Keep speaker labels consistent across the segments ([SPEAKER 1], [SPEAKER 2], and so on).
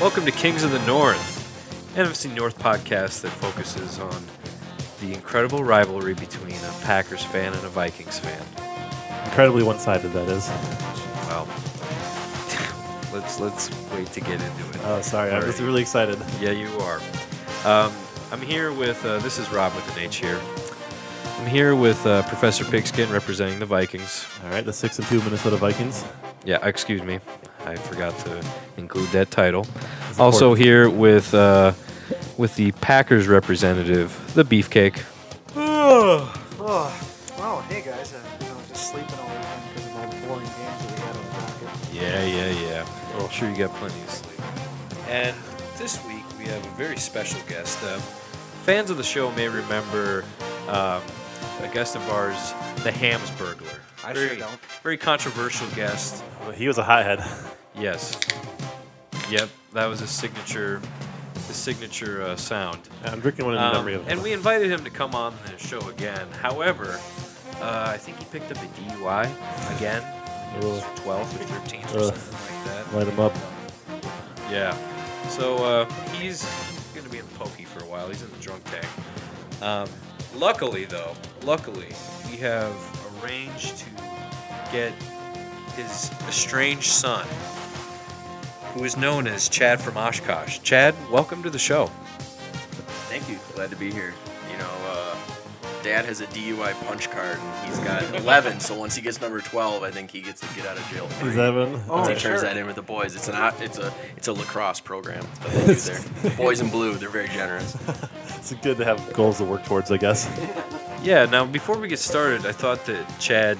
[SPEAKER 1] Welcome to Kings of the North, an NFC North podcast that focuses on the incredible rivalry between a Packers fan and a Vikings fan.
[SPEAKER 2] Incredibly one-sided that is.
[SPEAKER 1] Well, let's let's wait to get into it.
[SPEAKER 2] Oh, sorry, I'm just
[SPEAKER 1] Alright.
[SPEAKER 2] really excited.
[SPEAKER 1] Yeah, you are. Um, I'm here with uh, this is Rob with an H here. I'm here with uh, Professor Pigskin representing the Vikings.
[SPEAKER 2] All right, the six and two Minnesota Vikings.
[SPEAKER 1] Yeah, excuse me, I forgot to include that title. Also here with uh, with the Packers representative, the Beefcake.
[SPEAKER 3] Oh, wow, hey guys, I've been just sleeping all weekend because of my boring games that we had on the docket.
[SPEAKER 1] Yeah, yeah, yeah. Oh, I'm sure you got plenty of sleep. And this week we have a very special guest. Um, fans of the show may remember um, a guest of ours, the Hamsburglar.
[SPEAKER 3] I
[SPEAKER 1] very,
[SPEAKER 3] sure don't.
[SPEAKER 1] Very controversial guest.
[SPEAKER 2] Well, He was a hothead.
[SPEAKER 1] Yes. Yep, that was his signature, his signature uh, sound.
[SPEAKER 2] I'm drinking one in
[SPEAKER 1] Um,
[SPEAKER 2] memory of him.
[SPEAKER 1] and we invited him to come on the show again. However, uh, I think he picked up a DUI again. It was
[SPEAKER 2] Ugh.
[SPEAKER 1] 12th or 13th or
[SPEAKER 2] Ugh.
[SPEAKER 1] something like that.
[SPEAKER 2] light him up.
[SPEAKER 1] Yeah. So uh, he's going to be in pokey for a while. He's in the drunk tank. Um, luckily, though, luckily, we have arranged to get his estranged son, who is known as Chad from Oshkosh. Chad, welcome to the show.
[SPEAKER 4] Thank you. Glad to be here. You know, uh, Dad has a DUI punch card, and he's got 11. So once he gets number 12, I think he gets to get out of jail. free.
[SPEAKER 2] Is Evan?
[SPEAKER 3] Oh,
[SPEAKER 4] Once he
[SPEAKER 2] Alright.
[SPEAKER 4] turns
[SPEAKER 3] sure.
[SPEAKER 4] that in with the boys, it's an o- it's a it's a lacrosse program. That's what they do there. The boys in blue, they're very generous.
[SPEAKER 2] It's good to have goals to work towards, I guess.
[SPEAKER 1] Yeah, now before we get started, I thought that Chad,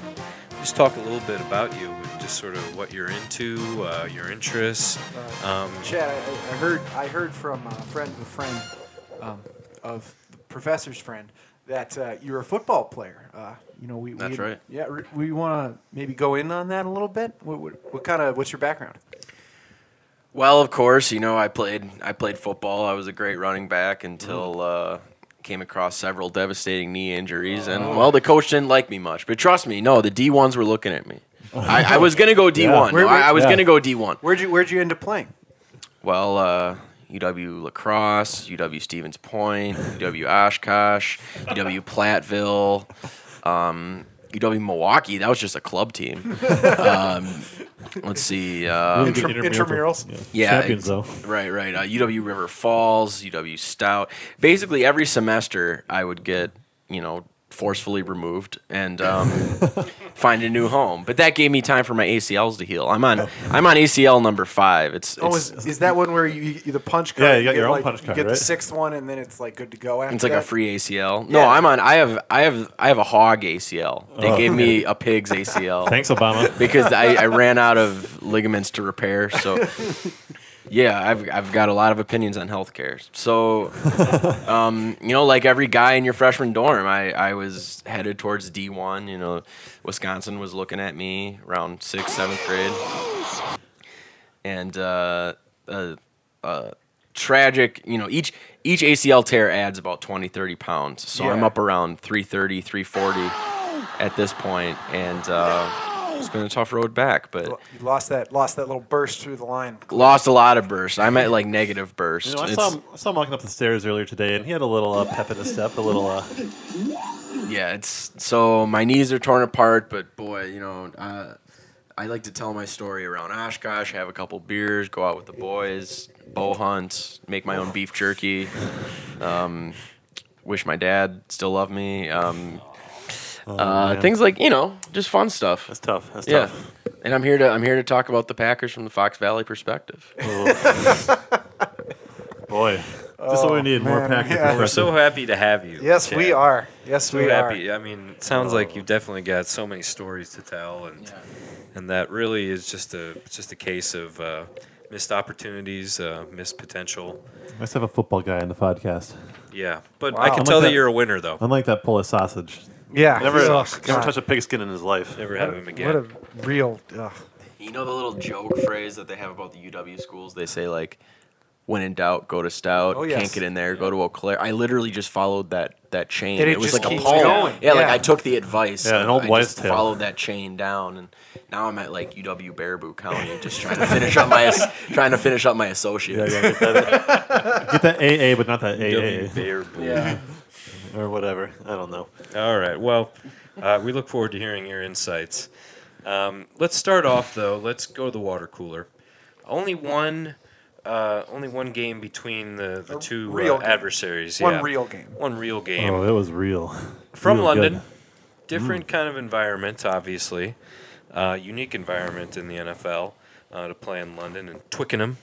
[SPEAKER 1] just talk a little bit about you and just sort of what you're into, uh, your interests.
[SPEAKER 3] Uh,
[SPEAKER 1] Um,
[SPEAKER 3] Chad, I, I heard I heard from a friend of a friend um, of the professor's friend that uh, you're a football player. Uh, you know, we
[SPEAKER 4] That's
[SPEAKER 3] we,
[SPEAKER 4] right.
[SPEAKER 3] Yeah, re- we want to maybe go in on that a little bit. What, what, what kind of what's your background?
[SPEAKER 4] Well, of course, you know I played I played football. I was a great running back until
[SPEAKER 2] Mm-hmm.
[SPEAKER 4] uh, came across several devastating knee injuries, and
[SPEAKER 2] Oh.
[SPEAKER 4] well, the coach didn't like me much. But trust me, no, the D ones were looking at me. I, I was gonna go D one.
[SPEAKER 3] Where-
[SPEAKER 4] No, I, I was
[SPEAKER 2] yeah.
[SPEAKER 4] gonna go D one.
[SPEAKER 3] Where'd you Where'd you end up playing?
[SPEAKER 4] Well, uh, UW Lacrosse, UW Stevens Point, UW Oshkosh, UW Platteville, um, UW Milwaukee. That was just a club team. Um, let's see. Uh,
[SPEAKER 2] Really good
[SPEAKER 3] Intram-
[SPEAKER 2] intramural-
[SPEAKER 3] intramurals.
[SPEAKER 4] Yeah,
[SPEAKER 2] Champions,
[SPEAKER 4] ex-
[SPEAKER 2] though.
[SPEAKER 4] Right, right. Uh, UW River Falls, UW Stout. Basically, every semester I would get, you know, forcefully removed and um, find a new home. But that gave me time for my ACLs to heal. I'm on I'm on ACL number five. It's,
[SPEAKER 3] Oh,
[SPEAKER 4] it's
[SPEAKER 3] is, is that one where you, you the punch card?
[SPEAKER 2] Yeah, you got your own
[SPEAKER 3] like,
[SPEAKER 2] punch card,
[SPEAKER 3] You get
[SPEAKER 2] right?
[SPEAKER 3] the sixth one, and then it's like good to go after.
[SPEAKER 4] It's like a
[SPEAKER 3] that?
[SPEAKER 4] free ACL. No,
[SPEAKER 3] Yeah.
[SPEAKER 4] I'm on. I have. I have. I have a hog ACL. They
[SPEAKER 2] Oh,
[SPEAKER 4] gave me a pig's ACL
[SPEAKER 2] Thanks, Obama.
[SPEAKER 4] because I, I ran out of ligaments to repair. So, yeah, I've I've got a lot of opinions on healthcare. So, um, you know, like every guy in your freshman dorm, I I was headed towards D one. You know, Wisconsin was looking at me around sixth, seventh grade, and. Uh, uh, uh, tragic you know each each acl tear adds about 20 30 pounds so i'm
[SPEAKER 3] Yeah.
[SPEAKER 4] up around 330 340 at this point and uh, it's been a tough road back but
[SPEAKER 3] You lost that lost that little burst through the line.
[SPEAKER 4] lost a lot of bursts i'm at like negative bursts
[SPEAKER 2] You know, I, saw
[SPEAKER 4] It's-
[SPEAKER 2] him, I saw him walking up the stairs earlier today, and he had a little uh, pep in his step, a little. Uh,
[SPEAKER 4] yeah it's so my knees are torn apart but boy you know uh, i like to tell my story around oshkosh have a couple beers go out with the boys bow hunt make my own beef jerky um, wish my dad still loved me um, uh,
[SPEAKER 2] oh, man.
[SPEAKER 4] things like you know just fun stuff
[SPEAKER 2] that's tough. That's
[SPEAKER 4] yeah
[SPEAKER 2] tough.
[SPEAKER 4] and i'm here to i'm here to talk about the packers from the fox valley perspective
[SPEAKER 2] Boy, just what we need more
[SPEAKER 3] man,
[SPEAKER 2] Packer
[SPEAKER 3] yeah.
[SPEAKER 1] We're
[SPEAKER 2] progressive.
[SPEAKER 1] so happy to have you.
[SPEAKER 3] Uh, Yes, we
[SPEAKER 1] Chad.
[SPEAKER 3] are. Yes,
[SPEAKER 1] So
[SPEAKER 3] we
[SPEAKER 1] happy. I mean, it sounds like you've definitely got so many stories to tell, and and that really is just a it's just a case of uh, missed opportunities, uh, missed potential.
[SPEAKER 2] Let's have a football guy on the podcast.
[SPEAKER 1] Yeah, but
[SPEAKER 3] Wow.
[SPEAKER 1] I can
[SPEAKER 3] I'm
[SPEAKER 1] tell that
[SPEAKER 2] like that-
[SPEAKER 1] you're a winner, though.
[SPEAKER 2] Unlike that pull of sausage.
[SPEAKER 3] are. Yeah.
[SPEAKER 2] Never,
[SPEAKER 3] Oh,
[SPEAKER 2] never
[SPEAKER 3] God.
[SPEAKER 2] touched a pigskin in his life.
[SPEAKER 1] Never have him
[SPEAKER 3] What
[SPEAKER 1] again.
[SPEAKER 3] a real. Ugh.
[SPEAKER 4] You know the little joke phrase that they have about the UW schools? They say like when in doubt, go to Stout.
[SPEAKER 3] Oh, yes.
[SPEAKER 4] Can't get in there, go to Eau Claire. I literally just followed that that chain.
[SPEAKER 3] And it
[SPEAKER 4] was
[SPEAKER 3] just
[SPEAKER 4] like
[SPEAKER 3] keeps
[SPEAKER 4] a pole.
[SPEAKER 3] going.
[SPEAKER 4] Yeah, like
[SPEAKER 3] Yeah.
[SPEAKER 4] I took the advice.
[SPEAKER 2] Yeah, an
[SPEAKER 4] of-
[SPEAKER 2] old
[SPEAKER 4] I
[SPEAKER 2] wives'
[SPEAKER 4] just
[SPEAKER 2] tale.
[SPEAKER 4] followed that chain down, and now I'm at like UW Baraboo County, just trying to finish up my as- trying to finish up my
[SPEAKER 2] Yeah,
[SPEAKER 4] associate.
[SPEAKER 2] yeah, get that, get that AA, but not that
[SPEAKER 1] W.
[SPEAKER 2] AA
[SPEAKER 1] Bear Bull.
[SPEAKER 2] or whatever. I don't know.
[SPEAKER 1] All right. Well, uh, we look forward to hearing your insights. Um, let's start off though. Let's go to the water cooler. Only one, uh, only one game between the, the
[SPEAKER 3] A
[SPEAKER 1] two
[SPEAKER 3] real
[SPEAKER 1] uh,
[SPEAKER 3] game.
[SPEAKER 1] adversaries.
[SPEAKER 3] One
[SPEAKER 1] yeah.
[SPEAKER 3] real game.
[SPEAKER 1] One real game
[SPEAKER 2] Oh, it was real.
[SPEAKER 1] from
[SPEAKER 2] Real
[SPEAKER 1] London.
[SPEAKER 2] good. Mm.
[SPEAKER 1] Different kind of environment, obviously. Uh, unique environment in the NFL uh, to play in London and Twickenham.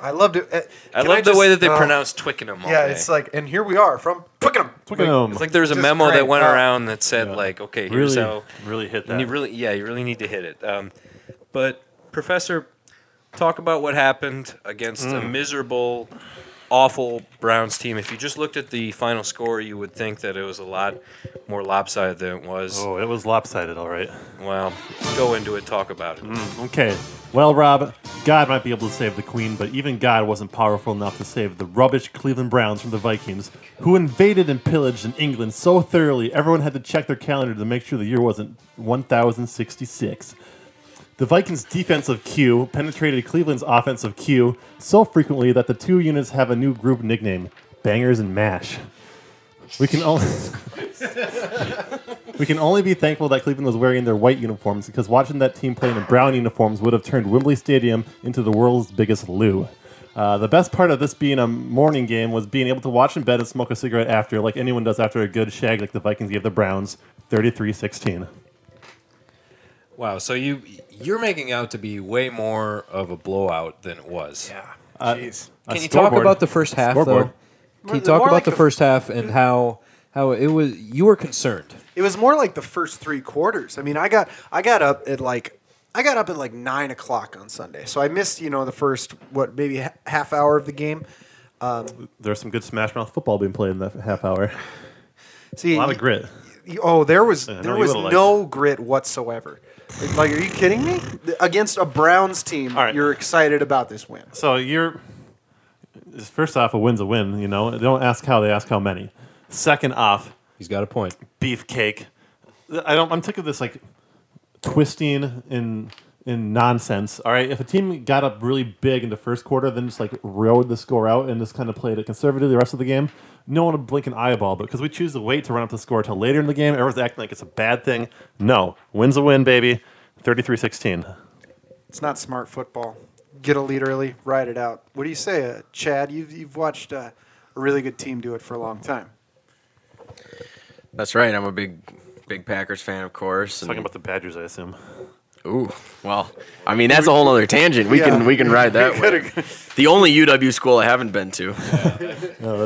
[SPEAKER 3] I loved it. Uh,
[SPEAKER 1] I
[SPEAKER 3] can
[SPEAKER 1] love the
[SPEAKER 3] just-
[SPEAKER 1] way that they
[SPEAKER 3] uh,
[SPEAKER 1] pronounce Twickenham. All
[SPEAKER 3] Yeah,
[SPEAKER 1] day.
[SPEAKER 3] it's like, and here we are from Twickenham.
[SPEAKER 2] Twickenham.
[SPEAKER 1] It's like there was a
[SPEAKER 3] Just
[SPEAKER 1] memo that
[SPEAKER 3] great.
[SPEAKER 1] went
[SPEAKER 3] Uh,
[SPEAKER 1] around that said like, okay, here's
[SPEAKER 2] really,
[SPEAKER 1] how
[SPEAKER 2] really hit
[SPEAKER 1] And
[SPEAKER 2] that.
[SPEAKER 1] you really, yeah, you really need to hit it. Um, but Professor, talk about what happened against a miserable, awful Browns team. If you just looked at the final score, you would think that it was a lot more lopsided than it was.
[SPEAKER 2] oh, it was lopsided, all right.
[SPEAKER 1] Well, go into it. Talk about it.
[SPEAKER 2] Okay. Well, Rob, God might be able to save the Queen, but even God wasn't powerful enough to save the rubbish Cleveland Browns from the Vikings, who invaded and pillaged in England so thoroughly everyone had to check their calendar to make sure the year wasn't 1066. The Vikings' defensive Q penetrated Cleveland's offensive Q so frequently that the two units have a new group nickname Bangers and Mash. We can only. We can only be thankful that Cleveland was wearing their white uniforms because watching that team play in brown uniforms would have turned Wembley Stadium into the world's biggest loo. Uh, the best part of this being a morning game was being able to watch in bed and smoke a cigarette after, like anyone does after a good shag, like the Vikings gave the Browns 33 16.
[SPEAKER 1] Wow. So you you're making out to be way more of a blowout than it was.
[SPEAKER 3] Yeah.
[SPEAKER 2] Uh,
[SPEAKER 3] Jeez.
[SPEAKER 5] Can you talk about the first half
[SPEAKER 2] Scoreboard.
[SPEAKER 5] though? Can you
[SPEAKER 3] More
[SPEAKER 5] talk
[SPEAKER 3] like
[SPEAKER 5] about the
[SPEAKER 3] the-
[SPEAKER 5] first half and how how it was? You were concerned.
[SPEAKER 3] It was more like the first three quarters. I mean, I got I got up at like I got up at like nine o'clock on Sunday, so I missed you know the first what maybe ha- half hour of the game.
[SPEAKER 2] There's some good smash mouth football being played in that half hour.
[SPEAKER 3] See,
[SPEAKER 2] A lot of grit.
[SPEAKER 3] y- Oh, there was
[SPEAKER 2] I know
[SPEAKER 3] there
[SPEAKER 2] you
[SPEAKER 3] was
[SPEAKER 2] would've liked
[SPEAKER 3] no grit whatsoever. Like, are you kidding me? Against a Browns team,
[SPEAKER 2] All right.
[SPEAKER 3] you're excited about this win.
[SPEAKER 2] So you're first off, a win's a win. You know, they don't ask how, they ask how many. Second off,
[SPEAKER 5] He's got a point.
[SPEAKER 2] beefcake. I don't. I'm sick of this like twisting in in nonsense. All right, if a team got up really big in the first quarter, then just like rode the score out and just kind of played it conservatively the rest of the game, no one would blink an eyeball. But because we choose to wait to run up the score till later in the game, everyone's acting like it's a bad thing. No, wins a win, baby. 33-16.
[SPEAKER 3] It's not smart football. Get a lead early, ride it out. What do you say, uh, Chad? You've you've watched uh, a really good team do it for a long time.
[SPEAKER 4] That's right. I'm a big big Packers fan, of course. and-
[SPEAKER 2] Talking about the Badgers, I assume.
[SPEAKER 4] Ooh, well, I mean that's a whole other tangent. We
[SPEAKER 3] Yeah.
[SPEAKER 4] can we can ride that. way. The only UW school I haven't been to.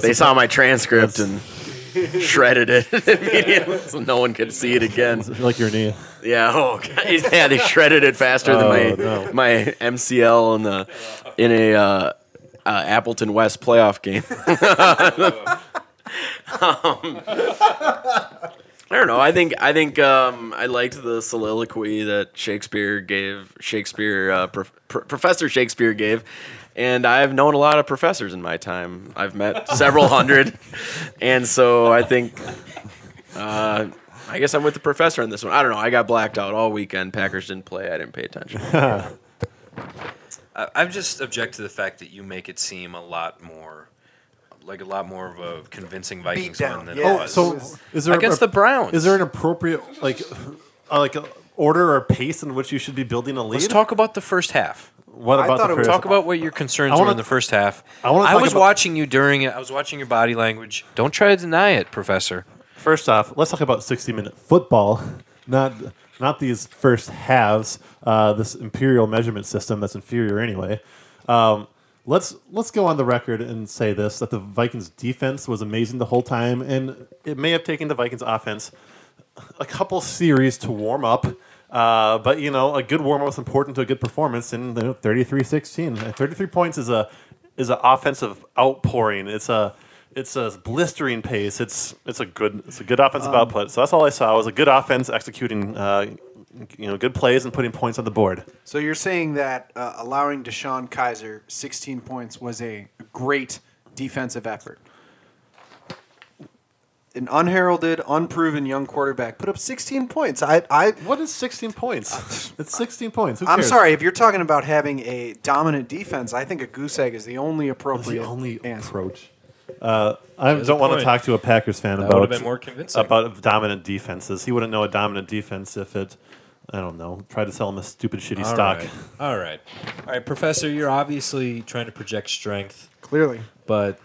[SPEAKER 4] they saw my transcript and shredded it immediately, so no one could see it again.
[SPEAKER 2] It's like your knee.
[SPEAKER 4] Yeah, oh, God. yeah, they shredded it faster than
[SPEAKER 2] Oh,
[SPEAKER 4] my
[SPEAKER 2] no.
[SPEAKER 4] my MCL in the in a uh, uh, Appleton West playoff game. um, I don't know. I think I think um, I liked the soliloquy that Shakespeare gave Shakespeare uh, prof- pr- Professor Shakespeare gave, and I've known a lot of professors in my time. I've met several hundred, and so I think I guess I'm with the professor on this one. I don't know. I got blacked out all weekend. Packers didn't play. I didn't pay attention.
[SPEAKER 1] I, I just object to the fact that you make it seem a lot more, like a lot more of a convincing Vikings
[SPEAKER 3] down,
[SPEAKER 1] win than
[SPEAKER 3] yeah.
[SPEAKER 1] it
[SPEAKER 2] Oh,
[SPEAKER 1] was.
[SPEAKER 2] so is there
[SPEAKER 1] Against
[SPEAKER 2] a,
[SPEAKER 1] the Browns.
[SPEAKER 2] Is there an appropriate like uh, like uh, order or pace in which you should be building a lead?
[SPEAKER 1] Let's talk about the first half.
[SPEAKER 2] What
[SPEAKER 3] I
[SPEAKER 2] about
[SPEAKER 3] thought
[SPEAKER 2] the
[SPEAKER 3] it was-
[SPEAKER 2] first?
[SPEAKER 1] Talk about what your concerns
[SPEAKER 2] I wanna-
[SPEAKER 1] were in the first half.
[SPEAKER 2] I
[SPEAKER 1] I,
[SPEAKER 2] wanna talk
[SPEAKER 1] was
[SPEAKER 2] about-
[SPEAKER 1] watching you during it. I was watching your body language. Don't try to deny it, Professor.
[SPEAKER 2] First off, let's talk about 60 minute football, not not these first halves. Uh, this imperial measurement system that's inferior anyway. Um, let's let's go on the record and say this: that the Vikings defense was amazing the whole time, and it may have taken the Vikings offense a couple series to warm up. Uh, but you know, a good warm up is important to a good performance. And you know, 33-16. Uh, 33 points is a is an offensive outpouring. It's a it's a blistering Um, pace. It's it's a good it's a good offensive output. So that's all I saw was a good offense executing uh, you know good plays and putting points on the board.
[SPEAKER 3] So you're saying that uh, allowing Deshaun Kaiser 16 points was a great defensive effort. An unheralded, unproven young quarterback put up 16 points. I, I,
[SPEAKER 2] What is 16 points? it's 16 points. Who
[SPEAKER 3] I'm
[SPEAKER 2] cares?
[SPEAKER 3] sorry if you're talking about having a dominant defense. I think a goose egg is the only
[SPEAKER 2] That's the
[SPEAKER 3] appropriate
[SPEAKER 2] only
[SPEAKER 3] answer.
[SPEAKER 2] approach. Uh, I
[SPEAKER 1] There's a
[SPEAKER 2] don't want to
[SPEAKER 1] point.
[SPEAKER 2] talk to a Packers fan
[SPEAKER 1] That
[SPEAKER 2] about
[SPEAKER 1] would've been more convincing.
[SPEAKER 2] about dominant defenses. He wouldn't know a dominant defense if it, I don't know, tried to sell him a stupid shitty
[SPEAKER 1] All
[SPEAKER 2] stock.
[SPEAKER 1] right. All right. All right, Professor, you're obviously trying to project strength,
[SPEAKER 3] Clearly,
[SPEAKER 1] but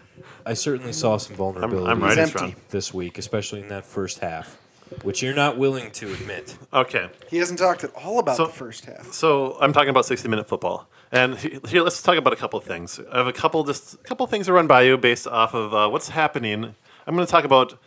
[SPEAKER 1] I certainly saw some vulnerabilities
[SPEAKER 2] I'm right.
[SPEAKER 3] he's
[SPEAKER 2] Writing's
[SPEAKER 3] empty.
[SPEAKER 2] wrong.
[SPEAKER 1] this week, especially in that first half, which you're not willing to admit.
[SPEAKER 2] Okay,
[SPEAKER 3] He hasn't talked at all about
[SPEAKER 2] So-
[SPEAKER 3] the first half.
[SPEAKER 2] so I'm talking about 60 minute football, and he- here let's talk about a couple of things. I have a couple just a couple things to run by you based off of uh, what's happening. I'm going to talk about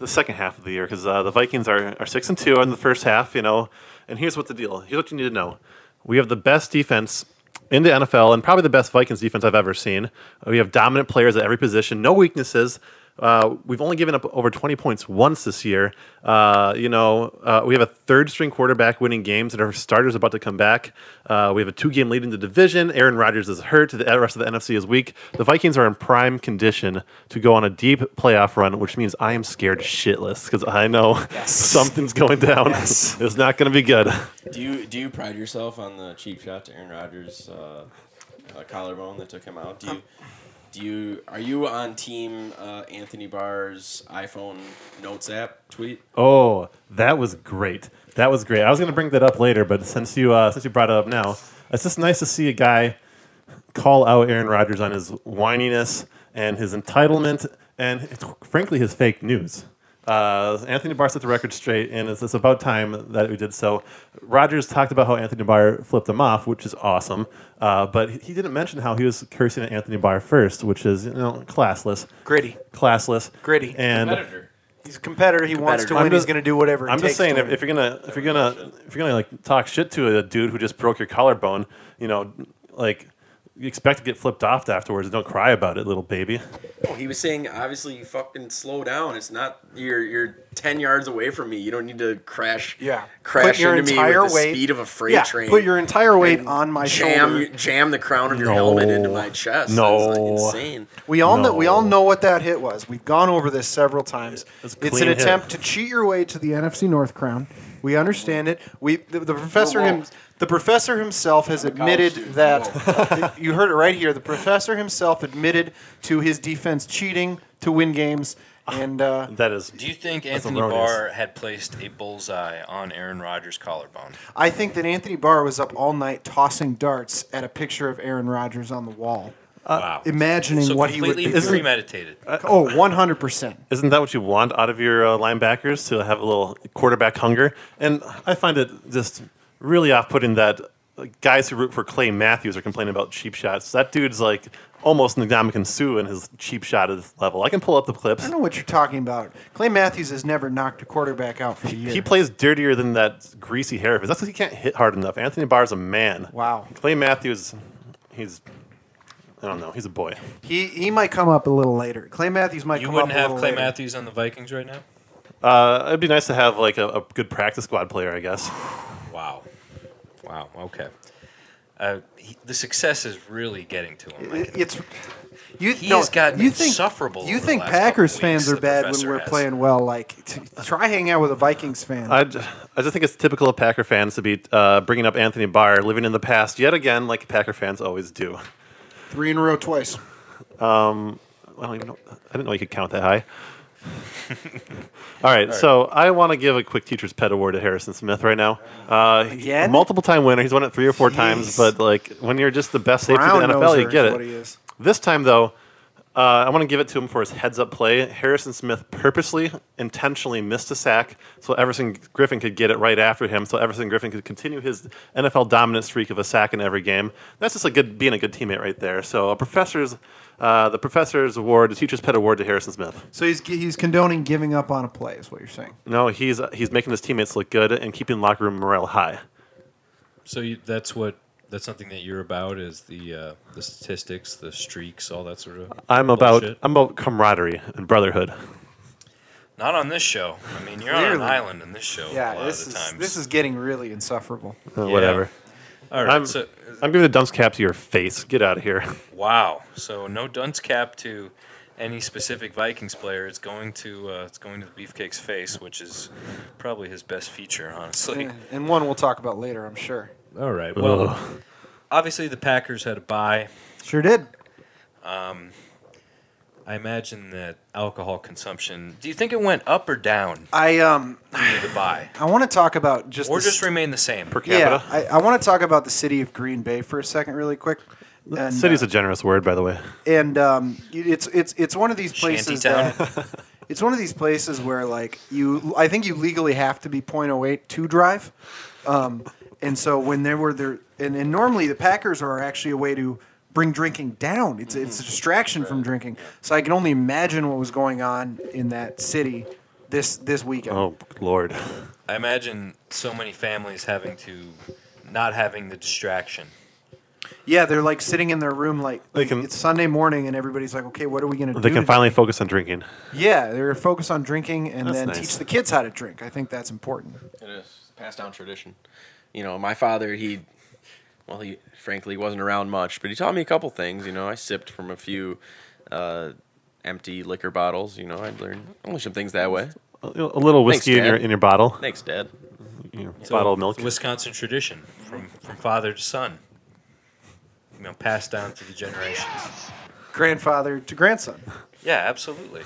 [SPEAKER 2] the second half of the year because uh, the Vikings are, are six and two in the first half, you know. And here's what the deal. Here's what you need to know. We have the best defense in the NFL and probably the best Vikings defense I've ever seen. We have dominant players at every position, no weaknesses. Uh, we've only given up over 20 points once this year. Uh, you know, uh, we have a third string quarterback winning games, and our starter's about to come back. Uh, we have a two game lead in the division. Aaron Rodgers is hurt. The uh, rest of the NFC is weak. The Vikings are in prime condition to go on a deep playoff run, which means I am scared shitless because I know something's going down. it's not going to be good.
[SPEAKER 6] Do you do you pride yourself on the cheap shot to Aaron Rodgers' uh, uh, collarbone that took him out? Do you do you are you on team uh, Anthony Barr's iPhone Notes app tweet?
[SPEAKER 2] Oh, that was great. That was great. I was going to bring that up later, but since you uh, since you brought it up now, it's just nice to see a guy call out Aaron Rodgers on his whininess and his entitlement and frankly his fake news. Uh, Anthony Barr set the record straight, and it's, it's about time that we did so. Rodgers talked about how Anthony Barr flipped him off, which is awesome, uh, but he- he didn't mention how he was cursing at Anthony Barr first, which is you know classless,
[SPEAKER 3] Gritty.
[SPEAKER 2] classless,
[SPEAKER 3] Gritty.
[SPEAKER 2] and
[SPEAKER 6] Competitor.
[SPEAKER 3] He's a competitor. He wants to
[SPEAKER 4] Competitor.
[SPEAKER 3] win.
[SPEAKER 2] I'm
[SPEAKER 3] He's
[SPEAKER 2] just-
[SPEAKER 3] going to do whatever. It
[SPEAKER 2] I'm
[SPEAKER 3] takes
[SPEAKER 2] just saying
[SPEAKER 3] to
[SPEAKER 2] if,
[SPEAKER 3] win.
[SPEAKER 2] if you're gonna if you're gonna if you're gonna like talk shit to a dude who just broke your collarbone, you know, like you expect to get flipped off afterwards. Don't cry about it, little baby.
[SPEAKER 6] Oh, he was saying obviously you fucking slow down. It's not you're you're ten yards away from me. You don't need to crash
[SPEAKER 3] yeah,
[SPEAKER 6] crash
[SPEAKER 3] Put your
[SPEAKER 6] into me
[SPEAKER 3] entire
[SPEAKER 6] with the
[SPEAKER 3] weight-
[SPEAKER 6] speed of a freight
[SPEAKER 3] yeah,
[SPEAKER 6] train.
[SPEAKER 3] Put your entire weight
[SPEAKER 6] and
[SPEAKER 3] on my
[SPEAKER 6] jam,
[SPEAKER 3] shoulder.
[SPEAKER 6] Jam the crown of your
[SPEAKER 2] No.
[SPEAKER 6] helmet into my chest. That's,
[SPEAKER 2] No.
[SPEAKER 6] like, insane.
[SPEAKER 3] We all know we all
[SPEAKER 2] No.
[SPEAKER 3] know what that hit was. We've gone over this several times.
[SPEAKER 2] That's a
[SPEAKER 3] It's
[SPEAKER 2] clean
[SPEAKER 3] an
[SPEAKER 2] hit.
[SPEAKER 3] attempt to cheat your way to the NFC North crown. We understand it. We the, the professor
[SPEAKER 6] Whoa, whoa.
[SPEAKER 3] him the professor himself
[SPEAKER 1] Oh
[SPEAKER 3] has
[SPEAKER 6] a college
[SPEAKER 3] admitted
[SPEAKER 6] student.
[SPEAKER 3] that you heard it right here. The professor himself admitted to his defense cheating to win games and uh,
[SPEAKER 2] That is.
[SPEAKER 1] Do you think
[SPEAKER 2] That's
[SPEAKER 1] Anthony
[SPEAKER 2] erroneous.
[SPEAKER 1] Barr had placed a bullseye on Aaron Rodgers' collarbone?
[SPEAKER 3] I think that Anthony Barr was up all night tossing darts at a picture of Aaron Rodgers on the wall,
[SPEAKER 2] Uh,
[SPEAKER 1] wow.
[SPEAKER 3] Uh, imagining
[SPEAKER 1] so
[SPEAKER 3] what he would
[SPEAKER 1] completely
[SPEAKER 3] do.
[SPEAKER 1] premeditated.
[SPEAKER 3] Oh, 100%.
[SPEAKER 2] Isn't that what you want out of your uh, linebackers to have a little quarterback hunger? And I find it just really off-putting that uh, guys who root for Clay Matthews are complaining about cheap shots. That dude's like almost Ndamukong Sue in his cheap shot level. I can pull up the clips.
[SPEAKER 3] I don't know what you're talking about. Clay Matthews has never knocked a quarterback out for a year.
[SPEAKER 2] He plays dirtier than that greasy hair of his. That's because he can't hit hard enough. Anthony Barr's a man.
[SPEAKER 3] Wow.
[SPEAKER 2] Clay Matthews, he's, I don't know, he's a boy.
[SPEAKER 3] he he might come up a little later. Clay Matthews might
[SPEAKER 1] You
[SPEAKER 3] come
[SPEAKER 1] wouldn't
[SPEAKER 3] up a
[SPEAKER 1] have
[SPEAKER 3] little
[SPEAKER 1] Clay
[SPEAKER 3] later.
[SPEAKER 1] Matthews on the Vikings right now?
[SPEAKER 2] Uh, it'd be nice to have like a, a good practice squad player, I guess.
[SPEAKER 1] Wow. Wow. Okay. Uh, he, the success is really getting to him. I
[SPEAKER 3] It-
[SPEAKER 1] can-
[SPEAKER 3] It's you.
[SPEAKER 1] He
[SPEAKER 3] no,
[SPEAKER 1] has gotten
[SPEAKER 3] you think,
[SPEAKER 1] insufferable
[SPEAKER 3] You
[SPEAKER 1] over the
[SPEAKER 3] think
[SPEAKER 1] last couple
[SPEAKER 3] Packers
[SPEAKER 1] weeks,
[SPEAKER 3] fans are
[SPEAKER 1] the
[SPEAKER 3] bad when
[SPEAKER 1] professor
[SPEAKER 3] we're
[SPEAKER 1] has.
[SPEAKER 3] playing well? Like, t- try hanging out with a Vikings fan.
[SPEAKER 2] I, j- I just think it's typical of Packer fans to be uh, bringing up Anthony Barr, living in the past yet again, like Packer fans always do.
[SPEAKER 3] Three in a row, twice.
[SPEAKER 2] I don't even know. I didn't know you could count that high. All right, so I want to give a quick teacher's pet award to Harrison Smith right now. Uh, he-
[SPEAKER 3] Again?
[SPEAKER 2] multiple time winner. He's won it three or four times,
[SPEAKER 3] Jeez.
[SPEAKER 2] but like when you're just the best safety in the
[SPEAKER 3] Brown-noser
[SPEAKER 2] NFL, you get
[SPEAKER 3] is what he
[SPEAKER 2] it.
[SPEAKER 3] is.
[SPEAKER 2] This time though, uh, I want to give it to him for his heads up play. Harrison Smith purposely, intentionally missed a sack so Everson Griffin could get it right after him, so Everson Griffin could continue his NFL dominant streak of a sack in every game. That's just a good being a good teammate right there. So a professor's uh, the professor's award, the teacher's pet award to Harrison Smith.
[SPEAKER 3] So he's he's condoning giving up on a play, is what you're saying.
[SPEAKER 2] No, he's he's making his teammates look good and keeping locker room morale high.
[SPEAKER 1] So you, that's what that's something that you're about is the uh, the statistics, the streaks, all that sort of.
[SPEAKER 2] I'm about
[SPEAKER 1] bullshit?
[SPEAKER 2] uh, I'm about camaraderie and brotherhood.
[SPEAKER 1] Not on this show. I mean, you're on an
[SPEAKER 3] Clearly.
[SPEAKER 1] island in this show a
[SPEAKER 3] Yeah,
[SPEAKER 1] lot
[SPEAKER 3] this
[SPEAKER 1] of
[SPEAKER 3] is
[SPEAKER 1] the times.
[SPEAKER 3] this is getting really insufferable.
[SPEAKER 2] Uh, Whatever.
[SPEAKER 1] All
[SPEAKER 2] I'm,
[SPEAKER 1] right, so,
[SPEAKER 2] I'm giving the dumps cap to your face. Get out of here.
[SPEAKER 1] wow. So no dunce cap to any specific Vikings player. It's going to uh, it's going to the beefcake's face, which is probably his best feature, honestly.
[SPEAKER 3] And one we'll talk about later, I'm sure.
[SPEAKER 1] All right. Well,
[SPEAKER 2] Ugh.
[SPEAKER 1] obviously the Packers had a bye.
[SPEAKER 3] Sure did.
[SPEAKER 1] I imagine that alcohol consumption. Do you think it went up or down
[SPEAKER 3] I um
[SPEAKER 1] due to the bye,
[SPEAKER 3] I want to talk about just
[SPEAKER 1] or
[SPEAKER 3] the
[SPEAKER 1] just
[SPEAKER 3] c-
[SPEAKER 1] remained the same?
[SPEAKER 3] yeah. I, I want to talk about the city of Green Bay for a second, really quick. And,
[SPEAKER 2] City's
[SPEAKER 3] uh,
[SPEAKER 2] a generous word, by the way.
[SPEAKER 3] and um, it's it's it's one of these places
[SPEAKER 1] Shantytown.
[SPEAKER 3] that it's one of these places where like you I think you legally have to be .08 to drive, um, and so when they were there and, and normally the Packers are actually a way to bring drinking down. It's it's a
[SPEAKER 2] Mm-hmm.
[SPEAKER 3] distraction from drinking. So I can only imagine what was going on in that city this this weekend.
[SPEAKER 2] Oh, Lord.
[SPEAKER 1] I imagine so many families having to not having the distraction.
[SPEAKER 3] Yeah, they're like sitting in their room like
[SPEAKER 2] They can-
[SPEAKER 3] it's Sunday morning and everybody's like, okay, what are we gonna
[SPEAKER 2] They
[SPEAKER 3] do?
[SPEAKER 2] can
[SPEAKER 3] today?"
[SPEAKER 2] finally focus on drinking.
[SPEAKER 3] Yeah, they're focused on drinking and
[SPEAKER 2] That's
[SPEAKER 3] then
[SPEAKER 2] nice.
[SPEAKER 3] teach the kids how to drink. I think that's important.
[SPEAKER 4] It is passed down tradition. You know, my father, he, well, he frankly wasn't around much, but he taught me a couple things. You know, I sipped from a few uh, empty liquor bottles. You know, I learned only some things that way.
[SPEAKER 2] A, a little
[SPEAKER 4] Thanks,
[SPEAKER 2] whiskey in your
[SPEAKER 4] Dad.
[SPEAKER 2] in your bottle,
[SPEAKER 4] Thanks, Dad.
[SPEAKER 2] your
[SPEAKER 1] So,
[SPEAKER 2] bottle of milk.
[SPEAKER 1] it's a Wisconsin tradition from, from father to son. You know, passed down through the generations.
[SPEAKER 3] Grandfather to grandson.
[SPEAKER 1] Yeah, absolutely.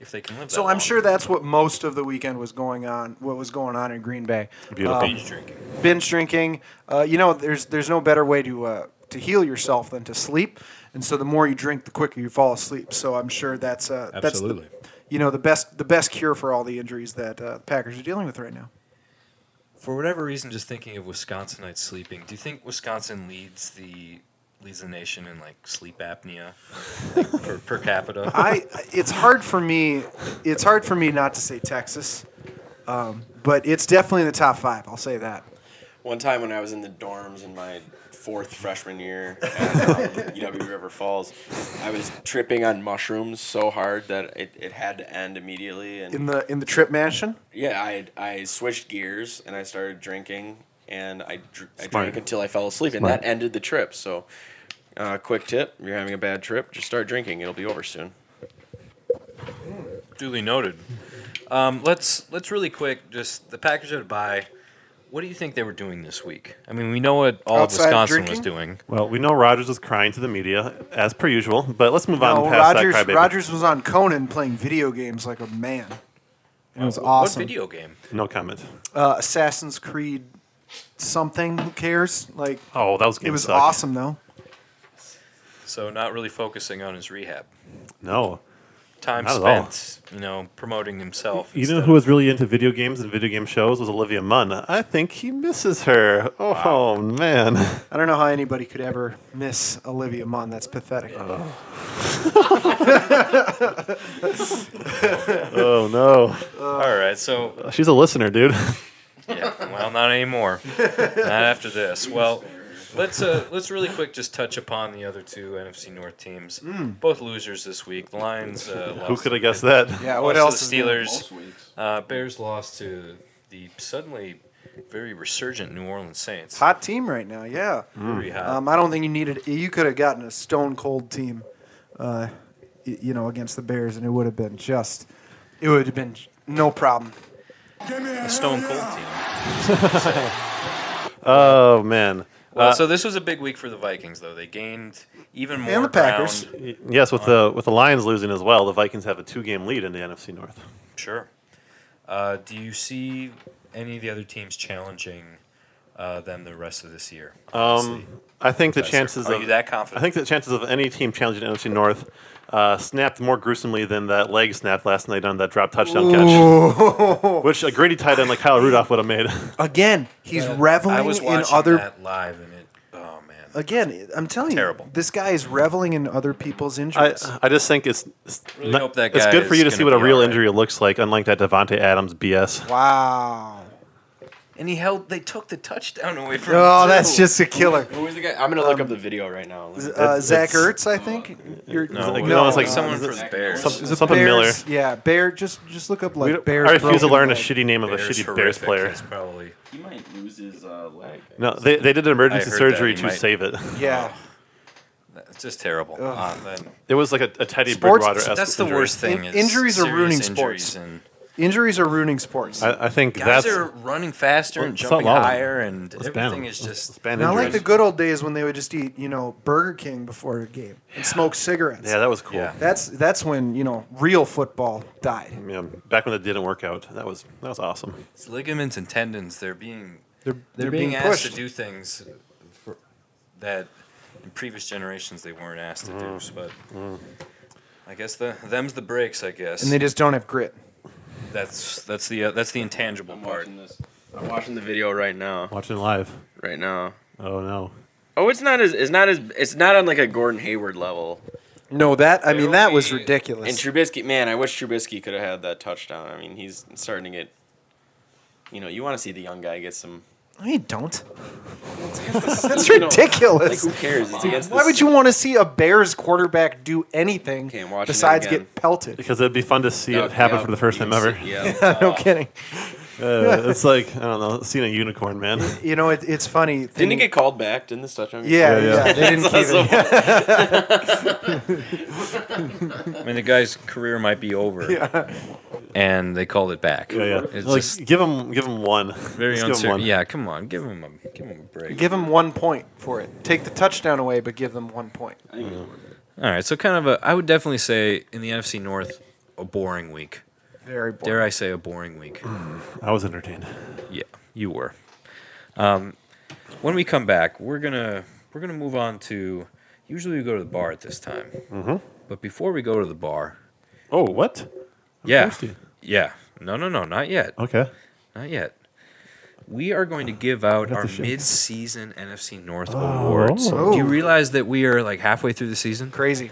[SPEAKER 1] If they can live that
[SPEAKER 3] So I'm
[SPEAKER 1] long.
[SPEAKER 3] sure that's what most of the weekend was going on. What was going on in Green Bay?
[SPEAKER 2] Beautiful.
[SPEAKER 1] Binge drinking.
[SPEAKER 3] binge drinking. Uh, you know, there's there's no better way to uh, to heal yourself than to sleep. And so the more you drink, the quicker you fall asleep. So I'm sure that's uh,
[SPEAKER 5] Absolutely.
[SPEAKER 3] That's the, you know the best the best cure for all the injuries that uh, Packers are dealing with right now.
[SPEAKER 1] For whatever reason, just thinking of Wisconsinites sleeping. Do you think Wisconsin leads the leads the nation in like sleep apnea like, per, per capita?
[SPEAKER 3] I it's hard for me it's hard for me not to say Texas, um, but it's definitely in the top five. I'll say that.
[SPEAKER 6] One time when I was in the dorms in my fourth freshman year at um, UW River Falls, I was tripping on mushrooms so hard that it, it had to end immediately. And
[SPEAKER 3] In the in the trip mansion,
[SPEAKER 6] yeah, I I switched gears and I started drinking and I, dr- I
[SPEAKER 2] Smart.
[SPEAKER 6] drank until I fell asleep and
[SPEAKER 2] Smart.
[SPEAKER 6] that ended the trip. So, uh, quick tip: you're having a bad trip, just start drinking. It'll be over soon.
[SPEAKER 1] Duly noted. Um, let's let's really quick just the Packers had a bye. What do you think they were doing this week? I mean, we know what all of
[SPEAKER 3] Outside
[SPEAKER 1] Wisconsin was
[SPEAKER 3] drinking?
[SPEAKER 1] doing.
[SPEAKER 2] Well, we know Rogers was crying to the media as per usual, but let's move on
[SPEAKER 3] no,
[SPEAKER 2] past
[SPEAKER 3] Rogers
[SPEAKER 2] that crybaby.
[SPEAKER 3] Rogers was on Conan playing video games like a man. And it was awesome.
[SPEAKER 1] What video game?
[SPEAKER 2] No comment.
[SPEAKER 3] uh, Assassin's Creed something. Who cares? Like
[SPEAKER 2] Oh, that was
[SPEAKER 3] it
[SPEAKER 2] game
[SPEAKER 3] was
[SPEAKER 2] suck.
[SPEAKER 3] awesome though.
[SPEAKER 1] So not really focusing on his rehab.
[SPEAKER 2] No,
[SPEAKER 1] Time
[SPEAKER 2] Not at all.
[SPEAKER 1] spent, you know, promoting himself.
[SPEAKER 2] you know
[SPEAKER 1] instead
[SPEAKER 2] who
[SPEAKER 1] of-
[SPEAKER 2] was really into video games and video game shows was Olivia Munn. I think he misses her. Oh man.
[SPEAKER 3] I don't know how anybody could ever miss Olivia Munn. That's pathetic.
[SPEAKER 2] Oh no.
[SPEAKER 1] All right, so
[SPEAKER 2] She's a listener, dude.
[SPEAKER 1] Yeah. Well, not anymore. not after this. Well, let's uh, let's really quick just touch upon the other two NFC North teams. Both losers this week. The Lions. Uh,
[SPEAKER 2] Who
[SPEAKER 1] lost
[SPEAKER 2] could
[SPEAKER 1] to-
[SPEAKER 2] have guessed that?
[SPEAKER 3] yeah.
[SPEAKER 1] lost
[SPEAKER 3] What
[SPEAKER 1] to
[SPEAKER 3] else? is
[SPEAKER 1] The
[SPEAKER 3] new?
[SPEAKER 1] Steelers. Uh, Bears lost to the suddenly very resurgent New Orleans Saints.
[SPEAKER 3] Hot team right now. Yeah.
[SPEAKER 2] Mm.
[SPEAKER 1] Very hot.
[SPEAKER 3] Um, I don't think you needed. You could have gotten a stone cold team, uh, y- you know, against the Bears, and it would have been just. It would have been j- no problem.
[SPEAKER 1] A Stone Cold
[SPEAKER 3] uh,
[SPEAKER 1] team.
[SPEAKER 2] Oh man.
[SPEAKER 1] Well,
[SPEAKER 2] Uh,
[SPEAKER 1] so this was a big week for the Vikings, though. They gained even more
[SPEAKER 3] And the Packers.
[SPEAKER 1] ground.
[SPEAKER 2] y- yes, with the with the Lions losing as well, the Vikings have a two game lead in the NFC North.
[SPEAKER 1] Sure. Uh, do you see any of the other teams challenging uh, them the rest of this year?
[SPEAKER 2] Um, I think the chances
[SPEAKER 1] Are
[SPEAKER 2] of
[SPEAKER 1] you that confident?
[SPEAKER 2] I think the chances of any team challenging NFC North uh, snapped more gruesomely than that leg snapped last night on that drop touchdown catch, which a gritty tight end like Kyle Rudolph would have made.
[SPEAKER 3] Again, he's reveling
[SPEAKER 1] I was
[SPEAKER 3] in
[SPEAKER 1] watching
[SPEAKER 3] other
[SPEAKER 1] that live, and it. Oh man.
[SPEAKER 3] again, I'm telling
[SPEAKER 1] Terrible.
[SPEAKER 3] you, this guy is reveling in other people's
[SPEAKER 2] I, uh,
[SPEAKER 3] injuries.
[SPEAKER 2] I just think it's it's,
[SPEAKER 1] Really
[SPEAKER 2] not-
[SPEAKER 1] hope that
[SPEAKER 2] it's
[SPEAKER 1] guy
[SPEAKER 2] good for you to
[SPEAKER 1] is
[SPEAKER 2] see
[SPEAKER 1] gonna
[SPEAKER 2] what a
[SPEAKER 1] be
[SPEAKER 2] real
[SPEAKER 1] all right.
[SPEAKER 2] injury looks like, unlike that Devonte Adams BS.
[SPEAKER 3] wow.
[SPEAKER 1] and he held. They took the touchdown away from. him,
[SPEAKER 3] Oh,
[SPEAKER 1] too.
[SPEAKER 3] that's just a killer.
[SPEAKER 4] Who was the guy?
[SPEAKER 6] I'm gonna look up the video right now.
[SPEAKER 3] Z- Uh,
[SPEAKER 2] That's-
[SPEAKER 3] Zach
[SPEAKER 2] that's-
[SPEAKER 3] Ertz, I think. You're,
[SPEAKER 1] No,
[SPEAKER 2] like-
[SPEAKER 1] no,
[SPEAKER 2] no,
[SPEAKER 1] it's like
[SPEAKER 3] Oh,
[SPEAKER 2] uh,
[SPEAKER 1] someone
[SPEAKER 2] is
[SPEAKER 1] for
[SPEAKER 2] it-
[SPEAKER 1] the Bears.
[SPEAKER 2] Some-
[SPEAKER 3] the
[SPEAKER 2] something
[SPEAKER 3] Bears- Yeah, Bear. Just just look up
[SPEAKER 2] We
[SPEAKER 3] like
[SPEAKER 2] don't-
[SPEAKER 3] Bears.
[SPEAKER 2] I refuse to
[SPEAKER 3] broken
[SPEAKER 2] learn a
[SPEAKER 3] leg.
[SPEAKER 2] shitty name of a
[SPEAKER 1] Bears
[SPEAKER 2] shitty Bears
[SPEAKER 1] horrific
[SPEAKER 2] player.
[SPEAKER 1] is Probably.
[SPEAKER 6] He might lose his uh, leg.
[SPEAKER 2] No, they, they did an emergency
[SPEAKER 1] I heard
[SPEAKER 2] surgery
[SPEAKER 1] that,
[SPEAKER 2] to
[SPEAKER 1] he might-
[SPEAKER 2] save it.
[SPEAKER 3] Yeah.
[SPEAKER 1] That's just terrible. Uh, then-
[SPEAKER 2] It was like a, a Teddy
[SPEAKER 3] Sports-
[SPEAKER 2] Bridgewater.
[SPEAKER 1] that's the worst thing.
[SPEAKER 3] In-
[SPEAKER 1] is
[SPEAKER 3] injuries are
[SPEAKER 1] serious
[SPEAKER 3] ruining
[SPEAKER 1] injuries
[SPEAKER 3] sports.
[SPEAKER 1] and-
[SPEAKER 3] Injuries are ruining sports.
[SPEAKER 2] I, I think
[SPEAKER 1] guys
[SPEAKER 2] that's
[SPEAKER 1] are running faster and
[SPEAKER 2] It's not
[SPEAKER 1] jumping
[SPEAKER 2] long.
[SPEAKER 1] higher, and
[SPEAKER 2] that's banned.
[SPEAKER 1] everything is
[SPEAKER 2] That's- that's
[SPEAKER 1] just.
[SPEAKER 2] banned
[SPEAKER 3] Not like
[SPEAKER 2] injuries.
[SPEAKER 3] the good old days when they would just eat, you know, Burger King before a game and smoke cigarettes.
[SPEAKER 2] yeah, that was cool.
[SPEAKER 1] Yeah.
[SPEAKER 3] that's that's when you know real football died.
[SPEAKER 2] Yeah, back when it didn't work out, that was that was awesome.
[SPEAKER 1] It's ligaments and tendons. They're being
[SPEAKER 5] They're,
[SPEAKER 1] they're, being,
[SPEAKER 5] being,
[SPEAKER 1] asked to
[SPEAKER 3] pushed.
[SPEAKER 1] do things for, that in previous generations they weren't asked to do. But I guess the them's the breaks. I guess
[SPEAKER 3] And they just don't have grit.
[SPEAKER 1] that's that's the uh, that's the intangible
[SPEAKER 6] I'm
[SPEAKER 1] part.
[SPEAKER 6] watching this.
[SPEAKER 4] I'm watching the video right now.
[SPEAKER 2] Watching live.
[SPEAKER 4] Right now.
[SPEAKER 2] Oh no.
[SPEAKER 4] Oh, it's not as it's not as it's not on like a Gordon Hayward level.
[SPEAKER 3] No, that I mean that was
[SPEAKER 4] It'll be-
[SPEAKER 3] ridiculous.
[SPEAKER 4] And Trubisky, man, I wish Trubisky could have had that touchdown. I mean, he's starting to get. You know, you want to see the young guy get some.
[SPEAKER 3] I don't.
[SPEAKER 4] That's
[SPEAKER 3] ridiculous.
[SPEAKER 4] Like, who cares? It's against.
[SPEAKER 3] Why
[SPEAKER 4] the-
[SPEAKER 3] would you want to see a Bears quarterback do anything
[SPEAKER 4] Okay, I'm watching it
[SPEAKER 3] besides
[SPEAKER 4] again.
[SPEAKER 3] get pelted?
[SPEAKER 2] Because it'd be fun to see
[SPEAKER 4] Yeah,
[SPEAKER 1] Oh,
[SPEAKER 2] it happen
[SPEAKER 4] yeah,
[SPEAKER 2] for the first time
[SPEAKER 4] yeah,
[SPEAKER 2] ever.
[SPEAKER 4] Yeah.
[SPEAKER 3] no kidding.
[SPEAKER 2] Uh, it's like I don't know, seeing a unicorn, man.
[SPEAKER 3] You know, it, it's funny.
[SPEAKER 4] Didn't he
[SPEAKER 3] thinking-
[SPEAKER 4] get called back? Didn't this touchdown? get
[SPEAKER 3] Yeah,
[SPEAKER 2] Yeah,
[SPEAKER 3] yeah.
[SPEAKER 2] yeah.
[SPEAKER 3] They didn't keep
[SPEAKER 4] called
[SPEAKER 3] it.
[SPEAKER 4] back? So-
[SPEAKER 1] I mean, the guy's career might be over, and they called it back.
[SPEAKER 2] Yeah, yeah.
[SPEAKER 1] It's
[SPEAKER 2] like
[SPEAKER 1] just
[SPEAKER 2] give him give him one.
[SPEAKER 1] very
[SPEAKER 2] Just give 'em
[SPEAKER 1] uncertain.
[SPEAKER 2] one.
[SPEAKER 1] Yeah, come on, give him a give him a break.
[SPEAKER 3] Give them one point for it. Take the touchdown away, but give them one point.
[SPEAKER 1] All right, so kind of a, I would definitely say in the NFC North, a boring week.
[SPEAKER 3] Very boring.
[SPEAKER 1] Dare I say a boring week?
[SPEAKER 2] I was entertained.
[SPEAKER 1] Yeah, you were. Um, when we come back, we're gonna we're gonna move on to. Usually we go to the bar at this time, mm-hmm. but before we go to the bar,
[SPEAKER 2] Oh what?
[SPEAKER 1] yeah,
[SPEAKER 2] thirsty.
[SPEAKER 1] yeah, no, no, no, not yet,
[SPEAKER 2] Okay.
[SPEAKER 1] not yet. We are going to give out
[SPEAKER 2] got
[SPEAKER 1] our
[SPEAKER 2] the shakes.
[SPEAKER 1] mid-season NFC North awards.
[SPEAKER 2] Oh.
[SPEAKER 1] Do you realize that we are like halfway through the season?
[SPEAKER 3] Crazy.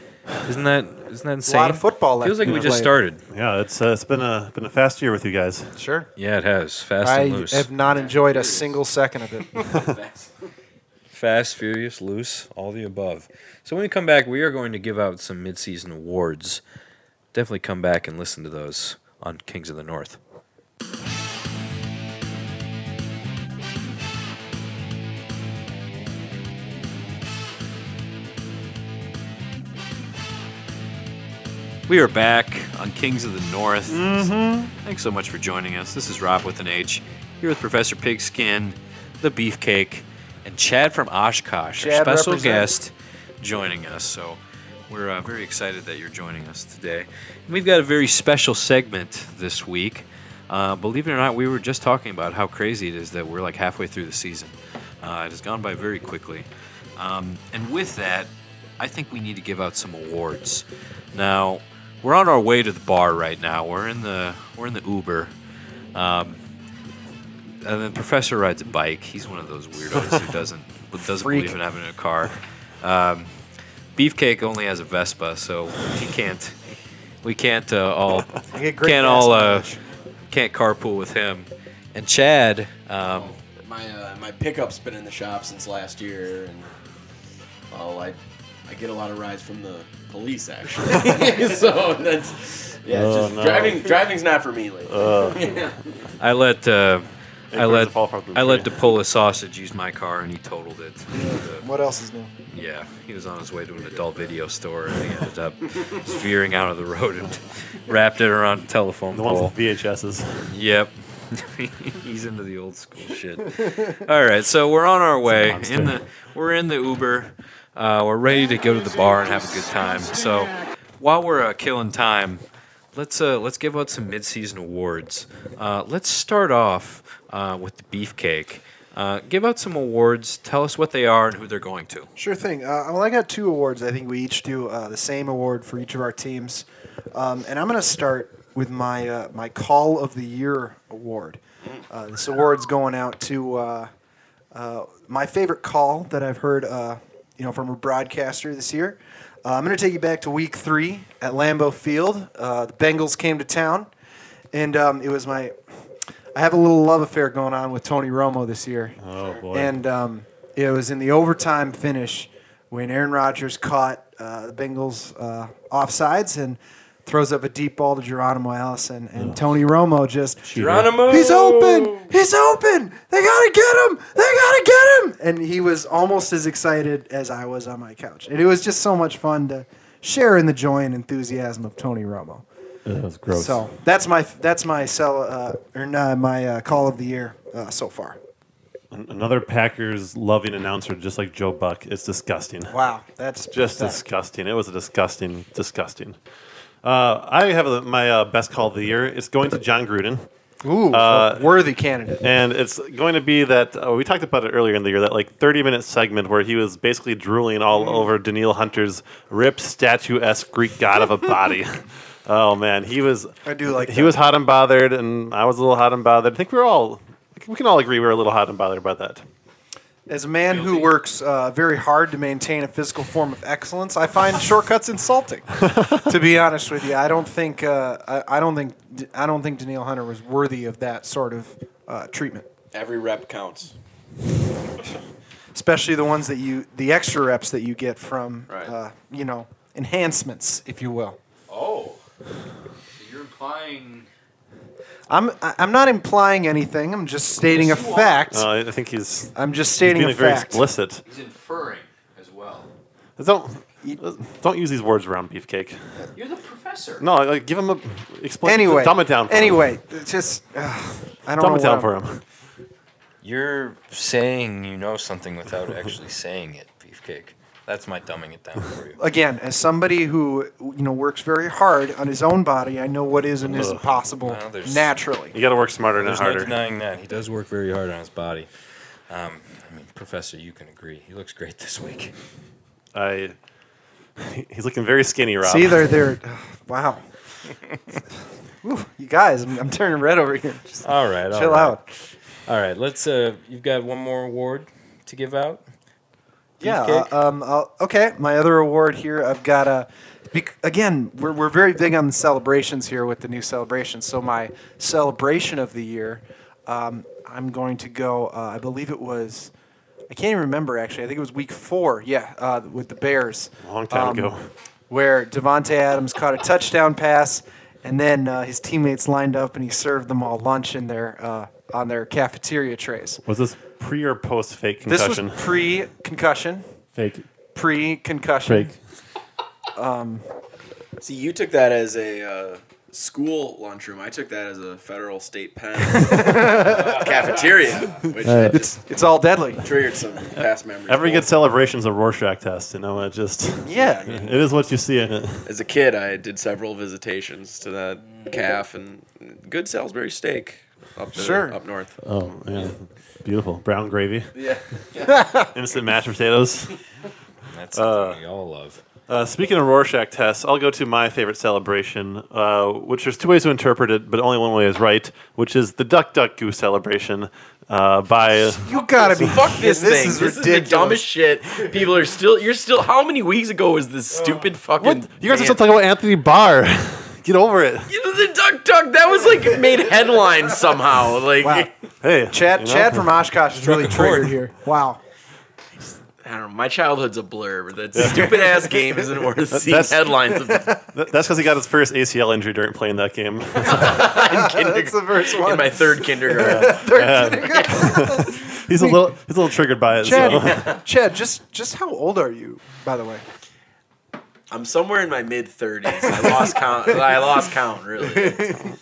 [SPEAKER 1] Isn't that isn't that insane?
[SPEAKER 3] football left
[SPEAKER 1] Feels like
[SPEAKER 3] to
[SPEAKER 1] we
[SPEAKER 3] be
[SPEAKER 1] just
[SPEAKER 3] played.
[SPEAKER 1] started.
[SPEAKER 2] Yeah, it's uh, it's been a been a fast year with you guys.
[SPEAKER 3] Sure.
[SPEAKER 1] Yeah, it has fast
[SPEAKER 3] I
[SPEAKER 1] and loose.
[SPEAKER 3] have not enjoyed a single second of it.
[SPEAKER 1] Fast, furious, loose, all the above. So when we come back, we are going to give out some midseason awards. Definitely come back and listen to those on Kings of the North. We are back on Kings of the North.
[SPEAKER 3] Mm-hmm.
[SPEAKER 1] Thanks so much for joining us. This is Rob with an H, here with Professor Pigskin, the Beefcake, and Chad from Oshkosh, our
[SPEAKER 3] Chad
[SPEAKER 1] special
[SPEAKER 3] represent.
[SPEAKER 1] guest, joining us. So we're uh, very excited that you're joining us today. And we've got a very special segment this week. Uh, believe it or not, we were just talking about how crazy it is that we're like halfway through the season. Uh, it has gone by very quickly. Um, and with that, I think we need to give out some awards. Now, we're on our way to the bar right now. We're in the we're in the Uber. Um, and the professor rides a bike. He's one of those weirdos who doesn't doesn't believe in having a car. Um, Beefcake only has a Vespa, so he can't. We can't uh, all
[SPEAKER 3] I get great
[SPEAKER 1] can't
[SPEAKER 3] gas
[SPEAKER 1] all uh,
[SPEAKER 3] mileage.
[SPEAKER 1] can't carpool with him. And Chad, um,
[SPEAKER 6] My uh, my pickup's been in the shop since last year, and well, I I get a lot of rides from the police actually. so that's yeah, it's
[SPEAKER 2] Oh,
[SPEAKER 6] just
[SPEAKER 2] no. Uh.
[SPEAKER 6] driving driving's not for me lately.
[SPEAKER 1] I let uh, I
[SPEAKER 2] where's
[SPEAKER 1] let
[SPEAKER 2] the fall from the
[SPEAKER 1] I let
[SPEAKER 2] tree?
[SPEAKER 1] Depola Sausage use my car, and he totaled it.
[SPEAKER 3] What else is new?
[SPEAKER 1] Yeah, he was on his way to an adult video store, and he ended up veering out of the road and wrapped it around a telephone
[SPEAKER 2] The ones
[SPEAKER 1] pole.
[SPEAKER 2] with VHSs.
[SPEAKER 1] Yep. He's into the old school shit. All right, so we're on our way in the we're in the Uber. Uh, we're ready to go to the bar and have a good time. So while we're uh, killing time, let's uh, let's give out some mid-season awards. Uh, let's start off uh, with the beefcake. Uh, give out some awards. Tell us what they are and who they're going to.
[SPEAKER 3] Sure thing. Uh, well, I got two awards. I think we each do uh, the same award for each of our teams, um, and I'm going to start with my uh, my Call of the Year award. Uh, this award's going out to uh, uh, my favorite call that I've heard, uh, you know, from a broadcaster this year. Uh, I'm going to take you back to Week Three at Lambeau Field. Uh, the Bengals came to town, and um, it was my I have a little love affair going on with Tony Romo this year.
[SPEAKER 2] Oh boy.
[SPEAKER 3] And um, it was in the overtime finish when Aaron Rodgers caught uh, the Bengals uh, offsides and throws up a deep ball to Geronimo Allison.
[SPEAKER 2] Oh.
[SPEAKER 3] And Tony Romo just,
[SPEAKER 6] Geronimo.
[SPEAKER 3] he's open! He's open! They gotta get him! They gotta get him! And he was almost as excited as I was on my couch. And it was just so much fun to share in the joy and enthusiasm of Tony Romo.
[SPEAKER 2] that was gross.
[SPEAKER 3] So that's my that's my sell uh, or uh, my uh, call of the year uh, so far.
[SPEAKER 2] An- Another Packers loving announcer, just like Joe Buck. It's disgusting.
[SPEAKER 3] Wow, that's
[SPEAKER 2] Just
[SPEAKER 3] pathetic.
[SPEAKER 2] disgusting. It was a disgusting, disgusting. Uh, I have a, my uh, best call of the year. It's going to John Gruden.
[SPEAKER 3] Ooh,
[SPEAKER 2] Uh,
[SPEAKER 3] worthy candidate.
[SPEAKER 2] And it's going to be that uh, we talked about it earlier in the year that like 30 minute segment where he was basically drooling
[SPEAKER 3] Mm.
[SPEAKER 2] all over Daniil Hunter's ripped statuesque Greek god of a body. oh man, he was.
[SPEAKER 3] I do like
[SPEAKER 2] He
[SPEAKER 3] that.
[SPEAKER 2] was hot and bothered, and I was a little hot and bothered. I think we are all. We can all agree we were a little hot and bothered by that.
[SPEAKER 3] As a man who works uh, very hard to maintain a physical form of excellence, I find shortcuts insulting. to be honest with you, I don't think uh, I, I don't think I don't think Daniil Hunter was worthy of that sort of uh, treatment,
[SPEAKER 6] Every rep counts.
[SPEAKER 3] especially the ones that you the extra reps that you get from
[SPEAKER 6] Right.
[SPEAKER 3] uh, you know enhancements, if you will.
[SPEAKER 7] Oh. You're implying.
[SPEAKER 3] I'm I- I'm not implying anything. I'm just stating a
[SPEAKER 7] Yes, you are.
[SPEAKER 3] fact.
[SPEAKER 2] Uh, I think he's,
[SPEAKER 3] I'm just
[SPEAKER 2] he's
[SPEAKER 3] stating
[SPEAKER 2] being
[SPEAKER 3] a
[SPEAKER 2] very
[SPEAKER 3] fact.
[SPEAKER 2] explicit.
[SPEAKER 7] He's inferring as well.
[SPEAKER 2] Don't don't use these words around beefcake.
[SPEAKER 7] You're the professor.
[SPEAKER 2] No, like give him a explain.
[SPEAKER 3] Anyway,
[SPEAKER 2] dumb it down. For him.
[SPEAKER 3] anyway, it's just uh, I don't know.
[SPEAKER 2] dumb it
[SPEAKER 3] what
[SPEAKER 2] down
[SPEAKER 3] I'm-
[SPEAKER 2] for him.
[SPEAKER 1] You're saying you know something without actually saying it, Beefcake. That's my dumbing it down for you.
[SPEAKER 3] Again, as somebody who you know works very hard on his own body, I know what is and isn't
[SPEAKER 2] Ugh.
[SPEAKER 3] possible
[SPEAKER 1] Well, there's-
[SPEAKER 3] naturally.
[SPEAKER 2] You got to work smarter, not
[SPEAKER 1] There's no
[SPEAKER 2] harder.
[SPEAKER 1] denying that. He does work very hard on his body. Um, I mean, Professor, you can agree. He looks great this week.
[SPEAKER 2] I. He's looking very skinny, Rob.
[SPEAKER 3] See, they're they're ugh, wow. Ooh, you guys, I'm, I'm turning red over here. Just
[SPEAKER 1] All right. all
[SPEAKER 3] chill
[SPEAKER 1] right.
[SPEAKER 3] out.
[SPEAKER 1] All right. Let's. Uh, you've got one more award to give out.
[SPEAKER 3] Yeah.
[SPEAKER 1] Beefcake?
[SPEAKER 3] uh, um, I'll, okay. My other award here, I've got a. Bec- again, we're, we're very big on the celebrations here with the new celebrations. So my celebration of the year, um, I'm going to go. Uh, I believe it was. I can't even remember actually. I think it was week four. Yeah, uh, with the Bears. Um,
[SPEAKER 2] Long time ago.
[SPEAKER 3] Where Devonte Adams caught a touchdown pass, and then uh, his teammates lined up and he served them all lunch in their uh, on their cafeteria trays.
[SPEAKER 2] Was this pre or post fake
[SPEAKER 3] This
[SPEAKER 2] concussion?
[SPEAKER 3] was pre-concussion,
[SPEAKER 2] fake.
[SPEAKER 3] pre-concussion.
[SPEAKER 2] Fake.
[SPEAKER 6] See, you took that as a uh, school lunchroom. I took that as a federal state pen Uh, cafeteria, which
[SPEAKER 3] It's it's all deadly.
[SPEAKER 6] triggered some past memories.
[SPEAKER 2] Every good celebration's a Rorschach test, you know. It just.
[SPEAKER 3] Yeah.
[SPEAKER 2] It is what you see in it.
[SPEAKER 6] As a kid, I did several visitations to that calf and good Salisbury steak up there,
[SPEAKER 3] Sure.
[SPEAKER 6] up north.
[SPEAKER 2] Oh yeah, beautiful brown gravy,
[SPEAKER 6] Yeah.
[SPEAKER 2] instant mashed potatoes.
[SPEAKER 1] That's something we all love.
[SPEAKER 2] Uh, speaking of Rorschach tests, I'll go to my favorite celebration, uh, which there's two ways to interpret it, but only one way is right, which is the Duck Duck Goose celebration uh, by.
[SPEAKER 3] You gotta be.
[SPEAKER 4] Fuck this
[SPEAKER 3] This
[SPEAKER 4] thing.
[SPEAKER 3] is
[SPEAKER 4] this is
[SPEAKER 3] ridiculous.
[SPEAKER 4] the dumbest shit. People are still. You're still. How many weeks ago was this stupid fucking?
[SPEAKER 2] Uh, What? You guys are still
[SPEAKER 4] band?
[SPEAKER 2] talking about Anthony Barr. Get over it.
[SPEAKER 4] You know, the duck duck that was like made headlines somehow. Like
[SPEAKER 3] Wow.
[SPEAKER 2] Hey,
[SPEAKER 3] Chad,
[SPEAKER 2] you know?
[SPEAKER 3] Chad from Oshkosh is really triggered here. Wow.
[SPEAKER 4] I don't know. My childhood's a blur. But that stupid ass game isn't worth seeing
[SPEAKER 2] that's-
[SPEAKER 4] headlines of in
[SPEAKER 2] Th- That's because he got his first ACL injury during playing that game.
[SPEAKER 4] kindergarten.
[SPEAKER 3] the first
[SPEAKER 4] In my third kindergarten.
[SPEAKER 2] he's a little, he's a little triggered by it. so.
[SPEAKER 3] Chad, Chad, just just how old are you, by the way?
[SPEAKER 4] I'm somewhere in my mid 30s. I lost count. I lost count really.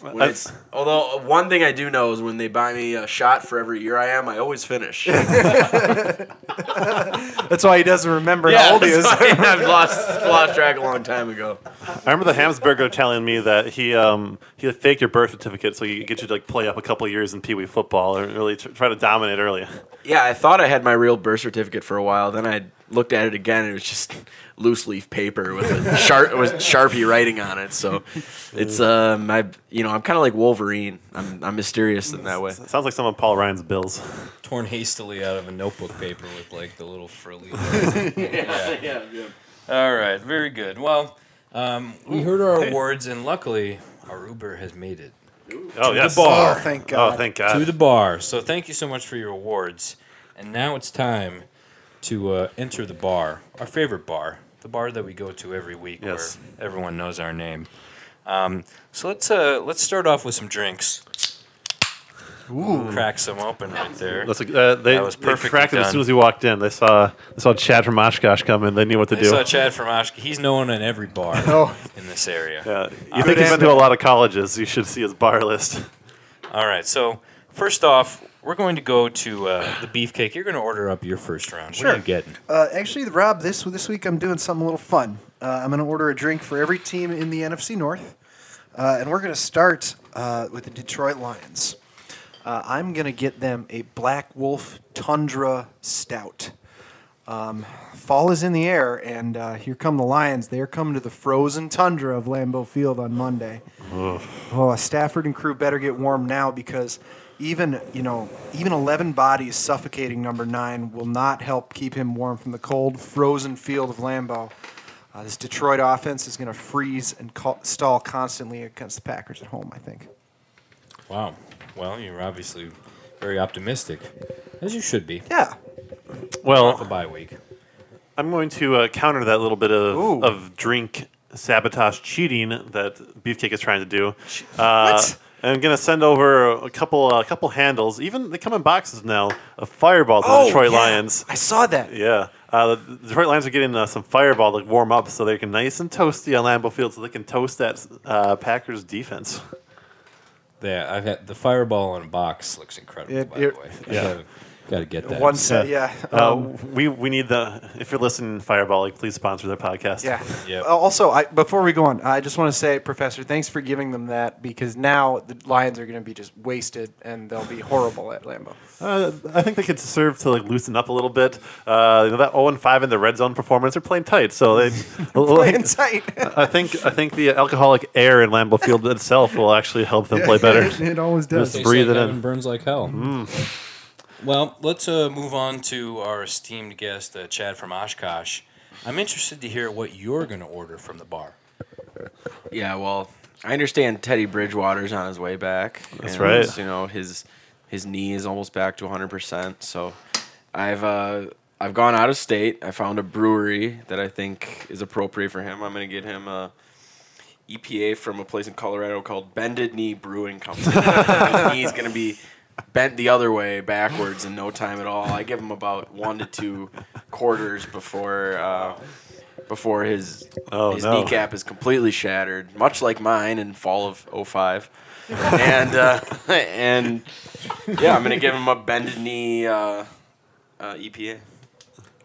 [SPEAKER 4] When it's, although one thing I do know is when they buy me a shot for every year I am, I always finish.
[SPEAKER 3] That's why he doesn't remember how old he is.
[SPEAKER 4] that's why I've lost lost track a long time ago.
[SPEAKER 2] I remember the Hamsburger telling me that he um, he faked your birth certificate so he could get you to like play up a couple years in Pee Wee football and really tr- try to dominate early.
[SPEAKER 4] Yeah, I thought I had my real birth certificate for a while. Then I looked at it again, and it was just loose leaf paper with a sharp with sharpie writing on it. So it's uh, my you know I'm kind of like Wolverine. I'm I'm mysterious in that way.
[SPEAKER 2] It sounds like some of Paul Ryan's bills.
[SPEAKER 1] Torn hastily out of a notebook paper with like the little frilly.
[SPEAKER 6] yeah, yeah.
[SPEAKER 1] All right, very good. Well, um, we heard our awards, and luckily, our Uber has made it
[SPEAKER 2] Oh, yes.
[SPEAKER 1] the bar.
[SPEAKER 3] Oh, thank
[SPEAKER 2] Oh,
[SPEAKER 3] God.
[SPEAKER 2] thank God.
[SPEAKER 1] to the bar. So thank you so much for your awards. And now it's time to uh, enter the bar, our favorite bar, the bar that we go to every week
[SPEAKER 2] Yes.
[SPEAKER 1] where everyone knows our name. Um, so let's uh, let's start off with some drinks. Crack some open right there.
[SPEAKER 2] That's a, uh, they,
[SPEAKER 1] That was
[SPEAKER 2] they
[SPEAKER 1] perfectly
[SPEAKER 2] cracked it as
[SPEAKER 1] done.
[SPEAKER 2] soon as he walked in. They saw they saw Chad from Oshkosh come in. They knew what to
[SPEAKER 1] I
[SPEAKER 2] do.
[SPEAKER 1] saw Chad from Oshkosh. He's known in every bar
[SPEAKER 3] Oh.
[SPEAKER 1] in this area.
[SPEAKER 2] yeah. You think he's been to a lot of colleges? You should see his bar list.
[SPEAKER 1] All right. So first off, we're going to go to uh, the beefcake. You're going to order up your first round. What are you getting?
[SPEAKER 3] Uh, actually, Rob, this this week I'm doing something a little fun. Uh, I'm going to order a drink for every team in the NFC North, uh, and we're going to start uh, with the Detroit Lions. Uh, I'm going to get them a Black Wolf Tundra Stout. Um, fall is in the air, and uh, here come the Lions. They're coming to the frozen tundra of Lambeau Field on Monday. Oh, Stafford and crew better get warm now because even you know even 11 bodies suffocating number nine will not help keep him warm from the cold, frozen field of Lambeau. Uh, this Detroit offense is going to freeze and co- stall constantly against the Packers at home. I think.
[SPEAKER 1] Wow. Well, you're obviously very optimistic, as you should be.
[SPEAKER 3] Yeah.
[SPEAKER 1] Off a
[SPEAKER 2] Well,
[SPEAKER 1] bye week.
[SPEAKER 2] I'm going to uh, counter that little bit of
[SPEAKER 3] Ooh.
[SPEAKER 2] of drink sabotage cheating that Beefcake is trying to do. Uh,
[SPEAKER 3] What?
[SPEAKER 2] I'm gonna send over a couple a couple handles. Even they come in boxes now of Fireball to the Detroit
[SPEAKER 3] Oh, yeah.
[SPEAKER 2] Lions.
[SPEAKER 3] I saw that.
[SPEAKER 2] Yeah. Uh, the Detroit Lions are getting uh, some fireball to warm up so they can nice and toasty on Lambeau Field so they can toast that uh, Packers defense.
[SPEAKER 1] Yeah, I've had the fireball in a box looks incredible.
[SPEAKER 3] It-
[SPEAKER 1] by the
[SPEAKER 3] it-
[SPEAKER 1] way,
[SPEAKER 2] yeah.
[SPEAKER 1] got to get that.
[SPEAKER 3] One set.
[SPEAKER 2] Yeah.
[SPEAKER 3] Yeah.
[SPEAKER 2] Uh,
[SPEAKER 3] Um,
[SPEAKER 2] we we need the if you're listening, Fireball, like please sponsor their podcast.
[SPEAKER 3] Yeah.
[SPEAKER 1] Yep.
[SPEAKER 3] Uh, Also, I, before we go on, I just want to say, Professor, thanks for giving them that because now the Lions are going to be just wasted and they'll be horrible at Lambeau.
[SPEAKER 2] Uh, I think they could serve to like loosen up a little bit. Uh, you know, that 0 and 5 in the red zone performance, they're playing tight. So they
[SPEAKER 3] Playing tight.
[SPEAKER 2] I think I think the alcoholic air in Lambeau Field itself will actually help them play
[SPEAKER 3] It,
[SPEAKER 2] better.
[SPEAKER 3] it always does.
[SPEAKER 2] Just breathe it in. Mm.
[SPEAKER 1] burns like hell. Well, let's uh, move on to our esteemed guest, uh, Chad from Oshkosh. I'm interested to hear what you're going to order from the bar.
[SPEAKER 4] Yeah, well, I understand Teddy Bridgewater's on his way back. That's
[SPEAKER 2] right.
[SPEAKER 4] You know his his knee is almost back to 100. percent So I've uh, I've gone out of state. I found a brewery that I think is appropriate for him. I'm gonna get him a EPA from a place in Colorado called Bended Knee Brewing Company. his knee's gonna be bent the other way backwards in no time at all. I give him about one to two quarters before. Uh, before his
[SPEAKER 2] Oh,
[SPEAKER 4] his
[SPEAKER 2] no.
[SPEAKER 4] kneecap is completely shattered, much like mine in fall of '05, and uh, and yeah, I'm gonna give him a bended knee uh, uh, EPA.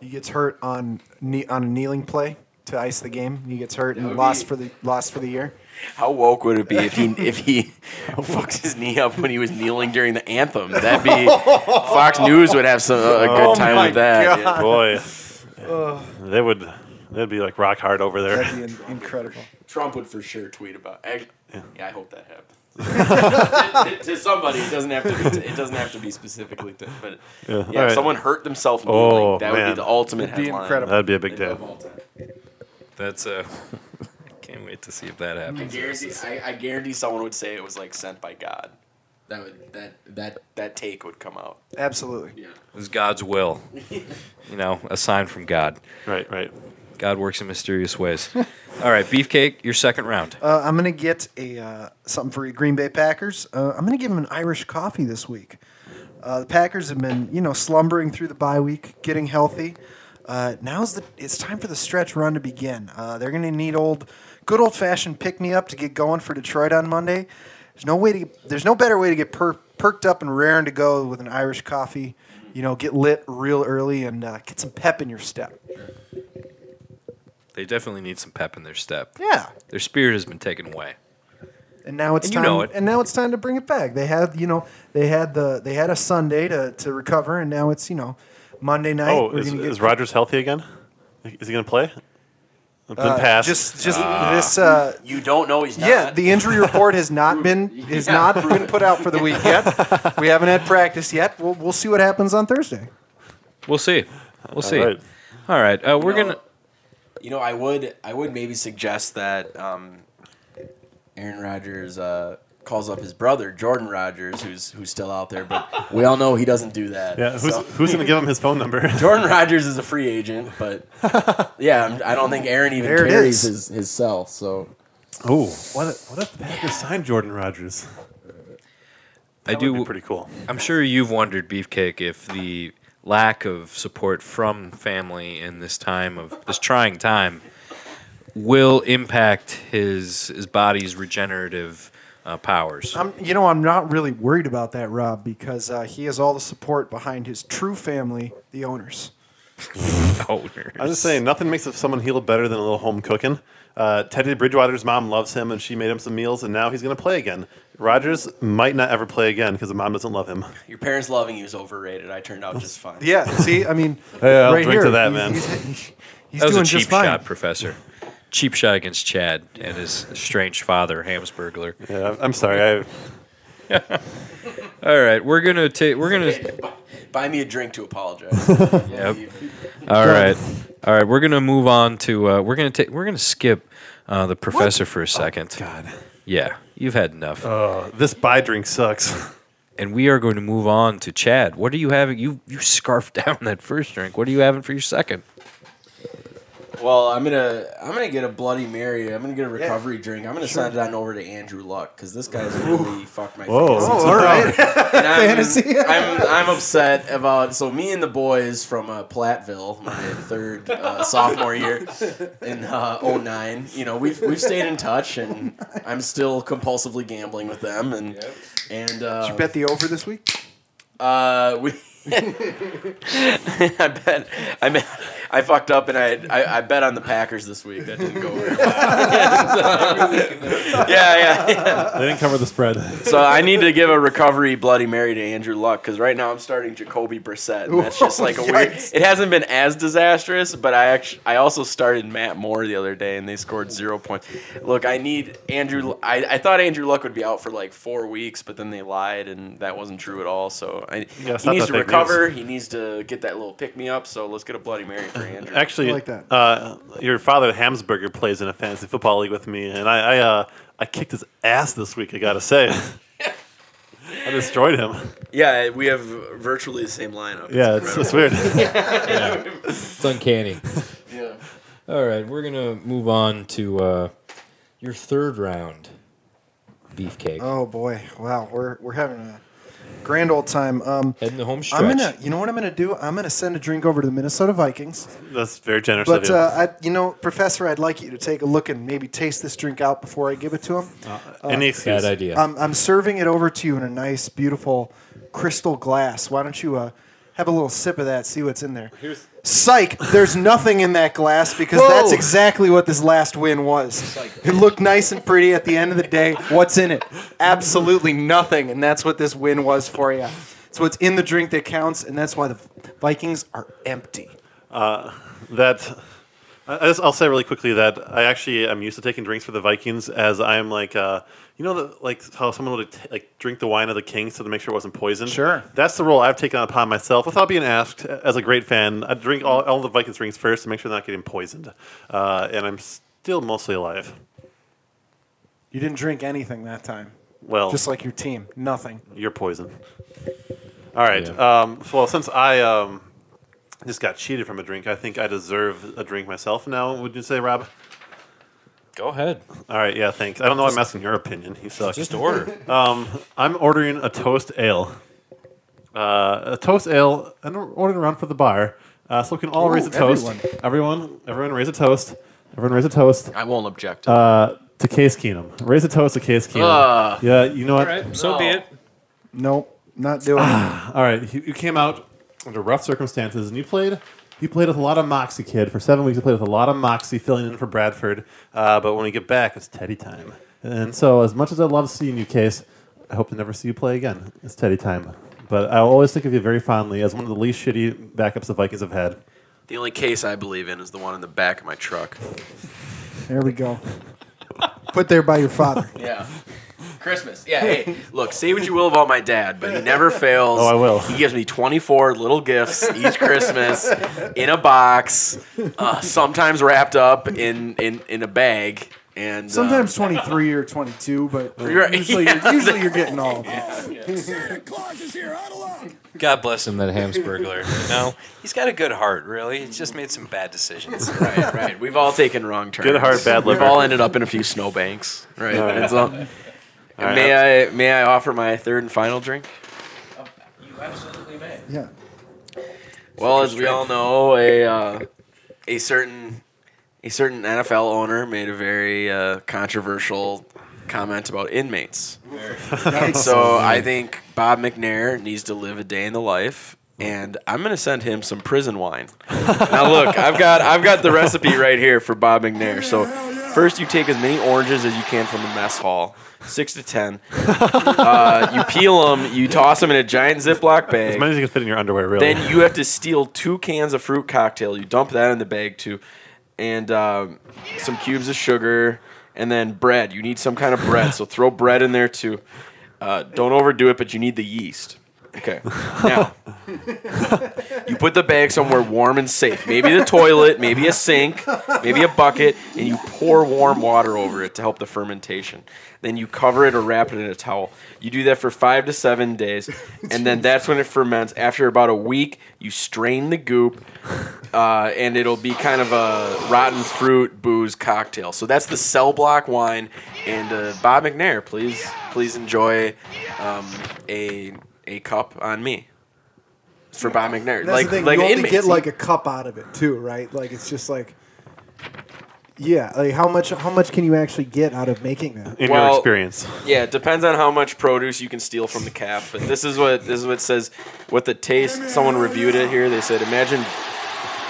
[SPEAKER 3] He gets hurt on knee, on a kneeling play to ice the game. He gets hurt
[SPEAKER 4] would
[SPEAKER 3] and
[SPEAKER 4] be-
[SPEAKER 3] lost for the lost for the year.
[SPEAKER 4] How woke would it be if he if he fucks his knee up when he was kneeling during the anthem? That'd be Fox News would have some a good time
[SPEAKER 3] my
[SPEAKER 4] with that.
[SPEAKER 3] God.
[SPEAKER 2] Boy, they would they'd be like rock hard over there.
[SPEAKER 3] That'd be in- incredible.
[SPEAKER 4] Trump would for sure tweet about. I, yeah. I hope that happens. to, to somebody, it doesn't have to. Be it doesn't have to be specifically to, but yeah, if
[SPEAKER 2] alright.
[SPEAKER 4] someone hurt themselves.
[SPEAKER 2] Oh,
[SPEAKER 4] like, that would
[SPEAKER 2] man.
[SPEAKER 4] be the ultimate
[SPEAKER 3] It'd be
[SPEAKER 4] headline.
[SPEAKER 3] incredible.
[SPEAKER 2] That'd be a big day.
[SPEAKER 4] Of all time.
[SPEAKER 1] That's uh, can't wait to see if that
[SPEAKER 4] I
[SPEAKER 1] happens.
[SPEAKER 4] guarantee, I, I guarantee someone would say it was like sent by God. That would that that that take would come out.
[SPEAKER 3] Absolutely.
[SPEAKER 1] It was God's will, you know, a sign from God.
[SPEAKER 2] Right, right.
[SPEAKER 1] God works in mysterious ways. All right, beefcake, your second round.
[SPEAKER 3] Uh, I'm gonna get a uh, something for your Green Bay Packers. Uh, I'm gonna give them an Irish coffee this week. Uh, the Packers have been, you know, slumbering through the bye week, getting healthy. Uh, now's the it's time for the stretch run to begin. Uh, they're gonna need old, good old fashioned pick me up to get going for Detroit on Monday. There's no way to there's no better way to get per, perked up and raring to go with an Irish coffee. You know, get lit real early and uh, get some pep in your step.
[SPEAKER 1] They definitely need some pep in their step.
[SPEAKER 3] Yeah.
[SPEAKER 1] Their spirit has been taken away.
[SPEAKER 3] And now it's
[SPEAKER 1] And you
[SPEAKER 3] time.
[SPEAKER 1] know it.
[SPEAKER 3] And now it's time to bring it back. They had, you know, they had the they had a Sunday to, to recover, and now it's you know Monday night.
[SPEAKER 2] Oh,
[SPEAKER 3] we're
[SPEAKER 2] is,
[SPEAKER 3] gonna
[SPEAKER 2] is Rogers healthy again? Is he gonna play? Been passed. Ah.
[SPEAKER 3] Just just this. Uh,
[SPEAKER 4] You don't know he's not.
[SPEAKER 3] yeah, the injury report has not been has not been put out for the week yet. We haven't had practice yet. We'll we'll see what happens on Thursday.
[SPEAKER 1] We'll see. We'll see.
[SPEAKER 2] All right.
[SPEAKER 1] All right. Uh, we're
[SPEAKER 4] You know,
[SPEAKER 1] gonna.
[SPEAKER 4] You know, I would I would maybe suggest that um,
[SPEAKER 8] Aaron Rodgers uh,
[SPEAKER 4] calls up his brother Jordan Rogers, who's who's still out there, but we all know he doesn't do that.
[SPEAKER 2] Yeah, who's,
[SPEAKER 4] so-
[SPEAKER 2] who's going to give him his phone number?
[SPEAKER 4] Jordan Rogers is a free agent, but yeah, I'm- I don't think Aaron even
[SPEAKER 3] There it
[SPEAKER 4] carries
[SPEAKER 3] is.
[SPEAKER 4] his, his cell. So
[SPEAKER 2] oh, what if, what if the Packers signed Jordan Rogers?
[SPEAKER 1] I
[SPEAKER 9] That would
[SPEAKER 1] do.
[SPEAKER 9] be pretty cool.
[SPEAKER 1] I'm sure you've wondered, Beefcake, if the lack of support from family in this time of this trying time will impact his his body's regenerative uh, powers.
[SPEAKER 3] I'm, you know, I'm not really worried about that, Rob, because uh, he has all the support behind his true family, the owners.
[SPEAKER 1] Oh,
[SPEAKER 2] I was just saying, nothing makes someone heal better than a little home cooking. Uh, Teddy Bridgewater's mom loves him, and she made him some meals, and now he's going to play again. Rogers might not ever play again because the mom doesn't love him.
[SPEAKER 4] your parents loving you is overrated. I turned out just fine.
[SPEAKER 3] Yeah, see, I mean,
[SPEAKER 2] Hey, I'll
[SPEAKER 3] right
[SPEAKER 2] drink
[SPEAKER 3] here,
[SPEAKER 2] to that, man.
[SPEAKER 3] he's, He's, he's
[SPEAKER 1] that was
[SPEAKER 3] doing
[SPEAKER 1] a cheap
[SPEAKER 3] just fine.
[SPEAKER 1] shot, Professor. Cheap shot against Chad and his strange father, Hamsburglar.
[SPEAKER 2] Yeah, I'm sorry. I,
[SPEAKER 1] All right, we're gonna take. We're gonna.
[SPEAKER 4] Buy me a drink to apologize. Yeah, you-
[SPEAKER 1] All right, all right. We're gonna move on to. Uh, we're gonna take. We're gonna skip uh, the professor for a second.
[SPEAKER 3] Oh,
[SPEAKER 2] God,
[SPEAKER 1] Yeah, you've had enough.
[SPEAKER 3] Uh.
[SPEAKER 2] this buy drink sucks.
[SPEAKER 1] and we are going to move on to Chad. What are you having? You you scarfed down that first drink. What are you having for your second?
[SPEAKER 4] Well, I'm gonna I'm gonna get a Bloody Mary. I'm gonna get a recovery drink. I'm gonna send it on over to Andrew Luck because this guy's really fucked my
[SPEAKER 2] Whoa.
[SPEAKER 4] fantasy.
[SPEAKER 3] Oh, all right.
[SPEAKER 4] And I'm,
[SPEAKER 3] Fantasy.
[SPEAKER 4] I'm I'm upset about so me and the boys from uh, Platteville, my third uh, sophomore year in uh, 09, You know we've we've stayed in touch, and I'm still compulsively gambling with them, and and uh,
[SPEAKER 3] Did you bet the over this week?
[SPEAKER 4] uh, we. I bet I bet I fucked up and I, I I bet on the Packers this week. That didn't go very well. yeah, yeah.
[SPEAKER 2] They didn't cover the spread.
[SPEAKER 4] So I need to give a recovery Bloody Mary to Andrew Luck because right now I'm starting Jacoby Brissett. And that's just like a weird.
[SPEAKER 3] Yikes.
[SPEAKER 4] It hasn't been as disastrous, but I actually I also started Matt Moore the other day and they scored zero points. Look, I need Andrew. I, I thought Andrew Luck would be out for like four weeks, but then they lied and that wasn't true at all. So I, he
[SPEAKER 2] stop
[SPEAKER 4] needs
[SPEAKER 2] that
[SPEAKER 4] to
[SPEAKER 2] fake
[SPEAKER 4] recover. He needs to get that little pick me up. So let's get a Bloody Mary for Andrew.
[SPEAKER 2] Actually,
[SPEAKER 3] I like that.
[SPEAKER 2] Uh, your father Hamsburger plays in a fantasy football league with me, and I I, uh, I kicked his ass this week. I gotta say, I destroyed him.
[SPEAKER 4] yeah, we have virtually the same lineup.
[SPEAKER 2] Yeah, it's, it's weird.
[SPEAKER 10] It's uncanny. yeah. All right, we're gonna move on to uh, your third round, beefcake.
[SPEAKER 3] Oh boy! Wow, we're we're having a grand old time. Um,
[SPEAKER 10] Heading the home stretch.
[SPEAKER 3] I'm gonna, you know what I'm gonna do? I'm gonna send a drink over to the Minnesota Vikings.
[SPEAKER 2] That's very generous of
[SPEAKER 3] But
[SPEAKER 2] you.
[SPEAKER 3] uh, I, you know, Professor, I'd like you to take a look and maybe taste this drink out before I give it to him.
[SPEAKER 2] Any
[SPEAKER 3] uh,
[SPEAKER 2] excuse?
[SPEAKER 10] Bad idea.
[SPEAKER 3] I'm, I'm serving it over to you in a nice, beautiful crystal glass. Why don't you uh, have a little sip of that? See what's in there. Psych! There's nothing in that glass because that's exactly what this last win was. It looked nice and pretty at the end of the day. What's in it? Absolutely nothing, and that's what this win was for you. So it's in the drink that counts, and that's why the Vikings are empty.
[SPEAKER 2] that I I just, I'll say really quickly that I actually am used to taking drinks for the Vikings as I am like uh, you know the, like how someone would t- like drink the wine of the king so to make sure it wasn't poisoned.
[SPEAKER 3] Sure.
[SPEAKER 2] that's the role I've taken upon myself without being asked. As a great fan, I drink all, all the Vikings drinks first to make sure they're not getting poisoned, uh, and I'm still mostly alive.
[SPEAKER 3] You didn't drink anything that time,
[SPEAKER 2] Well,
[SPEAKER 3] just like your team. Nothing.
[SPEAKER 2] You're poison. All right. Um, well, since I um, just got cheated from a drink, I think I deserve a drink myself now. Would you say, Rob?
[SPEAKER 1] Go ahead.
[SPEAKER 2] All right. Yeah. Thanks. I don't know. why I'm asking your opinion. You suck.
[SPEAKER 1] Just order.
[SPEAKER 2] I'm ordering a toast ale. Uh, a toast ale. I'm ordering around for the bar. Uh, so we can all raise a toast.
[SPEAKER 3] everyone.
[SPEAKER 2] everyone, everyone raise a toast. Everyone raise a toast
[SPEAKER 11] I won't object. To
[SPEAKER 2] uh, to Case Keenum. Raise a toast to Case Keenum.
[SPEAKER 11] Ah.
[SPEAKER 2] yeah, you know what?
[SPEAKER 1] all right, so be it.
[SPEAKER 3] Nope, not doing it.
[SPEAKER 2] All right, you you came out under rough circumstances, and you played. You played with a lot of moxie, kid. For seven weeks, you played with a lot of moxie, filling in for Bradford. Uh, but when we get back, it's Teddy time. And so, as much as I love seeing you, Case, I hope to never see you play again. It's Teddy time. But I will always think of you very fondly as one of the least shitty backups the Vikings have had.
[SPEAKER 11] the only case I believe in is the one in the back of my truck.
[SPEAKER 3] There we go. Put there by your father.
[SPEAKER 11] Yeah. Christmas. Yeah. Hey, look, say what you will about my dad, but he never fails.
[SPEAKER 2] Oh, I will.
[SPEAKER 11] He gives me 24 little gifts each Christmas in a box, uh, sometimes wrapped up in, in, in a bag.
[SPEAKER 4] And um,
[SPEAKER 3] Sometimes 23 or 22, but
[SPEAKER 4] Right,
[SPEAKER 3] usually,
[SPEAKER 4] yeah.
[SPEAKER 3] you're, usually you're getting all.
[SPEAKER 1] God bless him, that Hamsburglar. no, he's got a good heart, really. He's just made some bad decisions.
[SPEAKER 4] right, right. We've all taken wrong turns.
[SPEAKER 12] Good heart, bad
[SPEAKER 4] We've
[SPEAKER 12] liver.
[SPEAKER 4] all ended up in a few snowbanks. Right. That's all.
[SPEAKER 12] right.
[SPEAKER 4] May I may I offer my third and final drink?
[SPEAKER 7] You absolutely may.
[SPEAKER 3] Yeah.
[SPEAKER 4] Well, as we all know, a uh, a certain a certain NFL owner made a very uh, controversial comment about inmates. so I think Bob McNair needs to live a day in the life. And I'm gonna send him some prison wine. now look, I've got I've got the recipe right here for Bob McNair. So first, you take as many oranges as you can from the mess hall, six to ten. Uh, you peel them, you toss them in a giant Ziploc bag.
[SPEAKER 12] As many as you can fit in your underwear, really.
[SPEAKER 4] Then you have to steal two cans of fruit cocktail. You dump that in the bag too, and um, some cubes of sugar, and then bread. You need some kind of bread, so throw bread in there too. Uh, don't overdo it, but you need the yeast. Okay. Now, you put the bag somewhere warm and safe. Maybe the toilet, maybe a sink, maybe a bucket, and you pour warm water over it to help the fermentation. Then you cover it or wrap it in a towel. You do that for five to seven days, and then that's when it ferments. After about a week, you strain the goop, uh, and it'll be kind of a rotten fruit booze cocktail. So that's the cell block wine. And uh, Bob McNair, please, please enjoy um, a a cup on me. It's for Bob McNair.
[SPEAKER 3] That's
[SPEAKER 4] like
[SPEAKER 3] the thing.
[SPEAKER 4] like
[SPEAKER 3] you
[SPEAKER 4] the
[SPEAKER 3] only
[SPEAKER 4] inmates.
[SPEAKER 3] get like a cup out of it too, right? Like it's just like, yeah, like how much how much can you actually get out of making that?
[SPEAKER 12] in
[SPEAKER 4] well-
[SPEAKER 12] your experience.
[SPEAKER 4] Yeah, it depends on how much produce you can steal from the cap. But this is what this is what it says what the taste. Someone reviewed it here. They said, imagine,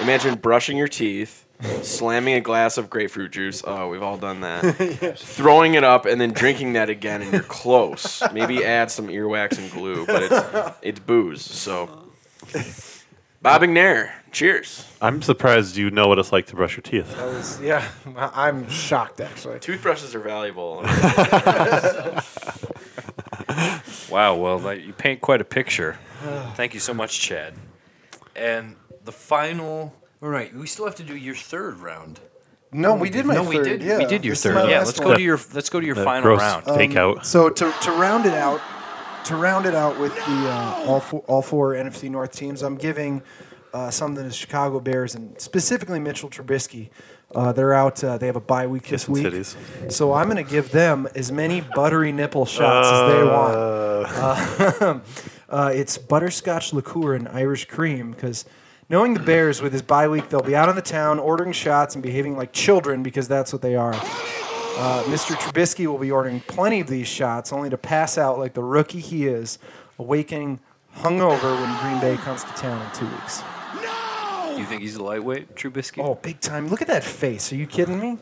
[SPEAKER 4] imagine brushing your teeth, slamming a glass of grapefruit juice. Oh, we've all done that. Throwing it up and then drinking that again, and you're close. Maybe add some earwax and glue, but it's it's booze. So, Bob McNair, cheers.
[SPEAKER 12] I'm surprised you know what it's like to brush your teeth.
[SPEAKER 3] Yeah, I'm shocked actually.
[SPEAKER 4] Toothbrushes are valuable.
[SPEAKER 1] wow, well, that- you paint quite a picture. Thank you so much, Chad. And the final. All right, we still have to do your third round.
[SPEAKER 3] No, we did my
[SPEAKER 1] no,
[SPEAKER 3] third.
[SPEAKER 1] we did.
[SPEAKER 3] Yeah,
[SPEAKER 1] We did your
[SPEAKER 3] this is
[SPEAKER 1] third.
[SPEAKER 3] my
[SPEAKER 1] Yeah,
[SPEAKER 3] last
[SPEAKER 1] let's
[SPEAKER 3] one. Uh,
[SPEAKER 1] go to your let's go to your
[SPEAKER 12] That
[SPEAKER 1] final
[SPEAKER 12] gross
[SPEAKER 1] round.
[SPEAKER 12] takeout.
[SPEAKER 3] So to, to round it out, to round it out with the uh, all four all four NFC North teams, I'm giving uh, something to Chicago Bears and specifically Mitchell Trubisky. Uh, they're out. Uh, they have a bye week this
[SPEAKER 12] Kissing
[SPEAKER 3] week,
[SPEAKER 12] titties.
[SPEAKER 3] so I'm going to give them as many buttery nipple shots as they want. Uh, it's butterscotch liqueur and Irish cream because knowing the Bears with his bye week, they'll be out on the town ordering shots and behaving like children because that's what they are. Uh, Mr. Trubisky will be ordering plenty of these shots only to pass out like the rookie he is, awakening hungover when Green Bay comes to town in two weeks.
[SPEAKER 1] You think he's a lightweight, Trubisky?
[SPEAKER 3] Oh, big time. Look at that face. Are you kidding me?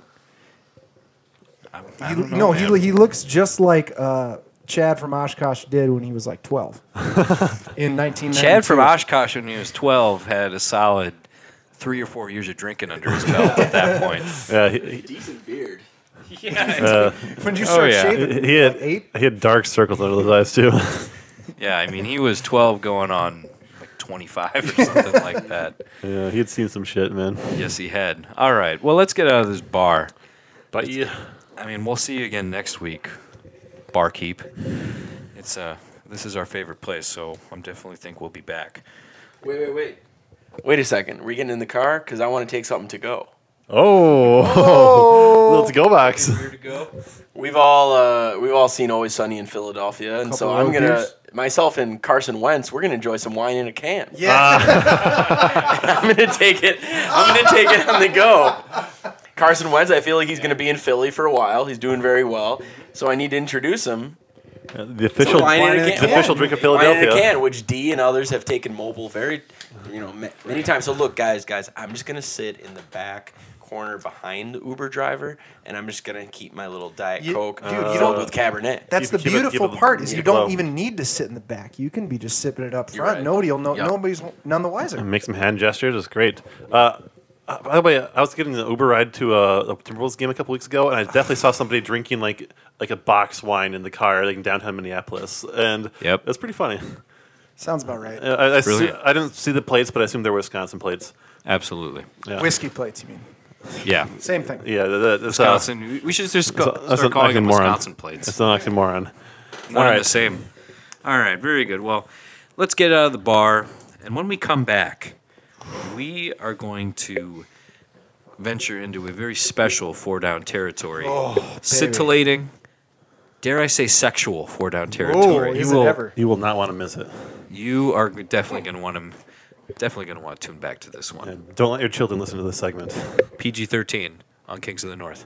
[SPEAKER 1] I,
[SPEAKER 3] He,
[SPEAKER 1] I don't know,
[SPEAKER 3] no,
[SPEAKER 1] man.
[SPEAKER 3] he, he looks just like uh, Chad from Oshkosh did when he was like 12 in 1992.
[SPEAKER 1] Chad from Oshkosh when he was 12 had a solid three or four years of drinking under his belt at that point. Uh,
[SPEAKER 12] Yeah, he,
[SPEAKER 6] Decent beard.
[SPEAKER 3] When you start
[SPEAKER 1] Oh, yeah.
[SPEAKER 3] shaving,
[SPEAKER 12] he had
[SPEAKER 3] like eight?
[SPEAKER 12] he had dark circles under his eyes too.
[SPEAKER 1] Yeah, I mean, he was 12 going on like 25 or something like that.
[SPEAKER 12] yeah, he had seen some shit, man.
[SPEAKER 1] Yes, he had. All right. Well, let's get out of this bar.
[SPEAKER 12] But yeah,
[SPEAKER 1] I mean, we'll see you again next week, barkeep. It's uh, this is our favorite place, so I am definitely think we'll be back.
[SPEAKER 4] Wait, wait, wait. Wait a second. We getting in the car because I want to take something to go.
[SPEAKER 12] oh, let's go box.
[SPEAKER 4] We've all uh, we've all seen Always Sunny in Philadelphia, and so
[SPEAKER 3] Couple
[SPEAKER 4] I'm
[SPEAKER 3] road
[SPEAKER 4] gonna
[SPEAKER 3] beers.
[SPEAKER 4] myself and Carson Wentz. We're gonna enjoy some wine in a can.
[SPEAKER 3] Yeah.
[SPEAKER 1] Ah,
[SPEAKER 4] I'm gonna take it. I'm gonna take it on the go. Carson Wentz. I feel like he's gonna be in Philly for a while. He's doing very well, so I need to introduce him.
[SPEAKER 12] The official
[SPEAKER 4] wine in a
[SPEAKER 12] the
[SPEAKER 4] can.
[SPEAKER 12] official drink of
[SPEAKER 4] Wine in a
[SPEAKER 12] Philadelphia.
[SPEAKER 4] can, which D and others have taken mobile very, you know, ma- many times. So look, guys, guys, I'm just gonna sit in the back corner behind the Uber driver, and I'm just gonna keep my little diet
[SPEAKER 3] You-
[SPEAKER 4] coke
[SPEAKER 3] dude, you
[SPEAKER 4] filled
[SPEAKER 3] don't-
[SPEAKER 4] with Cabernet.
[SPEAKER 3] That's
[SPEAKER 12] Keep-
[SPEAKER 3] the
[SPEAKER 12] keep it- keep
[SPEAKER 3] beautiful
[SPEAKER 12] it-
[SPEAKER 3] part is
[SPEAKER 12] keep
[SPEAKER 3] you
[SPEAKER 12] it
[SPEAKER 3] don't
[SPEAKER 12] low.
[SPEAKER 3] even need to sit in the back. You can be just sipping it up
[SPEAKER 4] You're
[SPEAKER 3] front.
[SPEAKER 4] right.
[SPEAKER 3] Nobody'll know.
[SPEAKER 4] Yeah.
[SPEAKER 3] Nobody's none the wiser.
[SPEAKER 12] Make some hand gestures. It's great. Uh, uh, by the way, I was getting an Uber ride to uh, a, a Timberwolves game a couple weeks ago, and I definitely saw somebody drinking like like a box wine in the car, like in downtown Minneapolis, and
[SPEAKER 1] Yep.
[SPEAKER 12] that's pretty funny. Uh,
[SPEAKER 3] Sounds about right.
[SPEAKER 12] I, I,
[SPEAKER 1] Really?
[SPEAKER 12] assu- I didn't see the plates, but I assume they're Wisconsin plates.
[SPEAKER 1] Absolutely.
[SPEAKER 12] Yeah.
[SPEAKER 3] Whiskey plates, you mean?
[SPEAKER 1] Yeah.
[SPEAKER 3] Same thing.
[SPEAKER 2] Yeah, that, that, that's, uh,
[SPEAKER 1] Wisconsin. we- we should just go,
[SPEAKER 2] that's a- that's an
[SPEAKER 1] start calling them
[SPEAKER 2] oxymoron.
[SPEAKER 1] Wisconsin plates.
[SPEAKER 2] that's an oxymoron.
[SPEAKER 1] One
[SPEAKER 2] All
[SPEAKER 1] and
[SPEAKER 2] right.
[SPEAKER 1] the same. All right, very good. Well, let's get out of the bar, and when we come back, we are going to venture into a very special four down territory,
[SPEAKER 3] Oh,
[SPEAKER 1] scintillating, dare I say, sexual four down territory.
[SPEAKER 3] is
[SPEAKER 1] you
[SPEAKER 3] it
[SPEAKER 1] will,
[SPEAKER 3] ever?
[SPEAKER 2] You will not want to miss it.
[SPEAKER 1] you are definitely going to want to, definitely going to want to tune back to this one.
[SPEAKER 2] And don't let your children listen to this segment.
[SPEAKER 1] PG thirteen on Kings of the North.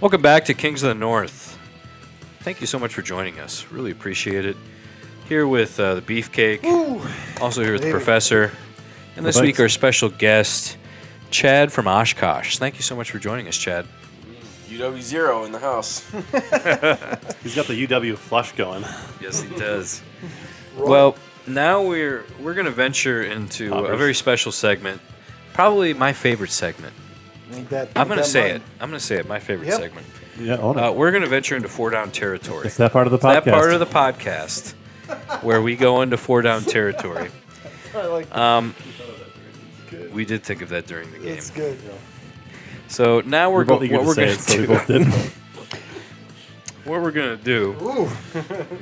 [SPEAKER 1] Welcome back to Kings of the North. Thank you so much for joining us. Really appreciate it. Here with uh, the Beefcake, also here with the
[SPEAKER 3] Baby.
[SPEAKER 1] Professor, and this
[SPEAKER 13] Thanks.
[SPEAKER 1] week our special guest, Chad from Oshkosh. Thank you so much for joining us, Chad.
[SPEAKER 4] UW zero in the house.
[SPEAKER 2] He's got the UW flush going.
[SPEAKER 1] Yes, he does. well, now we're we're gonna venture into a
[SPEAKER 2] Poppers.
[SPEAKER 1] very special segment. Probably my favorite segment.
[SPEAKER 3] Make that,
[SPEAKER 1] I'm
[SPEAKER 3] make
[SPEAKER 1] gonna
[SPEAKER 3] that
[SPEAKER 1] say it.
[SPEAKER 3] mine.
[SPEAKER 1] I'm gonna say it. My favorite
[SPEAKER 3] Yep.
[SPEAKER 1] segment.
[SPEAKER 13] Yeah, own it.
[SPEAKER 1] Uh, we're gonna venture into four down territory.
[SPEAKER 13] it's that part of the podcast.
[SPEAKER 1] That part of the podcast where we go into four down territory.
[SPEAKER 3] I like
[SPEAKER 1] Um, we did think of that during the game.
[SPEAKER 3] It's good.
[SPEAKER 1] So now we're,
[SPEAKER 13] we're both
[SPEAKER 1] go-
[SPEAKER 13] eager
[SPEAKER 1] what
[SPEAKER 13] to
[SPEAKER 1] we're
[SPEAKER 13] say
[SPEAKER 1] gonna
[SPEAKER 13] it, so we
[SPEAKER 1] do.
[SPEAKER 13] both did.
[SPEAKER 1] what we're gonna do.
[SPEAKER 3] Ooh,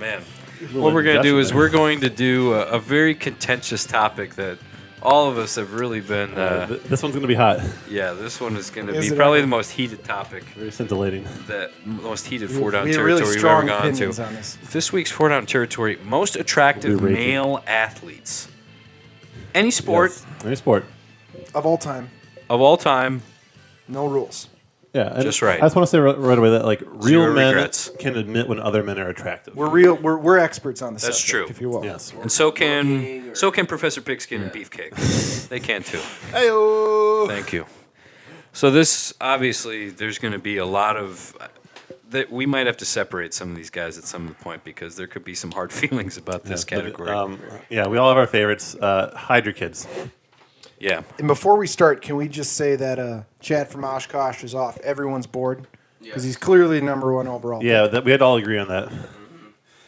[SPEAKER 1] Man, what we're going to do is we're going to do a, a very contentious topic that all of us have really been.
[SPEAKER 13] Uh,
[SPEAKER 1] Uh,
[SPEAKER 13] th- this one's gonna be hot.
[SPEAKER 1] yeah, this one is going to
[SPEAKER 3] Is
[SPEAKER 1] be
[SPEAKER 3] it
[SPEAKER 1] probably
[SPEAKER 3] ever?
[SPEAKER 1] the most heated topic
[SPEAKER 13] Very scintillating.
[SPEAKER 1] that most heated four down
[SPEAKER 3] we have
[SPEAKER 1] territory
[SPEAKER 3] really
[SPEAKER 1] we've ever
[SPEAKER 3] strong
[SPEAKER 1] gone to.
[SPEAKER 3] opinions on this.
[SPEAKER 1] This week's four down territory: most attractive
[SPEAKER 13] We're raging.
[SPEAKER 1] male athletes, any sport
[SPEAKER 13] Yes. Very sport.
[SPEAKER 3] Of all time,
[SPEAKER 1] of all time.
[SPEAKER 3] no rules.
[SPEAKER 13] Yeah, and
[SPEAKER 1] Just right.
[SPEAKER 13] I just want to say right, right away that like real
[SPEAKER 1] Zero
[SPEAKER 13] men
[SPEAKER 1] regrets.
[SPEAKER 13] can admit when other men are attractive.
[SPEAKER 3] We're real. We're, we're experts on this.
[SPEAKER 1] That's
[SPEAKER 3] subject,
[SPEAKER 1] true.
[SPEAKER 3] If you will.
[SPEAKER 13] yes,
[SPEAKER 1] And so can so can Professor Pigskin and Beefcake. they can too.
[SPEAKER 3] Hey-o.
[SPEAKER 1] Thank you. So this obviously there's going to be a lot of that we might have to separate some of these guys at some point because there could be some hard feelings about this
[SPEAKER 13] Yes, but,
[SPEAKER 1] category.
[SPEAKER 13] Um, yeah, we all have our favorites. Uh, hide your kids.
[SPEAKER 1] yeah.
[SPEAKER 3] And before we start, can we just say that uh, Chad from Oshkosh is off? Everyone's bored because he's clearly number one overall.
[SPEAKER 13] Yeah, that, we had to all agree on that.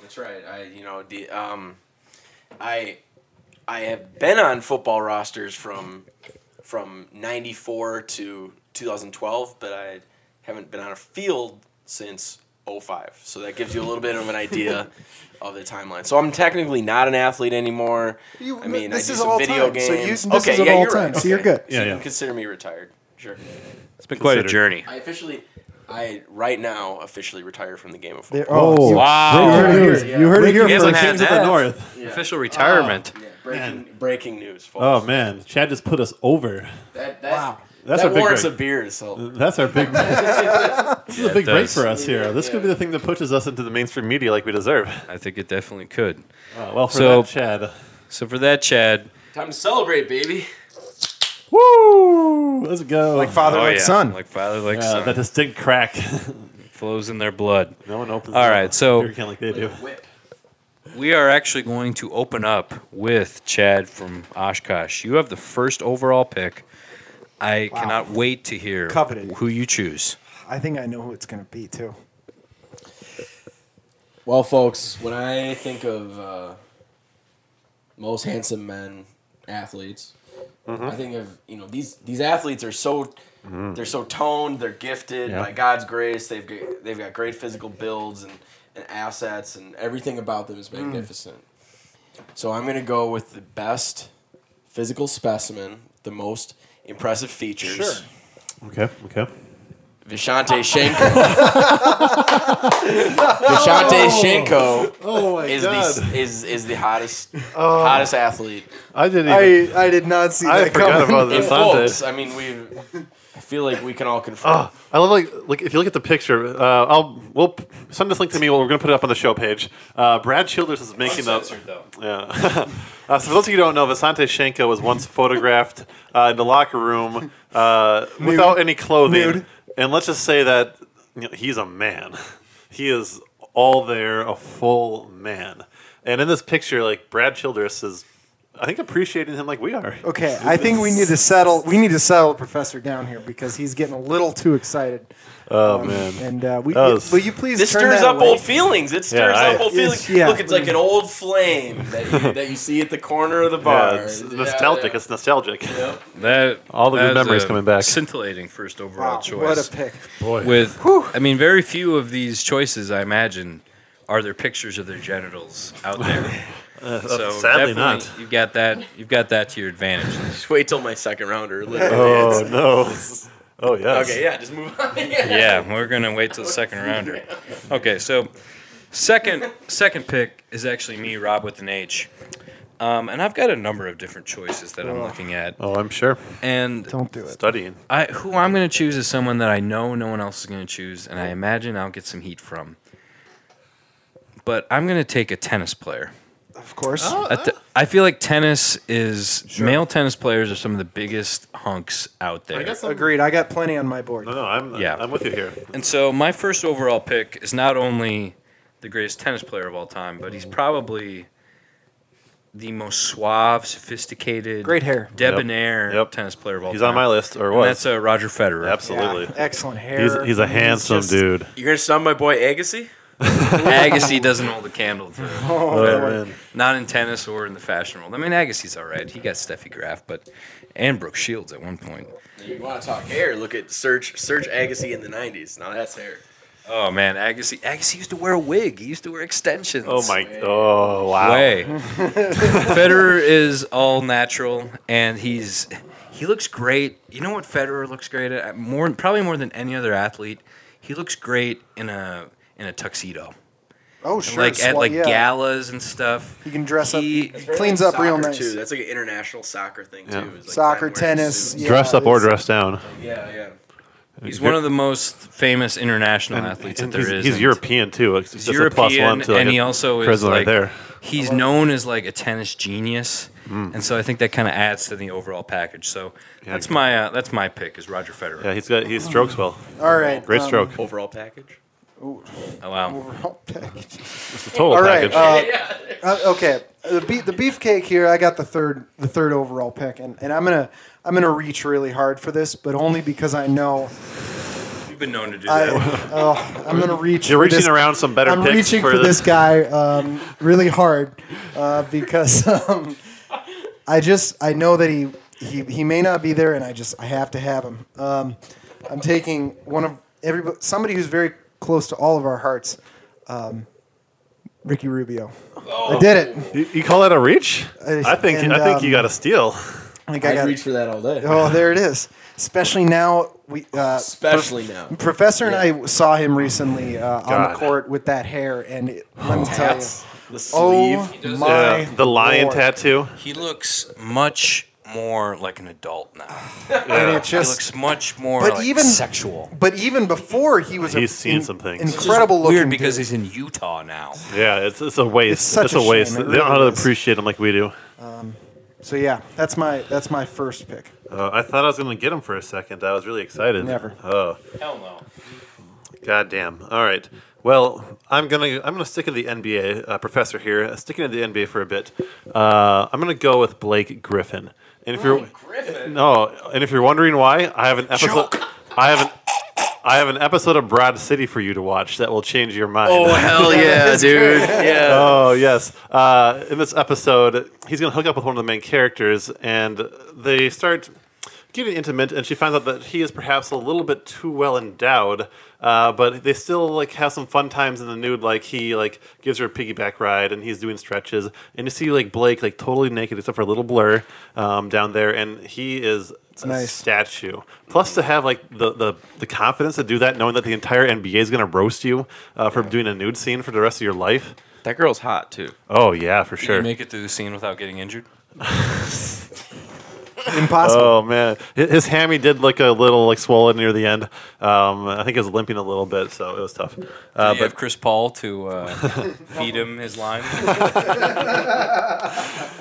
[SPEAKER 4] That's right. I you know the um, I I have been on football rosters from from '94 to 2012, but I haven't been on a field since 05. So that gives you a little bit of an idea of the timeline. So I'm technically not an athlete anymore.
[SPEAKER 3] You-
[SPEAKER 4] I mean,
[SPEAKER 3] this
[SPEAKER 4] I do
[SPEAKER 3] is
[SPEAKER 4] some
[SPEAKER 3] all
[SPEAKER 4] video
[SPEAKER 3] time.
[SPEAKER 4] games.
[SPEAKER 3] So you- this
[SPEAKER 4] okay,
[SPEAKER 3] is of
[SPEAKER 4] yeah,
[SPEAKER 3] all
[SPEAKER 4] you're
[SPEAKER 3] time.
[SPEAKER 4] Right.
[SPEAKER 3] So you're
[SPEAKER 4] Okay.
[SPEAKER 3] good.
[SPEAKER 4] So
[SPEAKER 13] Yeah,
[SPEAKER 4] you
[SPEAKER 13] yeah.
[SPEAKER 4] can consider me retired. Sure.
[SPEAKER 1] It's been quite a
[SPEAKER 13] Considered.
[SPEAKER 1] journey.
[SPEAKER 4] I officially, I right now officially retire from the game of football.
[SPEAKER 3] There- oh,
[SPEAKER 1] Wow.
[SPEAKER 3] You heard it here. You heard it here
[SPEAKER 1] You haven't
[SPEAKER 3] first.
[SPEAKER 1] had
[SPEAKER 13] Kings of the
[SPEAKER 1] that.
[SPEAKER 13] North.
[SPEAKER 4] Yeah.
[SPEAKER 1] Official
[SPEAKER 3] Um,
[SPEAKER 1] retirement.
[SPEAKER 4] Yeah, breaking, breaking news, folks.
[SPEAKER 13] Oh man, Chad just put us over.
[SPEAKER 4] That, that, wow.
[SPEAKER 13] That's
[SPEAKER 4] that
[SPEAKER 13] a big
[SPEAKER 4] warrants
[SPEAKER 13] break.
[SPEAKER 4] a beer to sell.
[SPEAKER 13] That's our big. this is a big
[SPEAKER 1] it
[SPEAKER 13] break
[SPEAKER 1] does.
[SPEAKER 13] for us here. This could be the thing that pushes us into the mainstream media like we deserve.
[SPEAKER 1] I think it definitely could.
[SPEAKER 13] Uh, well, for
[SPEAKER 1] So-
[SPEAKER 13] that, Chad.
[SPEAKER 1] So for that, Chad.
[SPEAKER 4] Time to celebrate, baby.
[SPEAKER 13] Woo! Let's go.
[SPEAKER 3] Like father,
[SPEAKER 1] oh,
[SPEAKER 3] like
[SPEAKER 1] yeah.
[SPEAKER 3] son.
[SPEAKER 1] Like father, like
[SPEAKER 13] Uh,
[SPEAKER 1] son.
[SPEAKER 13] that distinct crack.
[SPEAKER 1] flows in their blood.
[SPEAKER 13] no one opens.
[SPEAKER 1] All
[SPEAKER 13] up
[SPEAKER 1] right, so-
[SPEAKER 13] a beer can like they do.
[SPEAKER 4] Whip.
[SPEAKER 1] We are actually going to open up with Chad from Oshkosh. You have the first overall pick. I cannot wait to hear
[SPEAKER 3] Coveted.
[SPEAKER 1] who you choose.
[SPEAKER 3] I think I know who it's going to be too.
[SPEAKER 4] Well, folks, when I think of uh, most handsome men athletes,
[SPEAKER 13] Mm-hmm.
[SPEAKER 4] I think of you know these these athletes are so they're so toned, they're gifted
[SPEAKER 13] Yeah.
[SPEAKER 4] by God's grace. They've got, they've got great physical builds and, and assets, and everything about them
[SPEAKER 13] Mm.
[SPEAKER 4] is magnificent. So I'm gonna go with the best physical specimen, the most impressive features.
[SPEAKER 3] Sure.
[SPEAKER 13] Okay. Okay.
[SPEAKER 4] Vishante Shenko. Vishante Shenko
[SPEAKER 13] Oh my
[SPEAKER 4] is the is is the hottest
[SPEAKER 3] Oh.
[SPEAKER 4] hottest athlete.
[SPEAKER 13] I didn't. Even,
[SPEAKER 3] I, I did not see
[SPEAKER 13] I,
[SPEAKER 3] that
[SPEAKER 13] forgot
[SPEAKER 3] coming.
[SPEAKER 13] about
[SPEAKER 4] And
[SPEAKER 13] this. aren't I?
[SPEAKER 4] folks, I mean, we I feel like we can all confirm.
[SPEAKER 2] Oh, I love like like if you look at the picture, uh, I'll we'll p- send this link to me. We're gonna put it up on the show page. Uh, Brad Childers is making up. Yeah. uh, so for those of you who don't know, Vasante Shenko was once photographed uh, in the locker room uh, without any clothing,
[SPEAKER 3] Nude.
[SPEAKER 2] and let's just say that you know, he's a man. He is all there, a full man. And in this picture, like Brad Childress is I think appreciating him like we are.
[SPEAKER 3] Okay, I think we need to settle. We need to settle Professor down here because he's getting a little too excited.
[SPEAKER 2] Oh
[SPEAKER 3] Um,
[SPEAKER 2] man.
[SPEAKER 3] And uh, we,
[SPEAKER 2] That was-
[SPEAKER 3] will you please
[SPEAKER 14] This
[SPEAKER 3] turn
[SPEAKER 14] stirs
[SPEAKER 3] that
[SPEAKER 14] up
[SPEAKER 3] away?
[SPEAKER 14] old feelings. It stirs
[SPEAKER 2] Yeah, I-
[SPEAKER 14] up old
[SPEAKER 3] It's-
[SPEAKER 14] feelings.
[SPEAKER 3] yeah.
[SPEAKER 14] Look, it's like an old flame that you, that you see at the corner of the bar.
[SPEAKER 2] yeah, it's nostalgic. It's nostalgic.
[SPEAKER 1] That
[SPEAKER 2] All the good
[SPEAKER 1] that is
[SPEAKER 2] memories
[SPEAKER 1] a
[SPEAKER 2] coming back.
[SPEAKER 1] Scintillating first overall
[SPEAKER 3] Wow,
[SPEAKER 1] choice.
[SPEAKER 3] what a pick!
[SPEAKER 1] With I mean, very few of these choices I imagine are there pictures of their genitals out there. so
[SPEAKER 2] Uh, sadly
[SPEAKER 1] definitely
[SPEAKER 2] not.
[SPEAKER 1] You've got that. You've got that to your advantage.
[SPEAKER 4] Just wait till my second rounder.
[SPEAKER 2] Oh no. Oh yes.
[SPEAKER 4] Okay, yeah, just move on.
[SPEAKER 1] yeah, we're gonna wait till the second rounder. Okay, so second second pick is actually me, Rob with an H. Um, and I've got a number of different choices that I'm looking at,
[SPEAKER 2] Oh, I'm sure.
[SPEAKER 1] and
[SPEAKER 3] Don't do it.
[SPEAKER 2] Studying.
[SPEAKER 1] I who I'm going to choose is someone that I know no one else is going to choose, and I imagine I'll get some heat from. But I'm going to take a tennis player.
[SPEAKER 3] Of course.
[SPEAKER 1] A te- I feel like tennis is male tennis players are some of the biggest hunks out there.
[SPEAKER 3] Agreed. I got plenty on my board.
[SPEAKER 2] No, no, I'm
[SPEAKER 1] Yeah.
[SPEAKER 2] I'm with you here.
[SPEAKER 1] And so my first overall pick is not only the greatest tennis player of all time, but he's probably the most suave, sophisticated,
[SPEAKER 3] Great hair.
[SPEAKER 1] debonair
[SPEAKER 2] Yep.
[SPEAKER 1] tennis player of all
[SPEAKER 2] He's
[SPEAKER 1] time.
[SPEAKER 2] on my list, or
[SPEAKER 1] And
[SPEAKER 2] what?
[SPEAKER 1] that's uh, Roger Federer.
[SPEAKER 2] Absolutely.
[SPEAKER 3] Yeah, excellent hair.
[SPEAKER 2] He's, he's a
[SPEAKER 3] I mean,
[SPEAKER 2] handsome
[SPEAKER 3] just-
[SPEAKER 2] dude.
[SPEAKER 4] You're gonna stun my boy Agassi?
[SPEAKER 1] Agassi doesn't hold a candle to
[SPEAKER 3] Oh,
[SPEAKER 2] Oh,
[SPEAKER 3] Lord.
[SPEAKER 2] man.
[SPEAKER 1] Not in tennis or in the fashion world. I mean, Agassi's all right. He got Steffi Graf, but and Brooke Shields at one point.
[SPEAKER 4] You want to talk hair? Look at Serge Serge Agassi in the '90s. Now that's hair.
[SPEAKER 1] Oh man, Agassi. Agassi used to wear a wig. He used to wear extensions.
[SPEAKER 2] Oh my. Oh wow.
[SPEAKER 1] way. Federer is all natural, and he's he looks great. You know what Federer looks great at? More probably more than any other athlete. He looks great in a in a tuxedo,
[SPEAKER 3] Oh, sure.
[SPEAKER 1] like at
[SPEAKER 3] Swa-
[SPEAKER 1] like
[SPEAKER 3] yeah.
[SPEAKER 1] galas and stuff.
[SPEAKER 3] He can dress up.
[SPEAKER 1] He-
[SPEAKER 3] He cleans up real nice.
[SPEAKER 4] Too. That's like an international soccer thing too.
[SPEAKER 2] Yeah.
[SPEAKER 4] is like
[SPEAKER 3] Soccer,
[SPEAKER 4] men wearing
[SPEAKER 3] tennis.
[SPEAKER 4] suits.
[SPEAKER 3] Yeah,
[SPEAKER 2] dressed up or
[SPEAKER 3] it's-
[SPEAKER 2] dressed down.
[SPEAKER 4] Yeah, yeah.
[SPEAKER 1] He's one of the most famous international athletes that
[SPEAKER 2] And
[SPEAKER 1] there is.
[SPEAKER 2] he's, he's
[SPEAKER 1] and
[SPEAKER 2] European too. It's
[SPEAKER 1] He's
[SPEAKER 2] just a plus one
[SPEAKER 1] European,
[SPEAKER 2] to like
[SPEAKER 1] and he
[SPEAKER 2] a
[SPEAKER 1] also is
[SPEAKER 2] charisma
[SPEAKER 1] like
[SPEAKER 2] right there. Hmm.
[SPEAKER 1] he's known as like a tennis genius, and so I think that kind of adds to the overall package. So that's my uh, that's my pick is Roger Federer.
[SPEAKER 2] Yeah, he's got he strokes well.
[SPEAKER 3] All right.
[SPEAKER 2] Great
[SPEAKER 3] um,
[SPEAKER 2] stroke.
[SPEAKER 4] Overall package.
[SPEAKER 1] Oh, wow.
[SPEAKER 3] overall package.
[SPEAKER 2] It's a total
[SPEAKER 3] All right.
[SPEAKER 2] package.
[SPEAKER 3] Uh, uh, okay. The, beef, the beefcake here. I got the third, the third overall pick, and, and I'm gonna, I'm gonna reach really hard for this, but only because I know
[SPEAKER 1] You've been known to do
[SPEAKER 3] I,
[SPEAKER 1] that.
[SPEAKER 3] oh, I'm gonna reach.
[SPEAKER 2] You're
[SPEAKER 3] for
[SPEAKER 2] reaching
[SPEAKER 3] this-
[SPEAKER 2] around some better
[SPEAKER 3] I'm
[SPEAKER 2] picks
[SPEAKER 3] reaching for,
[SPEAKER 2] the-
[SPEAKER 3] this guy um, really hard uh, because um, I just I know that he, he he may not be there, and I just I have to have him. Um, I'm taking one of everybody, somebody who's very close to all of our hearts, um, Ricky Rubio.
[SPEAKER 14] Oh.
[SPEAKER 3] I did it.
[SPEAKER 2] You, you call that a reach?
[SPEAKER 3] Uh,
[SPEAKER 2] I think
[SPEAKER 3] and,
[SPEAKER 2] I think
[SPEAKER 3] um,
[SPEAKER 2] you got a steal.
[SPEAKER 3] I think I
[SPEAKER 14] I'd
[SPEAKER 3] got.
[SPEAKER 14] reach for that all day.
[SPEAKER 3] Oh, there it is. Especially now we. Uh,
[SPEAKER 14] Oh, Especially now.
[SPEAKER 3] Professor and I saw him recently uh, on
[SPEAKER 2] God.
[SPEAKER 3] the court with that hair, and it, let me tell you,
[SPEAKER 14] The sleeve.
[SPEAKER 3] oh my,
[SPEAKER 2] Yeah, the lion
[SPEAKER 3] Lord.
[SPEAKER 2] tattoo.
[SPEAKER 1] He looks much more like an adult now.
[SPEAKER 3] and it
[SPEAKER 1] He
[SPEAKER 3] just
[SPEAKER 1] looks much more
[SPEAKER 3] But
[SPEAKER 1] like
[SPEAKER 3] even-
[SPEAKER 1] sexual.
[SPEAKER 3] But even before he was,
[SPEAKER 2] He's
[SPEAKER 3] a,
[SPEAKER 2] seen some things. It's just
[SPEAKER 3] Incredible looking.
[SPEAKER 1] Weird because
[SPEAKER 3] dude.
[SPEAKER 1] he's in Utah now.
[SPEAKER 2] Yeah, it's, it's a waste. It's,
[SPEAKER 3] It's such
[SPEAKER 2] a,
[SPEAKER 3] a shame.
[SPEAKER 2] waste.
[SPEAKER 3] It
[SPEAKER 2] they don't know how
[SPEAKER 3] really
[SPEAKER 2] to
[SPEAKER 3] is.
[SPEAKER 2] appreciate him like we do.
[SPEAKER 3] so yeah, that's my that's my first pick.
[SPEAKER 2] Uh, I thought I was going to get him for a second. I was really excited.
[SPEAKER 3] Never.
[SPEAKER 2] Oh,
[SPEAKER 1] Hell no.
[SPEAKER 2] God damn. All right. Well, I'm gonna I'm gonna stick to the NBA uh, professor here. Uh, Sticking to the NBA for a bit. Uh, I'm gonna go with Blake Griffin. And if you're Griffin. no, and if you're wondering why, I have an episode. I have an I have an episode of Broad City for you to watch that will change your mind.
[SPEAKER 4] Oh hell yeah, dude. Yeah.
[SPEAKER 2] Oh yes. Uh, in this episode, he's gonna hook up with one of the main characters, and they start getting intimate. And she finds out that he is perhaps a little bit too well endowed, uh, but they still like have some fun times in the nude. Like he like gives her a piggyback ride, and he's doing stretches, and you see like Blake like totally naked except for a little blur um, down there, and he is. a
[SPEAKER 3] nice.
[SPEAKER 2] statue. Plus, to have like the, the, the confidence to do that, knowing that the entire NBA is going to roast you uh, for doing a nude scene for the rest of your life.
[SPEAKER 4] That girl's hot too.
[SPEAKER 2] Oh yeah, for
[SPEAKER 1] Sure.
[SPEAKER 2] sure.
[SPEAKER 1] You make it through the scene without getting injured.
[SPEAKER 3] Impossible.
[SPEAKER 2] Oh man, Hi- his hammy did look a little like swollen near the end. Um, I think it was limping a little bit, so it was tough. Uh,
[SPEAKER 1] Did you
[SPEAKER 2] but
[SPEAKER 1] have Chris Paul to uh, feed him his line.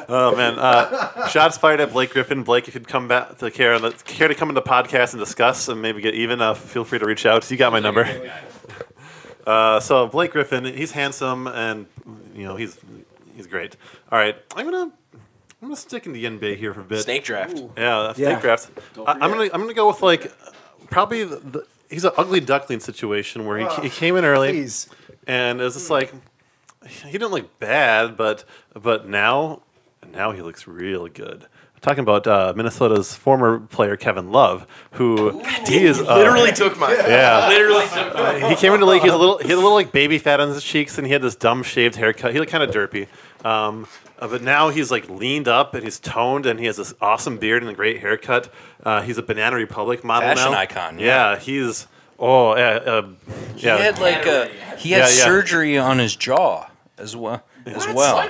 [SPEAKER 2] oh man, uh, shots fired at Blake Griffin. Blake, if you'd come back to care, on the, care to come in the podcast and discuss and maybe get even, uh, feel free to reach out. You got my number. Uh, so Blake Griffin, he's handsome and you know he's he's great. All right, I'm gonna I'm gonna stick in the NBA here for a bit.
[SPEAKER 4] Snake draft.
[SPEAKER 2] Yeah, snake
[SPEAKER 3] Yeah.
[SPEAKER 2] draft. I, I'm gonna I'm gonna go with like probably the, the, he's an ugly duckling situation where he, he came in early
[SPEAKER 3] Please.
[SPEAKER 2] and it's just like he didn't look bad, but but now now he looks real good. I'm talking about uh, Minnesota's former player Kevin Love, who he is uh,
[SPEAKER 4] Literally took mine.
[SPEAKER 2] yeah
[SPEAKER 4] Literally took mine.
[SPEAKER 2] he came into the league. He had a little, he had a little like baby fat on his cheeks, and he had this dumb shaved haircut. He looked kind of derpy. Um, uh, but now he's like leaned up and he's toned, and he has this awesome beard and a great haircut. Uh, he's a Banana Republic model
[SPEAKER 1] Fashion
[SPEAKER 2] now.
[SPEAKER 1] icon,
[SPEAKER 2] Yeah, he's oh yeah, uh, yeah.
[SPEAKER 1] He had like a he had
[SPEAKER 2] Yeah, yeah.
[SPEAKER 1] surgery on his jaw as well as well.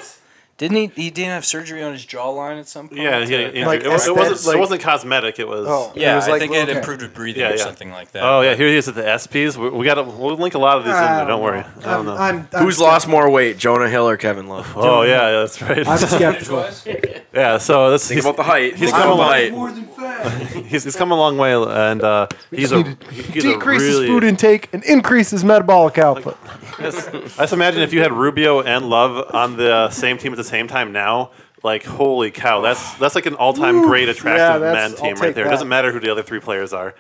[SPEAKER 1] Didn't he? He didn't have surgery on his jawline at some point.
[SPEAKER 2] yeah, he had an injury.
[SPEAKER 3] Like
[SPEAKER 2] it, was, it
[SPEAKER 3] aesthetics,
[SPEAKER 2] wasn't it
[SPEAKER 3] like-
[SPEAKER 2] wasn't cosmetic. It was
[SPEAKER 3] Oh.
[SPEAKER 1] Yeah,
[SPEAKER 3] It was
[SPEAKER 1] I
[SPEAKER 3] like,
[SPEAKER 1] think
[SPEAKER 3] well,
[SPEAKER 1] it
[SPEAKER 3] okay.
[SPEAKER 1] improved with breathing
[SPEAKER 2] Yeah,
[SPEAKER 1] or
[SPEAKER 2] yeah.
[SPEAKER 1] something like that.
[SPEAKER 2] Oh yeah, here he is at the SPs. We, we got we'll link a lot of these in there. Don't worry. I don't know.
[SPEAKER 3] Ah, I'm, I'm
[SPEAKER 4] Who's lost more weight, Jonah Hill or Kevin Love?
[SPEAKER 2] oh yeah, yeah, that's right.
[SPEAKER 3] I'm skeptical.
[SPEAKER 2] yeah, so this
[SPEAKER 4] Think
[SPEAKER 2] he's-
[SPEAKER 4] about the height.
[SPEAKER 2] he's
[SPEAKER 4] Think about
[SPEAKER 2] come
[SPEAKER 4] the
[SPEAKER 2] along.
[SPEAKER 4] height.
[SPEAKER 2] he's, he's come a long way, and uh, he's a he's a
[SPEAKER 3] Decrease
[SPEAKER 2] really,
[SPEAKER 3] his food intake and increase his metabolic output.
[SPEAKER 2] I just imagine if you had Rubio and Love on the uh, same team at the same time now, like holy cow, that's that's like an all-time great
[SPEAKER 3] Yeah,
[SPEAKER 2] attractive
[SPEAKER 3] that's-
[SPEAKER 2] man
[SPEAKER 3] I'll
[SPEAKER 2] team
[SPEAKER 3] take
[SPEAKER 2] right there. It
[SPEAKER 3] that.
[SPEAKER 2] doesn't matter who the other three players are.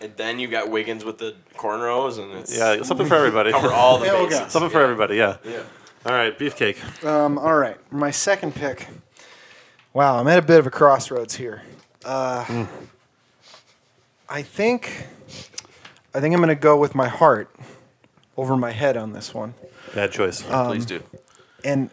[SPEAKER 15] And then you got Wiggins with the cornrows, and it's
[SPEAKER 2] Yeah, something for everybody.
[SPEAKER 15] cover all the
[SPEAKER 3] Hell,
[SPEAKER 15] bases.
[SPEAKER 3] God.
[SPEAKER 2] Something for everybody. Yeah. Yeah. All right, beefcake.
[SPEAKER 3] Um, all right, my second pick. Wow, I'm at a bit of a crossroads here. Uh,
[SPEAKER 2] Hmm.
[SPEAKER 3] I think, I think I'm going to go with my heart over my head on this one.
[SPEAKER 2] Bad choice.
[SPEAKER 3] Uh, Um,
[SPEAKER 4] Please do.
[SPEAKER 3] And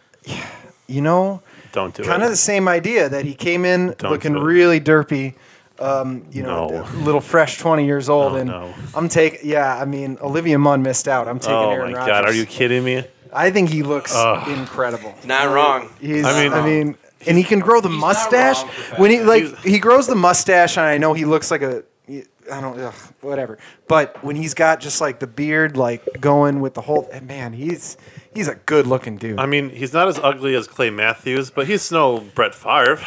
[SPEAKER 3] you know,
[SPEAKER 2] Don't do
[SPEAKER 3] kind
[SPEAKER 2] it.
[SPEAKER 3] of the same idea that he came in
[SPEAKER 2] Don't
[SPEAKER 3] looking
[SPEAKER 2] do it.
[SPEAKER 3] really derpy, um, you know,
[SPEAKER 2] No.
[SPEAKER 3] a little fresh, 20 years old.
[SPEAKER 2] Oh,
[SPEAKER 3] and
[SPEAKER 2] no.
[SPEAKER 3] I'm taking, yeah, I mean, Olivia Munn missed out. I'm taking
[SPEAKER 2] oh
[SPEAKER 3] Aaron
[SPEAKER 2] my
[SPEAKER 3] Rodgers.
[SPEAKER 2] god, are you kidding me?
[SPEAKER 3] I think he looks incredible.
[SPEAKER 4] Not wrong.
[SPEAKER 3] He's,
[SPEAKER 2] I
[SPEAKER 3] I
[SPEAKER 2] mean-
[SPEAKER 3] mean, I mean, and he can grow the mustache when he like he grows the mustache, and I know he looks like a. I don't, ugh, whatever. But when he's got just like the beard, like going with the whole man, he's he's a good looking dude.
[SPEAKER 2] I mean, he's not as ugly as Clay Matthews, but he's no Brett Favre.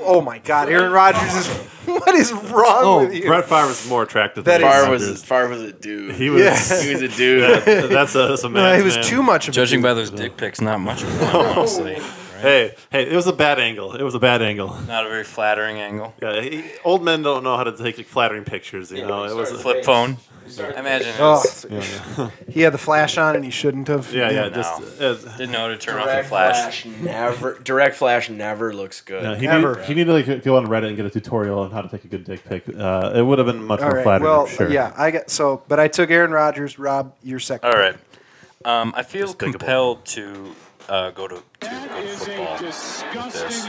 [SPEAKER 3] oh my god, Aaron Rodgers is what is wrong with you?
[SPEAKER 2] Brett Favre is more attractive.
[SPEAKER 3] Oh. That
[SPEAKER 2] than
[SPEAKER 3] is-
[SPEAKER 2] Aaron
[SPEAKER 4] Far was
[SPEAKER 2] Rodgers.
[SPEAKER 4] Far was a dude.
[SPEAKER 2] He was.
[SPEAKER 3] Yeah.
[SPEAKER 4] He was a dude.
[SPEAKER 2] that's a that's a
[SPEAKER 3] Uh,
[SPEAKER 2] man.
[SPEAKER 3] he was
[SPEAKER 2] man.
[SPEAKER 3] too much of a
[SPEAKER 1] Judging by those dick pics, not much of one, honestly.
[SPEAKER 2] Hey, hey, it was a bad angle. It was a bad angle.
[SPEAKER 1] Not a very flattering angle.
[SPEAKER 2] Yeah, he, old men don't know how to take flattering pictures. You know, it was
[SPEAKER 1] Flip phone. I imagine it
[SPEAKER 3] Oh,
[SPEAKER 1] was,
[SPEAKER 3] he had the flash on and he shouldn't have.
[SPEAKER 2] yeah, yeah,
[SPEAKER 1] No.
[SPEAKER 2] just uh,
[SPEAKER 1] didn't know how to turn off
[SPEAKER 4] Direct
[SPEAKER 1] the flash.
[SPEAKER 4] Flash never. Direct Flash never looks good.
[SPEAKER 2] no, he
[SPEAKER 3] Ever.
[SPEAKER 2] need, he needed to like, go on Reddit and get a tutorial on how to take a good dick pic. Uh, it would have been much
[SPEAKER 3] All
[SPEAKER 2] more
[SPEAKER 3] right.
[SPEAKER 2] flattering.
[SPEAKER 3] Well,
[SPEAKER 2] I'm sure.
[SPEAKER 3] yeah, I got so, but I took Aaron Rodgers. Rob, your second.
[SPEAKER 1] All right. Um, I feel
[SPEAKER 2] Despicable.
[SPEAKER 1] compelled to uh, go to, to, go to football. with this.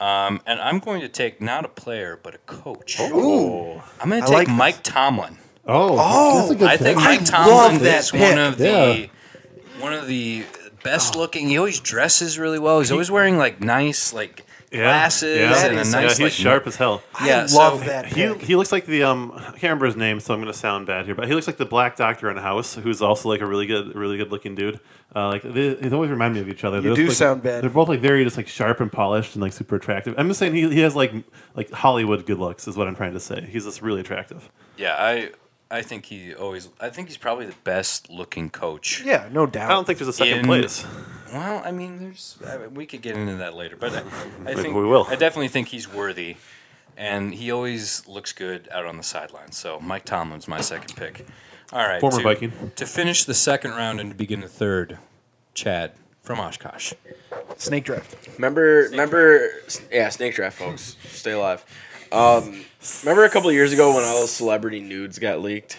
[SPEAKER 1] Um, and I'm going to take not a player but a coach.
[SPEAKER 3] Ooh.
[SPEAKER 1] I'm going to
[SPEAKER 3] I
[SPEAKER 1] take
[SPEAKER 3] like this.
[SPEAKER 1] Mike Tomlin.
[SPEAKER 2] Oh, that's a good
[SPEAKER 1] I think
[SPEAKER 2] pick.
[SPEAKER 1] Mike
[SPEAKER 3] love
[SPEAKER 1] Tomlin
[SPEAKER 3] that
[SPEAKER 1] is one of the
[SPEAKER 2] pick.
[SPEAKER 1] one of the best looking. He always dresses really well. He's always wearing like nice like glasses
[SPEAKER 2] yeah.
[SPEAKER 1] and a
[SPEAKER 2] yeah,
[SPEAKER 1] nice
[SPEAKER 2] he's
[SPEAKER 1] like
[SPEAKER 2] sharp as hell.
[SPEAKER 1] Yeah,
[SPEAKER 3] I
[SPEAKER 1] so
[SPEAKER 3] love that.
[SPEAKER 2] He,
[SPEAKER 3] pick.
[SPEAKER 2] he looks like the um I can't remember his name, so I'm gonna sound bad here, but he looks like the black doctor in House, who's also like a really good, really good looking dude. Uh, like they, they always remind me of each other. You
[SPEAKER 3] do sound bad.
[SPEAKER 2] They're both like very just like sharp and polished and like super attractive. I'm just saying he, he has like like Hollywood good looks is what I'm trying to say. He's just really attractive.
[SPEAKER 1] Yeah, I I think he always. I think he's probably the best looking coach.
[SPEAKER 3] yeah, no doubt.
[SPEAKER 2] I don't think there's a second
[SPEAKER 1] In-
[SPEAKER 2] place.
[SPEAKER 1] Well, I mean, there's I mean, we could get into that later, but I, I
[SPEAKER 2] Maybe
[SPEAKER 1] think
[SPEAKER 2] we will.
[SPEAKER 1] I definitely think he's worthy, and he always looks good out on the sidelines. So Mike Tomlin's my second pick. All right,
[SPEAKER 2] Former
[SPEAKER 1] to,
[SPEAKER 2] Viking.
[SPEAKER 1] to finish the second round and to begin the third, Chad from Oshkosh.
[SPEAKER 2] Oh,
[SPEAKER 3] Snake draft.
[SPEAKER 4] Remember, remember, yeah, snake draft, folks. Stay alive. Um, remember a couple years ago when all those celebrity nudes got leaked?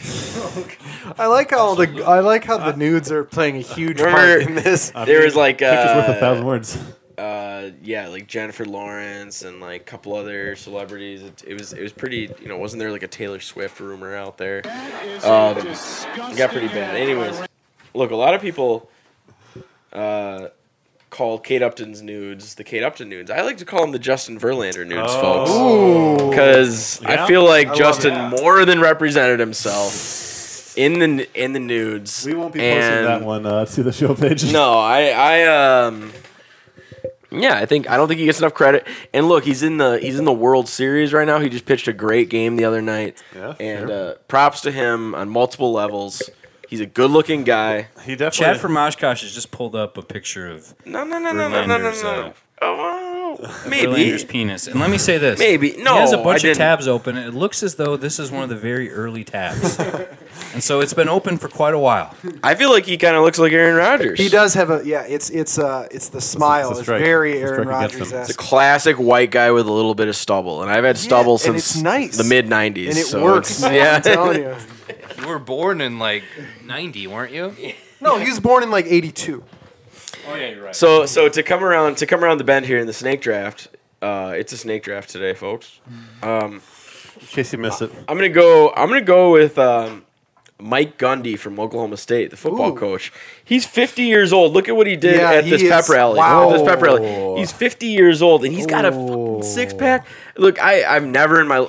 [SPEAKER 3] I like how the I like how the nudes are playing a huge part
[SPEAKER 4] Remember-
[SPEAKER 3] in this.
[SPEAKER 4] there was like,
[SPEAKER 2] Pictures worth a
[SPEAKER 4] uh,
[SPEAKER 2] thousand words.
[SPEAKER 4] uh, yeah, like Jennifer Lawrence and like a couple other celebrities. It, it was, it was pretty. You know, wasn't there like a Taylor Swift rumor out there? Um, it got pretty bad. Anyways, look, a lot of people uh, call Kate Upton's nudes the Kate Upton nudes. I like to call them the Justin Verlander nudes, folks. because
[SPEAKER 2] Yeah.
[SPEAKER 4] I feel like
[SPEAKER 3] love
[SPEAKER 4] Justin
[SPEAKER 3] it.
[SPEAKER 4] more than represented himself in the in the nudes.
[SPEAKER 2] We won't be posting
[SPEAKER 4] and-
[SPEAKER 2] that one uh, to the show page.
[SPEAKER 4] No, I I um. Yeah, I think I don't think he gets enough credit. And look, he's in the he's in the World Series right now. He just pitched a great game the other night.
[SPEAKER 2] Yeah,
[SPEAKER 4] and
[SPEAKER 2] sure.
[SPEAKER 4] uh, props to him on multiple levels. He's a good-looking guy.
[SPEAKER 2] he definitely.
[SPEAKER 1] Chad from Oshkosh has just pulled up a picture of
[SPEAKER 4] No, no, no, no, no, no, no,
[SPEAKER 1] Verlander's
[SPEAKER 4] no.
[SPEAKER 1] uh, Oh, wow.
[SPEAKER 16] Maybe.
[SPEAKER 1] Verlander's penis. And let me say this.
[SPEAKER 16] Maybe. No,
[SPEAKER 1] He has a bunch
[SPEAKER 16] I
[SPEAKER 1] of
[SPEAKER 16] didn't.
[SPEAKER 1] tabs open. and It looks as though this is one of the very early tabs. and so it's been open for quite a while.
[SPEAKER 16] I feel like he kind of looks like Aaron Rodgers.
[SPEAKER 3] He does have a yeah. It's it's uh it's the smile. It's,
[SPEAKER 2] strike.
[SPEAKER 3] very
[SPEAKER 2] It's a
[SPEAKER 3] Aaron
[SPEAKER 2] strike against
[SPEAKER 3] Rodgers.
[SPEAKER 2] him.
[SPEAKER 4] It's a
[SPEAKER 3] esque.
[SPEAKER 4] classic white guy with a little bit of stubble, and I've had stubble
[SPEAKER 3] Yeah, and
[SPEAKER 4] since
[SPEAKER 3] it's nice.
[SPEAKER 4] the mid '90s.
[SPEAKER 3] And it
[SPEAKER 4] so
[SPEAKER 3] works.
[SPEAKER 4] it's-
[SPEAKER 3] Yeah, I'm
[SPEAKER 4] yeah,
[SPEAKER 3] telling you.
[SPEAKER 16] You were born in like 90, weren't you?
[SPEAKER 3] No, he was born in like '82.
[SPEAKER 4] So so to come around to come around the bend here in the snake draft, uh, it's a snake draft today, folks.
[SPEAKER 2] In case you missed it,
[SPEAKER 4] I'm gonna go. I'm gonna go with um, Mike Gundy from Oklahoma State, the football
[SPEAKER 3] Ooh.
[SPEAKER 4] coach. He's 50 years old. Look at what he did
[SPEAKER 3] Yeah,
[SPEAKER 4] at
[SPEAKER 3] he
[SPEAKER 4] this
[SPEAKER 3] is-
[SPEAKER 4] pep rally.
[SPEAKER 3] wow.
[SPEAKER 4] This pep rally. He's 50 years old and he's got a fucking six pack. Look, I I've never in my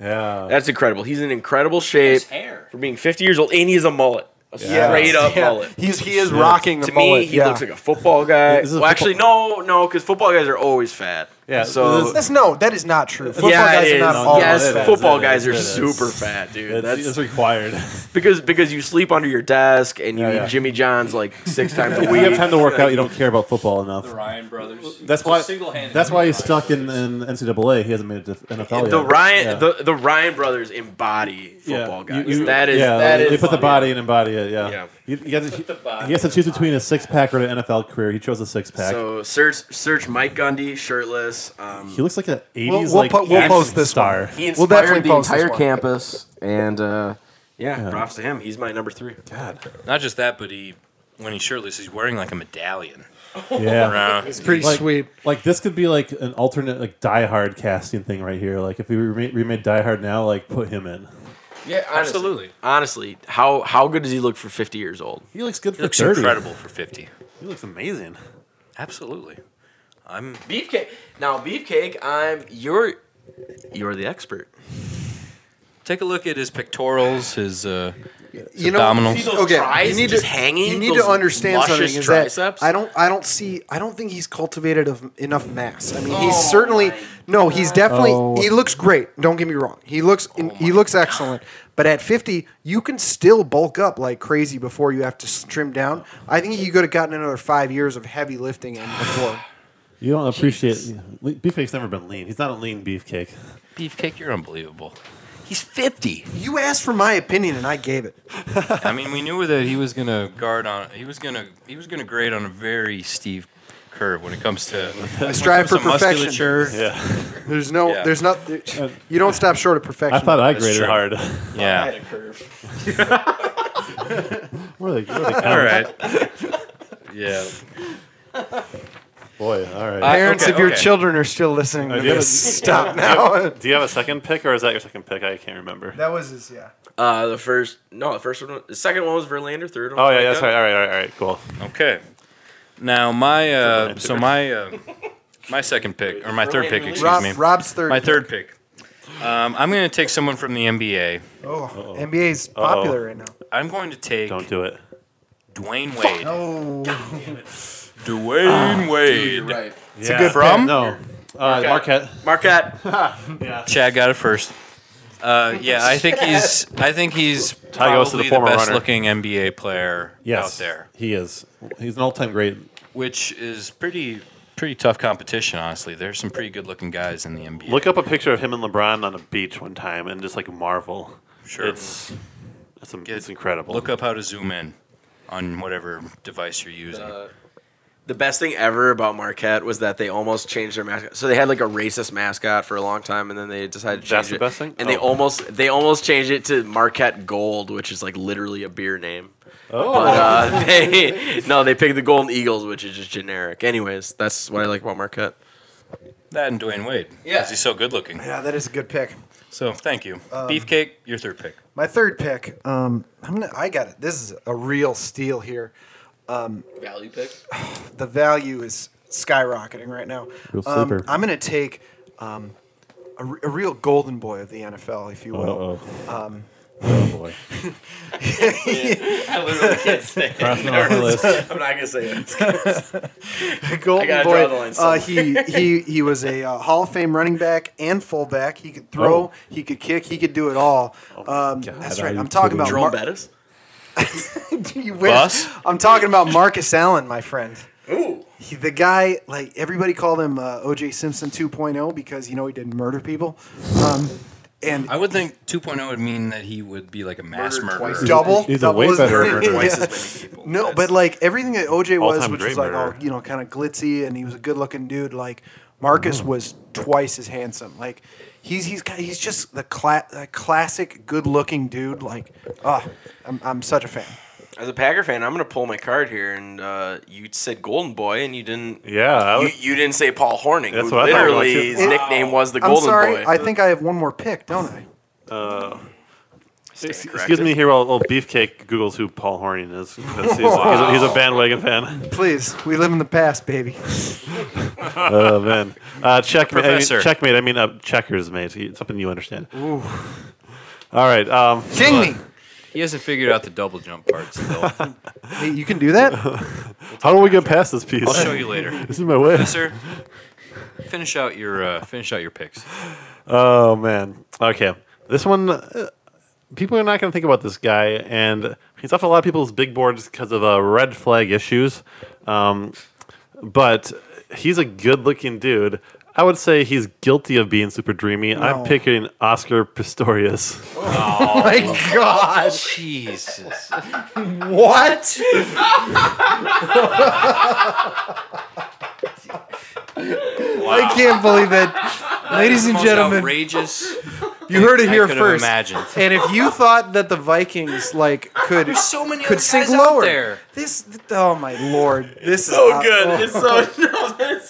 [SPEAKER 2] yeah.
[SPEAKER 4] that's incredible. He's in incredible shape
[SPEAKER 17] hair.
[SPEAKER 4] for being 50 years old, and he has a mullet, a
[SPEAKER 3] Yeah.
[SPEAKER 4] straight up
[SPEAKER 3] Yeah.
[SPEAKER 4] mullet.
[SPEAKER 3] He's he is rocking the
[SPEAKER 4] to
[SPEAKER 3] mullet.
[SPEAKER 4] me, he
[SPEAKER 3] yeah.
[SPEAKER 4] looks like a football guy.
[SPEAKER 2] This is a
[SPEAKER 4] Well, actually, no, no, because football guys are always fat.
[SPEAKER 2] Yeah,
[SPEAKER 4] So
[SPEAKER 2] this-
[SPEAKER 3] That's no, that is not true. Football
[SPEAKER 4] yeah,
[SPEAKER 3] guys
[SPEAKER 4] it
[SPEAKER 3] are
[SPEAKER 4] is.
[SPEAKER 3] not
[SPEAKER 2] No,
[SPEAKER 3] all
[SPEAKER 4] yes,
[SPEAKER 2] it
[SPEAKER 3] fat.
[SPEAKER 2] is.
[SPEAKER 4] football
[SPEAKER 2] It
[SPEAKER 4] guys
[SPEAKER 2] is.
[SPEAKER 4] are
[SPEAKER 2] It is.
[SPEAKER 4] super fat, dude.
[SPEAKER 2] It's,
[SPEAKER 4] That's
[SPEAKER 2] it's required.
[SPEAKER 4] because because you sleep under your desk and you
[SPEAKER 2] Yeah,
[SPEAKER 4] eat
[SPEAKER 2] yeah.
[SPEAKER 4] Jimmy John's like six times a
[SPEAKER 2] If you have
[SPEAKER 4] week.
[SPEAKER 2] time to work out, you don't care about football enough.
[SPEAKER 1] Ryan Brothers.
[SPEAKER 2] That's why. That's why he's stuck in, in NCAA. He hasn't made it to NFL
[SPEAKER 4] The
[SPEAKER 2] yet.
[SPEAKER 4] Ryan
[SPEAKER 2] oh, Yeah.
[SPEAKER 4] the, the Ryan brothers embody
[SPEAKER 2] Yeah,
[SPEAKER 4] football
[SPEAKER 2] you-
[SPEAKER 4] guys.
[SPEAKER 2] you-
[SPEAKER 4] that is
[SPEAKER 2] yeah,
[SPEAKER 4] that
[SPEAKER 2] they,
[SPEAKER 4] is
[SPEAKER 2] they put the body in and body it. Yeah,
[SPEAKER 4] Yeah.
[SPEAKER 2] You- you gotta- he has to choose between a six pack or an NFL career. He chose a six pack.
[SPEAKER 4] So search search Mike Gundy shirtless. Um,
[SPEAKER 2] he looks like an 80s
[SPEAKER 3] We'll, we'll,
[SPEAKER 2] like
[SPEAKER 3] po- we'll
[SPEAKER 2] action
[SPEAKER 3] post this
[SPEAKER 2] star.
[SPEAKER 3] one.
[SPEAKER 4] He
[SPEAKER 3] We'll
[SPEAKER 4] inspired
[SPEAKER 3] definitely
[SPEAKER 4] the
[SPEAKER 3] post this
[SPEAKER 4] entire
[SPEAKER 3] one.
[SPEAKER 4] campus, and uh, yeah, props to him. He's my number three.
[SPEAKER 1] Not just that, but he, when he's shirtless, he's wearing like a medallion.
[SPEAKER 2] Yeah.
[SPEAKER 1] Uh,
[SPEAKER 3] It's pretty
[SPEAKER 2] Like-
[SPEAKER 3] sweet.
[SPEAKER 2] Like this could be like an alternate like Die Hard casting thing right here. Like if we remade, remade Die Hard now, like put him in.
[SPEAKER 4] Yeah,
[SPEAKER 1] Absolutely.
[SPEAKER 4] Honestly, how how good does he look for fifty years old?
[SPEAKER 2] He looks good for
[SPEAKER 1] He looks
[SPEAKER 2] 30.
[SPEAKER 1] incredible for 50.
[SPEAKER 2] He looks amazing.
[SPEAKER 1] Absolutely. I'm
[SPEAKER 4] Beefcake. Now, beefcake. I'm you're you're the expert.
[SPEAKER 1] take a look at his pectorals, his uh,
[SPEAKER 3] You know,
[SPEAKER 1] abdominals.
[SPEAKER 3] okay,
[SPEAKER 4] Tries
[SPEAKER 3] you need
[SPEAKER 4] just
[SPEAKER 3] to
[SPEAKER 4] hanging.
[SPEAKER 3] You need
[SPEAKER 4] those
[SPEAKER 3] to understand something.
[SPEAKER 4] luscious
[SPEAKER 3] Is
[SPEAKER 4] triceps?
[SPEAKER 3] that I don't I don't see I don't think he's cultivated of enough mass. I mean, he's
[SPEAKER 4] Oh
[SPEAKER 3] certainly no. He's definitely he looks great. Don't get me wrong. He looks
[SPEAKER 4] Oh
[SPEAKER 3] he looks excellent. But at fifty, you can still bulk up like crazy before you have to s- trim down. I think he could have gotten another five years of heavy lifting in before.
[SPEAKER 2] You don't appreciate Le- Beefcake's never been lean. He's not a lean beefcake.
[SPEAKER 1] Beefcake, you're unbelievable. He's 50.
[SPEAKER 3] You asked for my opinion and I gave it.
[SPEAKER 1] I mean, we knew that he was gonna guard on. He was gonna. He was gonna grade on a very steep curve when it comes to. when it
[SPEAKER 3] strive
[SPEAKER 1] comes
[SPEAKER 3] for
[SPEAKER 1] to
[SPEAKER 3] perfection.
[SPEAKER 1] Musculature. Yeah.
[SPEAKER 3] There's no
[SPEAKER 1] Yeah.
[SPEAKER 3] there's not there- you don't stop short of
[SPEAKER 2] I
[SPEAKER 3] perfection.
[SPEAKER 2] thought I
[SPEAKER 1] That's
[SPEAKER 2] graded
[SPEAKER 1] true.
[SPEAKER 2] hard.
[SPEAKER 1] yeah.
[SPEAKER 2] We're like, we're like
[SPEAKER 1] All right. Yeah.
[SPEAKER 2] boy. All right.
[SPEAKER 3] Parents,
[SPEAKER 1] okay,
[SPEAKER 3] if your
[SPEAKER 1] okay.
[SPEAKER 3] children are still listening,
[SPEAKER 2] Uh,
[SPEAKER 3] to
[SPEAKER 2] do you have
[SPEAKER 3] this,
[SPEAKER 2] a-
[SPEAKER 3] stop now.
[SPEAKER 18] Do you have a second pick, or is that your second pick? I can't remember.
[SPEAKER 3] that was his yeah.
[SPEAKER 4] Uh, the first no, the first one, the second one was Verlander. Third one.
[SPEAKER 18] Oh
[SPEAKER 4] was
[SPEAKER 18] yeah,
[SPEAKER 4] Mike
[SPEAKER 18] yeah, that's
[SPEAKER 4] Gundy.
[SPEAKER 18] right. All right, all right, all right. Cool.
[SPEAKER 1] Okay. Now my uh, so my uh, my second pick or my third pick, excuse
[SPEAKER 3] Rob,
[SPEAKER 1] me,
[SPEAKER 3] Rob's third.
[SPEAKER 1] my third pick. Um, I'm gonna take someone from the NBA.
[SPEAKER 3] Oh, NBA's popular right now.
[SPEAKER 1] I'm going to take
[SPEAKER 2] Don't do it.
[SPEAKER 1] Dwayne Wade.
[SPEAKER 3] Oh,
[SPEAKER 18] Ah,
[SPEAKER 1] Dwayne Wade.
[SPEAKER 2] It's
[SPEAKER 3] good
[SPEAKER 2] from
[SPEAKER 1] pick.
[SPEAKER 2] no uh, Marquette.
[SPEAKER 4] Marquette.
[SPEAKER 1] Chad got it first. Uh, yeah, I think he's. I think he's
[SPEAKER 18] Ty goes to
[SPEAKER 1] probably
[SPEAKER 18] the
[SPEAKER 1] the,
[SPEAKER 18] former
[SPEAKER 1] best
[SPEAKER 18] runner.
[SPEAKER 1] looking NBA player
[SPEAKER 2] Yes,
[SPEAKER 1] out there,
[SPEAKER 2] he is. He's an all-time great.
[SPEAKER 1] which is pretty pretty tough competition. Honestly, there's some pretty good looking guys in the NBA.
[SPEAKER 18] Look up a picture of him and LeBron on a beach one time, and just like marvel.
[SPEAKER 1] Sure.
[SPEAKER 18] It's it's, am- it's incredible.
[SPEAKER 1] Look up how to zoom in on whatever device you're using.
[SPEAKER 4] Uh, The best thing ever about Marquette was that they almost changed their mascot. So they had like a racist mascot for a long time, and then they decided to change
[SPEAKER 18] That's the
[SPEAKER 4] it.
[SPEAKER 18] best thing?
[SPEAKER 4] And they
[SPEAKER 18] Oh.
[SPEAKER 4] almost they almost changed it to Marquette Gold, which is like literally a beer name. Oh. But uh, they no, they picked the Golden Eagles, which is just generic. Anyways, that's what I like about Marquette.
[SPEAKER 1] That and Dwayne Wade.
[SPEAKER 4] Yeah.
[SPEAKER 1] 'cause he's so good looking.
[SPEAKER 3] yeah, that is a good pick.
[SPEAKER 1] So thank you, Beefcake. Your third pick.
[SPEAKER 3] My third pick. Um, I'm gonna, I got it. This is a real steal here.
[SPEAKER 17] Value pick.
[SPEAKER 3] The value is skyrocketing right now.
[SPEAKER 2] Real
[SPEAKER 3] Um,
[SPEAKER 2] sleeper.
[SPEAKER 3] I'm gonna take um, a, re- a real golden boy of the NFL, if you will.
[SPEAKER 2] Uh-oh. oh boy.
[SPEAKER 4] I literally can't say.
[SPEAKER 2] Crossing off the list.
[SPEAKER 4] I'm not gonna say it.
[SPEAKER 3] Golden
[SPEAKER 4] gotta
[SPEAKER 3] Boy.
[SPEAKER 4] draw the line
[SPEAKER 3] uh, he he he was a uh, Hall of Fame running back and fullback. He could throw,
[SPEAKER 2] Oh.
[SPEAKER 3] he could kick, he could do it all.
[SPEAKER 4] Oh
[SPEAKER 3] Um, that's
[SPEAKER 2] are
[SPEAKER 3] right.
[SPEAKER 2] you
[SPEAKER 3] I'm talking about
[SPEAKER 2] kidding?
[SPEAKER 4] Jerome
[SPEAKER 3] Mar-
[SPEAKER 4] Bettis.
[SPEAKER 3] You wish.
[SPEAKER 1] Bus?
[SPEAKER 3] I'm talking about Marcus Allen, my friend.
[SPEAKER 4] Ooh.
[SPEAKER 3] he, the guy, like everybody called him uh, O.J. Simpson 2.0 because you know he didn't murder people, um, and
[SPEAKER 1] I would think 2.0 would mean that he would be like a mass
[SPEAKER 19] Murdered
[SPEAKER 1] murderer.
[SPEAKER 19] twice as
[SPEAKER 3] double.
[SPEAKER 20] He's a
[SPEAKER 3] double
[SPEAKER 20] way
[SPEAKER 3] is-
[SPEAKER 20] better
[SPEAKER 3] yeah.
[SPEAKER 20] murderer.
[SPEAKER 19] Twice as many people.
[SPEAKER 3] No,
[SPEAKER 19] That's-
[SPEAKER 3] but like everything that OJ was,
[SPEAKER 2] All-time
[SPEAKER 3] which was
[SPEAKER 2] great
[SPEAKER 3] like all
[SPEAKER 2] murderer.
[SPEAKER 3] you know, kind of glitzy, and he was a good-looking dude. Like Marcus was twice as handsome. Like he's he's ki- he's just the cla- the classic good-looking dude. Like, ah, I'm I'm such a fan.
[SPEAKER 4] As a Packer fan, I'm gonna pull my card here, and uh, you said Golden Boy, and you didn't.
[SPEAKER 2] Yeah, I
[SPEAKER 4] You,
[SPEAKER 2] was-
[SPEAKER 4] you didn't say Paul Horning,
[SPEAKER 2] That's
[SPEAKER 4] who
[SPEAKER 2] what I thought about
[SPEAKER 4] literally
[SPEAKER 2] too.
[SPEAKER 4] his
[SPEAKER 3] It-
[SPEAKER 4] nickname was the
[SPEAKER 3] I'm
[SPEAKER 4] Golden
[SPEAKER 3] sorry,
[SPEAKER 4] Boy.
[SPEAKER 3] I think I have one more pick, don't I?
[SPEAKER 4] Stand
[SPEAKER 2] Ex- Excuse
[SPEAKER 4] corrected.
[SPEAKER 2] me here while, while Beefcake Googles who Paul Horning is. 'cause He's, he's, a, he's a bandwagon fan.
[SPEAKER 3] Please, we live in the past, baby.
[SPEAKER 2] Oh, man. Uh, checkmate, I mean,
[SPEAKER 1] Professor.
[SPEAKER 2] checkmate. I mean, uh, checkers, mate. He- Something you understand. All right. Um,
[SPEAKER 3] King me.
[SPEAKER 1] He hasn't figured out the double jump part still.
[SPEAKER 3] Hey, you can do that.
[SPEAKER 2] how do we get past this piece?
[SPEAKER 1] I'll show you later.
[SPEAKER 2] This is my way.
[SPEAKER 1] Sir, finish out your uh, finish out your picks.
[SPEAKER 2] Oh, man. Okay. This one, uh, people are not going to think about this guy, and he's off a lot of people's big boards because of uh, red flag issues. Um, but he's a good looking dude. I would say he's guilty of being super dreamy. I'm
[SPEAKER 3] No.
[SPEAKER 2] picking Oscar Pistorius.
[SPEAKER 3] My God,
[SPEAKER 1] Jesus.
[SPEAKER 3] what? I can't believe it, ladies and
[SPEAKER 1] Most
[SPEAKER 3] gentlemen.
[SPEAKER 1] outrageous.
[SPEAKER 3] You heard it
[SPEAKER 1] I
[SPEAKER 3] here
[SPEAKER 1] could've
[SPEAKER 3] first.
[SPEAKER 1] imagined.
[SPEAKER 3] And if you thought that the Vikings like could
[SPEAKER 1] There's so many
[SPEAKER 3] could
[SPEAKER 1] other
[SPEAKER 3] sink
[SPEAKER 1] guys out
[SPEAKER 3] lower,
[SPEAKER 1] there.
[SPEAKER 3] this th- oh my lord, this is so good.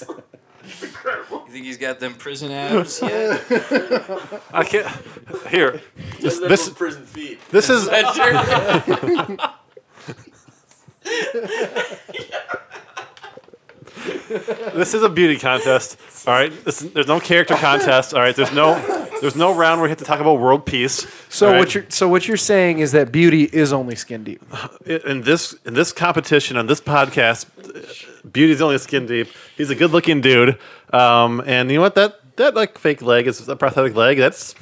[SPEAKER 1] You think he's got them prison abs yet?
[SPEAKER 2] I can't. Here, this this,
[SPEAKER 21] prison feet.
[SPEAKER 2] this is this is a beauty contest. All right, this, there's no character contest. All right, there's no there's no round where we have to talk about world peace.
[SPEAKER 3] so
[SPEAKER 2] all right?
[SPEAKER 3] what you're so what you're saying is that beauty is only skin deep.
[SPEAKER 2] in this in this competition on this podcast, beauty's only skin deep. He's a good looking dude, um, and you know what? That that like fake leg is a prosthetic leg. That's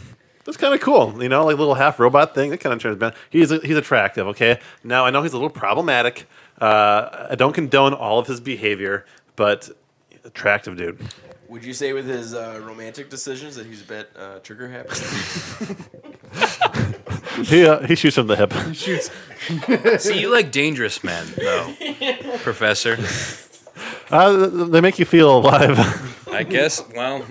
[SPEAKER 2] that's kind of cool. You know, like little half robot thing. That kind of turns man. He's he's attractive. Okay, now I know he's a little problematic. Uh, I don't condone all of his behavior, but attractive dude.
[SPEAKER 21] Would you say with his uh, romantic decisions that he's a bit uh, trigger happy?
[SPEAKER 2] He uh, he shoots from the hip.
[SPEAKER 1] See, you like dangerous men, though, Professor.
[SPEAKER 2] Uh, they make you feel alive.
[SPEAKER 1] I guess. Well,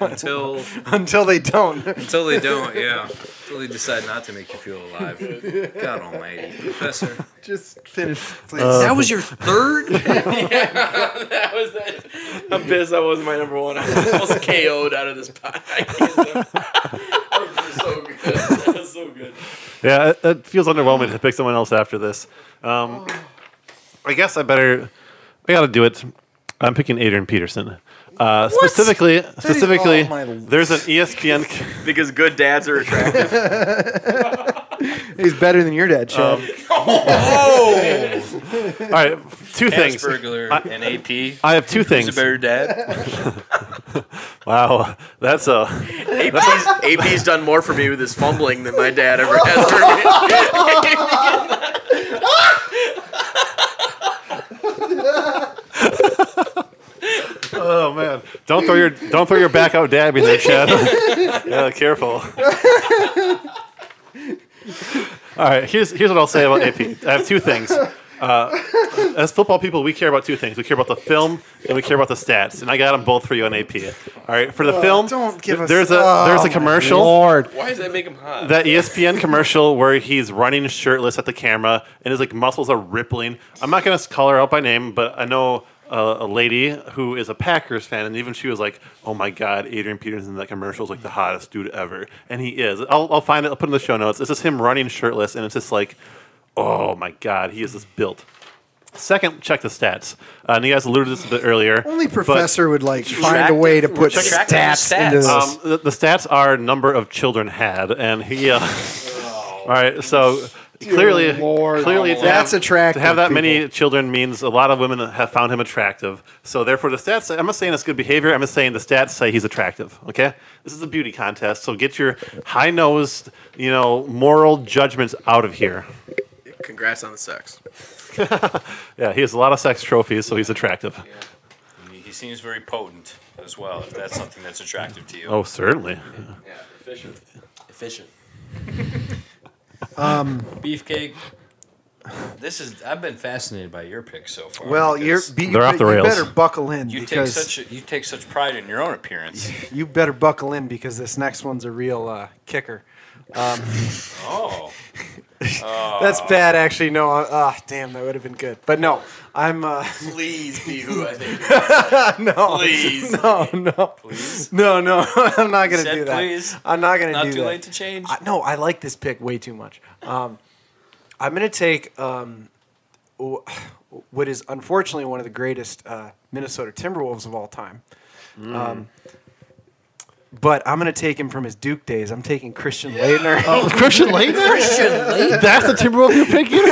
[SPEAKER 1] until
[SPEAKER 3] Until they don't.
[SPEAKER 1] until they don't, yeah. Until they decide not to make you feel alive. God Almighty, Professor.
[SPEAKER 3] Just finish, please.
[SPEAKER 1] That was your third.
[SPEAKER 4] that was that. I'm pissed that wasn't my number one. I was almost KO'd out of this podcast.
[SPEAKER 19] so good. That was so good.
[SPEAKER 2] Yeah, it, it feels underwhelming to pick someone else after this. Um, I guess I better. I got to do it. I'm picking Adrian Peterson. Uh, specifically, specifically,
[SPEAKER 3] oh, my l-
[SPEAKER 2] there's an E ESPN. c-
[SPEAKER 4] because good dads are attractive.
[SPEAKER 3] He's better than your dad,
[SPEAKER 1] Uh,
[SPEAKER 3] Chad.
[SPEAKER 2] Um,
[SPEAKER 1] Oh!
[SPEAKER 2] All right, two things.
[SPEAKER 1] Asperger and AP.
[SPEAKER 2] I have two
[SPEAKER 1] He's a
[SPEAKER 2] things.
[SPEAKER 1] better dad.
[SPEAKER 2] Wow, that's a.
[SPEAKER 4] AP's, AP's done more for me with his fumbling than my dad ever has for me.
[SPEAKER 2] Oh man, don't throw your don't throw your back out dab in there, Chad. yeah, careful. All right, here's here's what I'll say about AP. I have two things. Uh, as football people, we care about two things. We care about the film and we care about the stats. And I got them both for you on AP. All right, for the film,
[SPEAKER 3] Oh, don't give us-
[SPEAKER 2] there's a there's a commercial
[SPEAKER 4] Why does that make him hot?
[SPEAKER 2] that E ESPN commercial where he's running shirtless at the camera and his like muscles are rippling. I'm not gonna call her out by name, but I know a, a lady who is a Packers fan, and even she was like, "Oh my God, Adrian Peterson in that commercial is like the hottest dude ever," and he is. I'll, I'll find it. I'll put it in the show notes. It's just him running shirtless, and it's just like, "Oh my God, he is just built." Second, check the stats. Uh, and you guys alluded to this a bit earlier.
[SPEAKER 3] Only
[SPEAKER 2] but-
[SPEAKER 3] professor would like find a way to put
[SPEAKER 4] Attractive
[SPEAKER 3] stats,
[SPEAKER 4] stats.
[SPEAKER 3] into this.
[SPEAKER 2] um, the, the stats are number of children had, and he. Uh, all right, so clearly,
[SPEAKER 3] Lord.
[SPEAKER 2] clearly, to
[SPEAKER 3] That's
[SPEAKER 2] have,
[SPEAKER 3] attractive,
[SPEAKER 2] To have that
[SPEAKER 3] people.
[SPEAKER 2] many children means a lot of women have found him attractive. So therefore, the stats. say- I'm not saying it's good behavior. I'm just saying the stats say he's attractive. Okay, this is a beauty contest, so get your high nosed, you know, moral judgments out of here.
[SPEAKER 4] congrats on the sex.
[SPEAKER 2] yeah, he has a lot of sex trophies, so he's attractive.
[SPEAKER 1] He, he seems very potent as well. If that's something that's attractive to you.
[SPEAKER 2] Oh, certainly.
[SPEAKER 22] Yeah, efficient. Efficient.
[SPEAKER 3] Um,
[SPEAKER 23] Beefcake. This is. I've been fascinated by your picks so far.
[SPEAKER 3] well, you're,
[SPEAKER 23] because
[SPEAKER 3] be, you,
[SPEAKER 2] They're off
[SPEAKER 3] be-
[SPEAKER 2] the
[SPEAKER 3] you
[SPEAKER 2] rails.
[SPEAKER 3] better buckle in
[SPEAKER 1] You take
[SPEAKER 3] because
[SPEAKER 1] such a, you take such pride in your own appearance.
[SPEAKER 3] you better buckle in because this next one's a real uh, kicker. Um,
[SPEAKER 1] Oh,
[SPEAKER 3] that's bad, actually. No, ah, damn, that would have been good, but no, I'm. Uh,
[SPEAKER 22] Please be who I think.
[SPEAKER 3] no,
[SPEAKER 22] Please.
[SPEAKER 3] no, Oh, no,
[SPEAKER 1] please.
[SPEAKER 3] no, no. I'm not gonna
[SPEAKER 1] Said
[SPEAKER 3] do that.
[SPEAKER 1] please.
[SPEAKER 3] I'm not gonna
[SPEAKER 1] Not
[SPEAKER 3] do
[SPEAKER 1] too
[SPEAKER 3] that.
[SPEAKER 1] late to change.
[SPEAKER 3] I, no, I like this pick way too much. Um, I'm going to take um, w- what is unfortunately one of the greatest uh, Minnesota Timberwolves of all time.
[SPEAKER 1] Mm.
[SPEAKER 3] Um, but I'm going to take him from his Duke days. I'm taking Christian Leitner.
[SPEAKER 1] Oh.
[SPEAKER 24] Christian Leitner? Christian Leitner. That's the Timberwolves you're picking?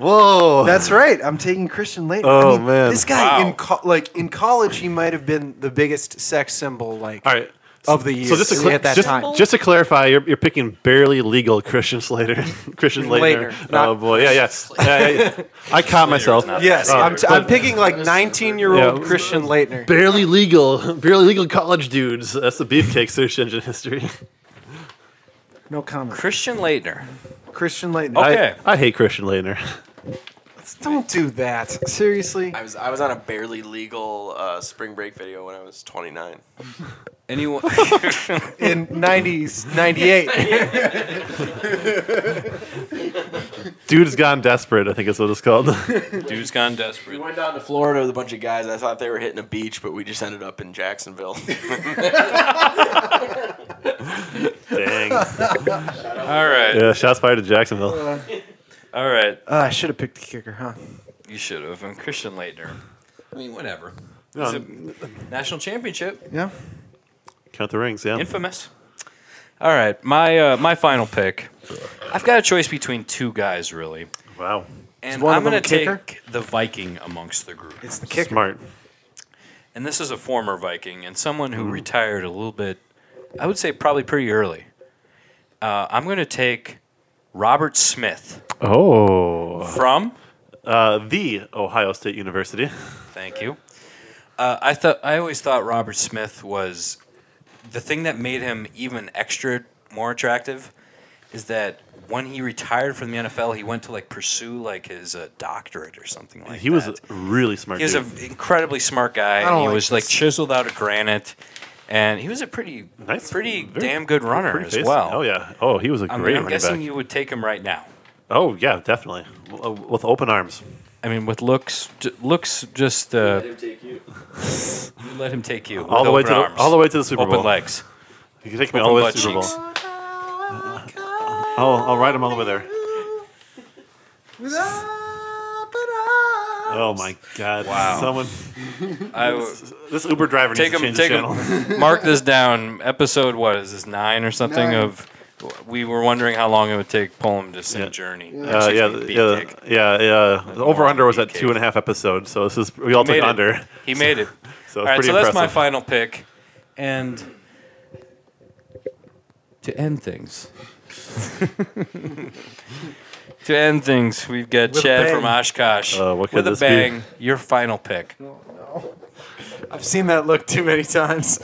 [SPEAKER 24] Whoa.
[SPEAKER 3] That's right. I'm taking Christian Leitner.
[SPEAKER 24] Oh,
[SPEAKER 3] I mean,
[SPEAKER 24] man.
[SPEAKER 3] this guy
[SPEAKER 1] Wow.
[SPEAKER 3] in co- like in college, he might have been the biggest sex symbol like
[SPEAKER 2] All right.
[SPEAKER 3] of the year
[SPEAKER 2] So just to, cla-
[SPEAKER 3] at that
[SPEAKER 2] just,
[SPEAKER 3] time.
[SPEAKER 2] just to clarify, you're, you're picking barely legal Christian Slater. Christian Leitner.
[SPEAKER 3] Leitner, not-
[SPEAKER 2] Oh boy, yeah, yeah. yeah, yeah, yeah. I caught myself.
[SPEAKER 3] yes,
[SPEAKER 2] Uh,
[SPEAKER 3] I'm, t-
[SPEAKER 2] but
[SPEAKER 3] I'm picking like 19 year old
[SPEAKER 2] Yeah.
[SPEAKER 3] Christian Leitner.
[SPEAKER 2] barely legal, barely legal college dudes. That's the beefcake search engine history.
[SPEAKER 3] No comment.
[SPEAKER 1] Christian Leitner.
[SPEAKER 3] Christian Leitner.
[SPEAKER 2] I-
[SPEAKER 1] Okay.
[SPEAKER 2] I, hate Christian Leitner.
[SPEAKER 3] Don't do that. Seriously.
[SPEAKER 4] I was I was on a barely legal uh, spring break video when I was 29.
[SPEAKER 1] Anyone?
[SPEAKER 3] In 90s, 98.
[SPEAKER 2] Dude's gone desperate. I think is what it's called.
[SPEAKER 1] Dude's gone
[SPEAKER 4] We
[SPEAKER 1] desperate.
[SPEAKER 4] went down to Florida with a bunch of guys. I thought they were hitting a beach, but we just ended up in Jacksonville.
[SPEAKER 2] Dang.
[SPEAKER 1] All right.
[SPEAKER 2] Yeah, shots fired at Jacksonville.
[SPEAKER 1] All right.
[SPEAKER 3] Uh, I should have picked the kicker, huh?
[SPEAKER 1] You should have. And Christian Leitner. I mean, whatever. It's
[SPEAKER 2] No,
[SPEAKER 1] a national championship.
[SPEAKER 3] Yeah.
[SPEAKER 2] count the rings. Yeah.
[SPEAKER 1] Infamous. All right. My uh, my final pick. I've got a choice between two guys, really.
[SPEAKER 2] Wow.
[SPEAKER 1] And
[SPEAKER 3] one
[SPEAKER 1] I'm
[SPEAKER 3] of them
[SPEAKER 1] going
[SPEAKER 3] a
[SPEAKER 1] to
[SPEAKER 3] kicker?
[SPEAKER 1] take the Viking amongst the group.
[SPEAKER 3] It's the kicker.
[SPEAKER 2] Smart.
[SPEAKER 1] And this is a former Viking and someone who retired a little bit, I would say probably pretty early. Uh, I'm going to take Robert Smith
[SPEAKER 2] Oh.
[SPEAKER 1] from.
[SPEAKER 2] Uh, the Ohio State University.
[SPEAKER 1] Thank you. Uh, I thought I always thought Robert Smith was the thing that made him even extra more attractive is that when he retired from the NFL, he went to like pursue like his uh, doctorate or something like
[SPEAKER 2] He
[SPEAKER 1] that.
[SPEAKER 2] was a really smart.
[SPEAKER 1] he was
[SPEAKER 2] dude.
[SPEAKER 1] an incredibly smart guy.
[SPEAKER 3] don't
[SPEAKER 1] And he
[SPEAKER 3] like
[SPEAKER 1] was like chiseled out of granite, and he was a pretty,
[SPEAKER 2] Nice.
[SPEAKER 1] pretty
[SPEAKER 2] Very-
[SPEAKER 1] damn good runner
[SPEAKER 2] Pretty
[SPEAKER 1] as
[SPEAKER 2] face.
[SPEAKER 1] well.
[SPEAKER 2] Oh yeah. Oh, he was a
[SPEAKER 1] I
[SPEAKER 2] great
[SPEAKER 1] mean, I'm
[SPEAKER 2] running
[SPEAKER 1] guessing
[SPEAKER 2] back.
[SPEAKER 1] you would take him right now.
[SPEAKER 2] oh yeah, definitely. W- uh, With open arms.
[SPEAKER 1] I mean, with looks, j- looks just uh,
[SPEAKER 22] Let him take you.
[SPEAKER 1] you let him take you
[SPEAKER 2] All
[SPEAKER 1] with
[SPEAKER 2] the way to
[SPEAKER 1] open
[SPEAKER 2] the,
[SPEAKER 1] arms,
[SPEAKER 2] all the way to the Super
[SPEAKER 1] open
[SPEAKER 2] Bowl.
[SPEAKER 1] legs.
[SPEAKER 2] You can take me all the way to the
[SPEAKER 1] Open
[SPEAKER 2] Super Bowl.
[SPEAKER 1] butt
[SPEAKER 2] I'll, I'll ride him all the way there. Oh my God!
[SPEAKER 1] Wow.
[SPEAKER 2] Someone,
[SPEAKER 1] I w-
[SPEAKER 2] this Uber driver
[SPEAKER 1] take
[SPEAKER 2] needs to
[SPEAKER 1] him, take
[SPEAKER 2] change the channel.
[SPEAKER 1] him. Mark this down. Episode what is this nine or something
[SPEAKER 3] Nine.
[SPEAKER 1] of? We were wondering how long it would take Pull him to send
[SPEAKER 2] Yeah.
[SPEAKER 1] Journey.
[SPEAKER 2] Uh,
[SPEAKER 1] Excuse
[SPEAKER 2] yeah,
[SPEAKER 1] me,
[SPEAKER 2] the-
[SPEAKER 1] Beat
[SPEAKER 2] yeah, the-
[SPEAKER 1] Dick.
[SPEAKER 2] yeah, yeah. The over under was at
[SPEAKER 1] Beefcake.
[SPEAKER 2] two and a half episodes, so this is we all took
[SPEAKER 1] made it.
[SPEAKER 2] under.
[SPEAKER 1] He made it.
[SPEAKER 2] So
[SPEAKER 1] All
[SPEAKER 2] it's
[SPEAKER 1] right,
[SPEAKER 2] pretty
[SPEAKER 1] so that's
[SPEAKER 2] impressive.
[SPEAKER 1] my final pick. And to end things, to end things, we've got
[SPEAKER 3] With a
[SPEAKER 1] Chad
[SPEAKER 3] bang.
[SPEAKER 1] from Oshkosh
[SPEAKER 2] Uh, what could
[SPEAKER 1] with a
[SPEAKER 2] this be?
[SPEAKER 1] bang. Your final pick.
[SPEAKER 3] I've seen that look too many times.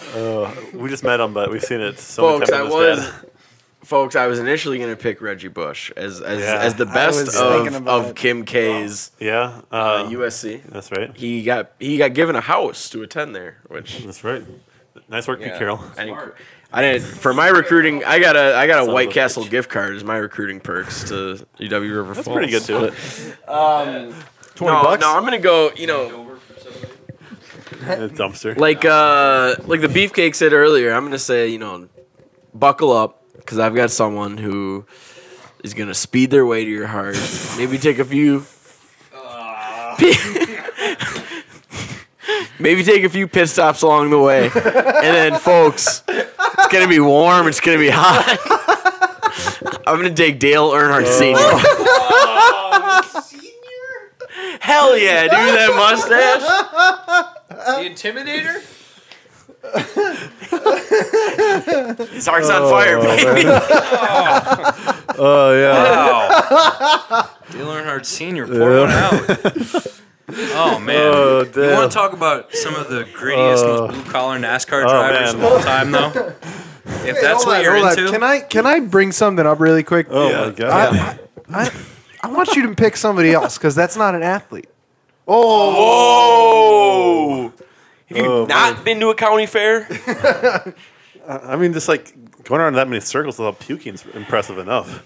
[SPEAKER 2] we just met him, but we've seen it so
[SPEAKER 4] folks, I
[SPEAKER 2] many times.
[SPEAKER 4] was, folks, I was initially gonna pick Reggie Bush as as,
[SPEAKER 2] Yeah.
[SPEAKER 4] as the
[SPEAKER 2] I
[SPEAKER 4] best
[SPEAKER 3] was thinking
[SPEAKER 4] of,
[SPEAKER 3] about
[SPEAKER 4] of
[SPEAKER 3] it.
[SPEAKER 4] Kim K's
[SPEAKER 2] Yeah, uh,
[SPEAKER 4] uh, USC.
[SPEAKER 2] that's right.
[SPEAKER 4] He got he got given a house to attend there, which
[SPEAKER 2] That's right. Nice work,
[SPEAKER 4] yeah,
[SPEAKER 2] Pete Carroll.
[SPEAKER 4] I didn't, I didn't for my recruiting. I got a I got a
[SPEAKER 2] of
[SPEAKER 4] White
[SPEAKER 2] a
[SPEAKER 4] Castle
[SPEAKER 2] bitch.
[SPEAKER 4] gift card as my recruiting perks to UW River Falls.
[SPEAKER 2] That's pretty good too.
[SPEAKER 4] Twenty no, bucks. No, I'm gonna go. You know.
[SPEAKER 2] A dumpster.
[SPEAKER 4] like uh like the beefcake said earlier i'm gonna say you know buckle up because i've got someone who is gonna speed their way to your heart maybe take a few maybe take a few pit stops along the way and then folks it's gonna be warm it's gonna be hot i'm gonna take dale earnhardt senior Hell yeah, dude, that mustache.
[SPEAKER 1] The Intimidator.
[SPEAKER 4] His heart's on fire, baby.
[SPEAKER 2] Oh yeah.
[SPEAKER 1] Wow. Dale Earnhardt Senior, pour one out. Oh man.
[SPEAKER 2] Oh,
[SPEAKER 1] you
[SPEAKER 2] Dale.
[SPEAKER 1] want to talk about some of the grittiest,
[SPEAKER 2] Oh.
[SPEAKER 1] most blue collar NASCAR
[SPEAKER 2] Oh,
[SPEAKER 1] drivers
[SPEAKER 2] man.
[SPEAKER 1] of all time, though? If that's
[SPEAKER 3] Hold
[SPEAKER 1] what
[SPEAKER 3] on,
[SPEAKER 1] you're
[SPEAKER 3] hold on.
[SPEAKER 1] into,
[SPEAKER 3] Can I can I bring something up really quick?
[SPEAKER 2] Oh my god.
[SPEAKER 3] I, I, I want you to pick somebody else because that's not an athlete.
[SPEAKER 2] Oh,
[SPEAKER 4] Not been to a county fair.
[SPEAKER 2] I mean, just like going around in that many circles without puking is impressive enough.